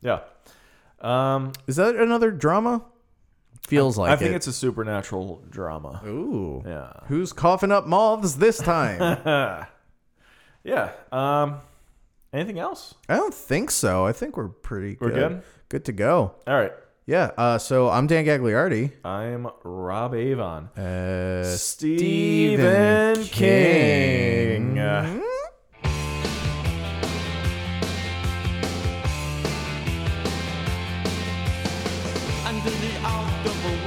[SPEAKER 1] yeah. Um,
[SPEAKER 2] Is that another drama? Feels like
[SPEAKER 1] I Oh. think
[SPEAKER 2] it.
[SPEAKER 1] it's a supernatural drama.
[SPEAKER 2] Ooh.
[SPEAKER 1] Yeah.
[SPEAKER 2] Who's coughing up moths
[SPEAKER 1] *laughs*
[SPEAKER 2] this time?
[SPEAKER 1] Yeah. Um, anything else?
[SPEAKER 2] I don't think so. I think we're pretty good.
[SPEAKER 1] We're good?
[SPEAKER 2] Good to go.
[SPEAKER 1] All right.
[SPEAKER 2] Yeah. Uh, so I'm Dan Gagliardi.
[SPEAKER 1] I'm Rob Avon.
[SPEAKER 2] Uh,
[SPEAKER 1] Stephen
[SPEAKER 2] Stephen
[SPEAKER 1] King.
[SPEAKER 2] King.
[SPEAKER 3] Under the out of a